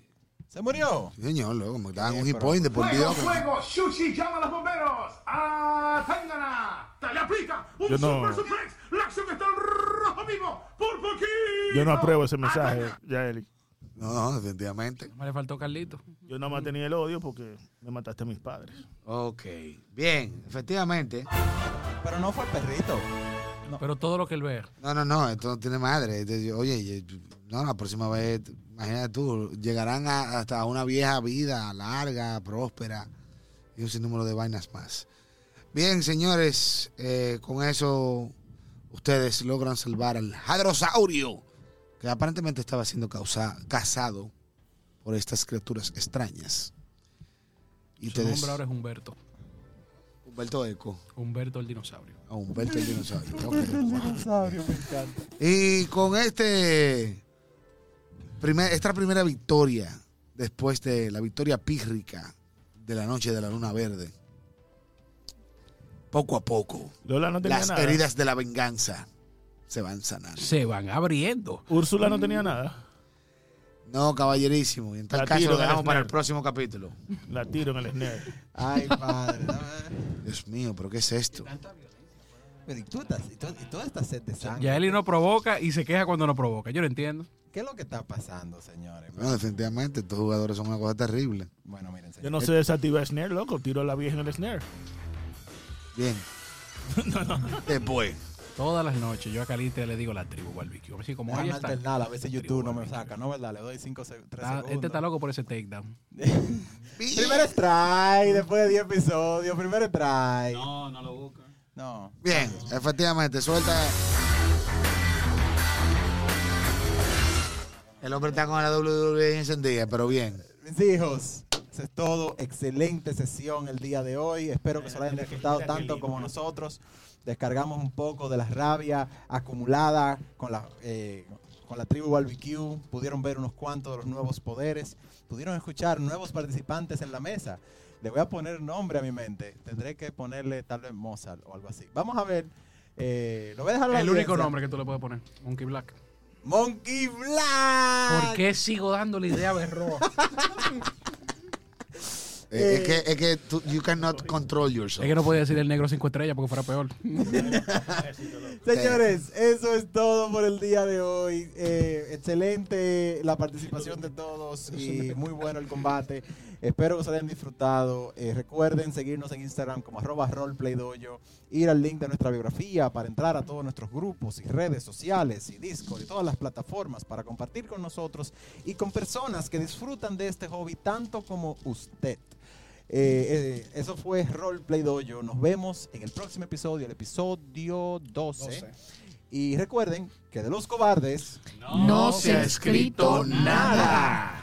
[SPEAKER 1] Se murió.
[SPEAKER 4] Sí, señor, luego me daban
[SPEAKER 1] Sí,
[SPEAKER 4] un hit
[SPEAKER 1] pero-
[SPEAKER 4] point de por video.
[SPEAKER 7] ¡Fuego! ¡Sushi llama a los bomberos! ¡Atángana! ¡Le aplica! ¡Un
[SPEAKER 5] Yo no-
[SPEAKER 7] super suplex! ¡La acción está en rojo vivo! ¡Por poquito!
[SPEAKER 5] Yo no apruebo ese mensaje, ya Eli.
[SPEAKER 4] No, no, definitivamente.
[SPEAKER 3] No me le faltó Carlito.
[SPEAKER 5] Yo nada más tenía el odio porque me mataste a mis padres.
[SPEAKER 4] Ok. Bien, efectivamente.
[SPEAKER 1] Pero no fue el perrito.
[SPEAKER 3] Pero todo lo que él ve.
[SPEAKER 4] No, no, no, esto no tiene madre. Esto yo- Oye, y- eh, no, la próxima vez, imagínate tú, llegarán a- hasta una vieja vida larga, próspera y un sinnúmero de vainas más. Bien, señores, eh, con eso ustedes logran salvar al hadrosaurio, que aparentemente estaba siendo causa- cazado por estas criaturas extrañas. Y
[SPEAKER 3] Su
[SPEAKER 4] ustedes,
[SPEAKER 3] nombre ahora es Humberto.
[SPEAKER 4] Humberto Eco,
[SPEAKER 3] Humberto el dinosaurio.
[SPEAKER 4] o Humberto el dinosaurio. ok.
[SPEAKER 1] Dinosaurio, me encanta.
[SPEAKER 4] Y con este primer- esta primera victoria, después de la victoria pírrica de la noche de la luna verde, poco a poco,
[SPEAKER 5] Lola no tenía
[SPEAKER 4] las
[SPEAKER 5] nada.
[SPEAKER 4] heridas de la venganza se van sanando.
[SPEAKER 3] Se van abriendo.
[SPEAKER 5] Úrsula no tenía nada.
[SPEAKER 4] No, caballerísimo. y En tal
[SPEAKER 5] La
[SPEAKER 4] caso
[SPEAKER 5] tiro
[SPEAKER 4] lo
[SPEAKER 5] de
[SPEAKER 4] dejamos
[SPEAKER 5] Lesnar.
[SPEAKER 4] para el próximo capítulo.
[SPEAKER 5] La tiro en el snare.
[SPEAKER 1] Ay, padre.
[SPEAKER 4] Dios mío, pero ¿qué es esto?
[SPEAKER 1] Pero y tú estás, y tú- y toda esta sed de sangre.
[SPEAKER 3] Ya Eli no provoca y se queja cuando no provoca. Yo lo entiendo.
[SPEAKER 1] ¿Qué es lo que está pasando, señores?
[SPEAKER 4] No, definitivamente, estos jugadores son una cosa terrible.
[SPEAKER 1] Bueno, miren,
[SPEAKER 5] Yo
[SPEAKER 1] señores.
[SPEAKER 5] no sé desactivar snare, loco. Tiro a la vieja en el snare.
[SPEAKER 4] [laughs] Bien. Después.
[SPEAKER 3] Todas las noches yo a Calita le digo la tribu barbecue. Así como
[SPEAKER 1] Déjame
[SPEAKER 3] ella está.
[SPEAKER 1] alternar, a veces
[SPEAKER 3] Tribu
[SPEAKER 1] YouTube no me
[SPEAKER 3] barbecue.
[SPEAKER 1] saca, ¿no? ¿Verdad? Le doy 5 segundos.
[SPEAKER 3] Está- este está loco por ese takedown.
[SPEAKER 1] Primer strike, después de 10 episodios, primer strike.
[SPEAKER 6] No, no lo busca.
[SPEAKER 1] No.
[SPEAKER 4] Bien, efectivamente, suelta. El hombre está con la WWE encendida, pero bien.
[SPEAKER 1] Mis hijos, eso es todo. Excelente sesión el día de hoy. Espero que se lo hayan disfrutado tanto como nosotros. Descargamos un poco de la rabia acumulada con la, eh, con la tribu barbecue. Pudieron ver unos cuantos de los nuevos poderes. Pudieron escuchar nuevos participantes en la mesa. Le voy a poner nombre a mi mente. Tendré que ponerle tal vez Mozart o algo así. Vamos a ver. eh, lo voy a dejar a la
[SPEAKER 3] El único
[SPEAKER 1] audiencia.
[SPEAKER 3] nombre que tú le puedes poner. Monkey Black.
[SPEAKER 1] Monkey Black.
[SPEAKER 3] ¿Por qué sigo dando la idea a Berro?
[SPEAKER 4] Eh, es que, es que tú, you cannot control
[SPEAKER 3] es
[SPEAKER 4] yourself.
[SPEAKER 3] que no podía decir el negro cinco estrellas porque fuera peor.
[SPEAKER 1] [laughs] Señores, eso es todo por el día de hoy. Eh, excelente la participación de todos y muy bueno el combate. Espero que se lo hayan disfrutado. Eh, recuerden seguirnos en Instagram como arroba roleplaydoyo, ir al link de nuestra biografía para entrar a todos nuestros grupos y redes sociales y Discord y todas las plataformas para compartir con nosotros y con personas que disfrutan de este hobby tanto como usted. Eh, eh, eso fue Roleplay Dojo. Nos vemos en el próximo episodio, el episodio 12. Y recuerden que de los cobardes
[SPEAKER 6] No se ha escrito
[SPEAKER 1] nada.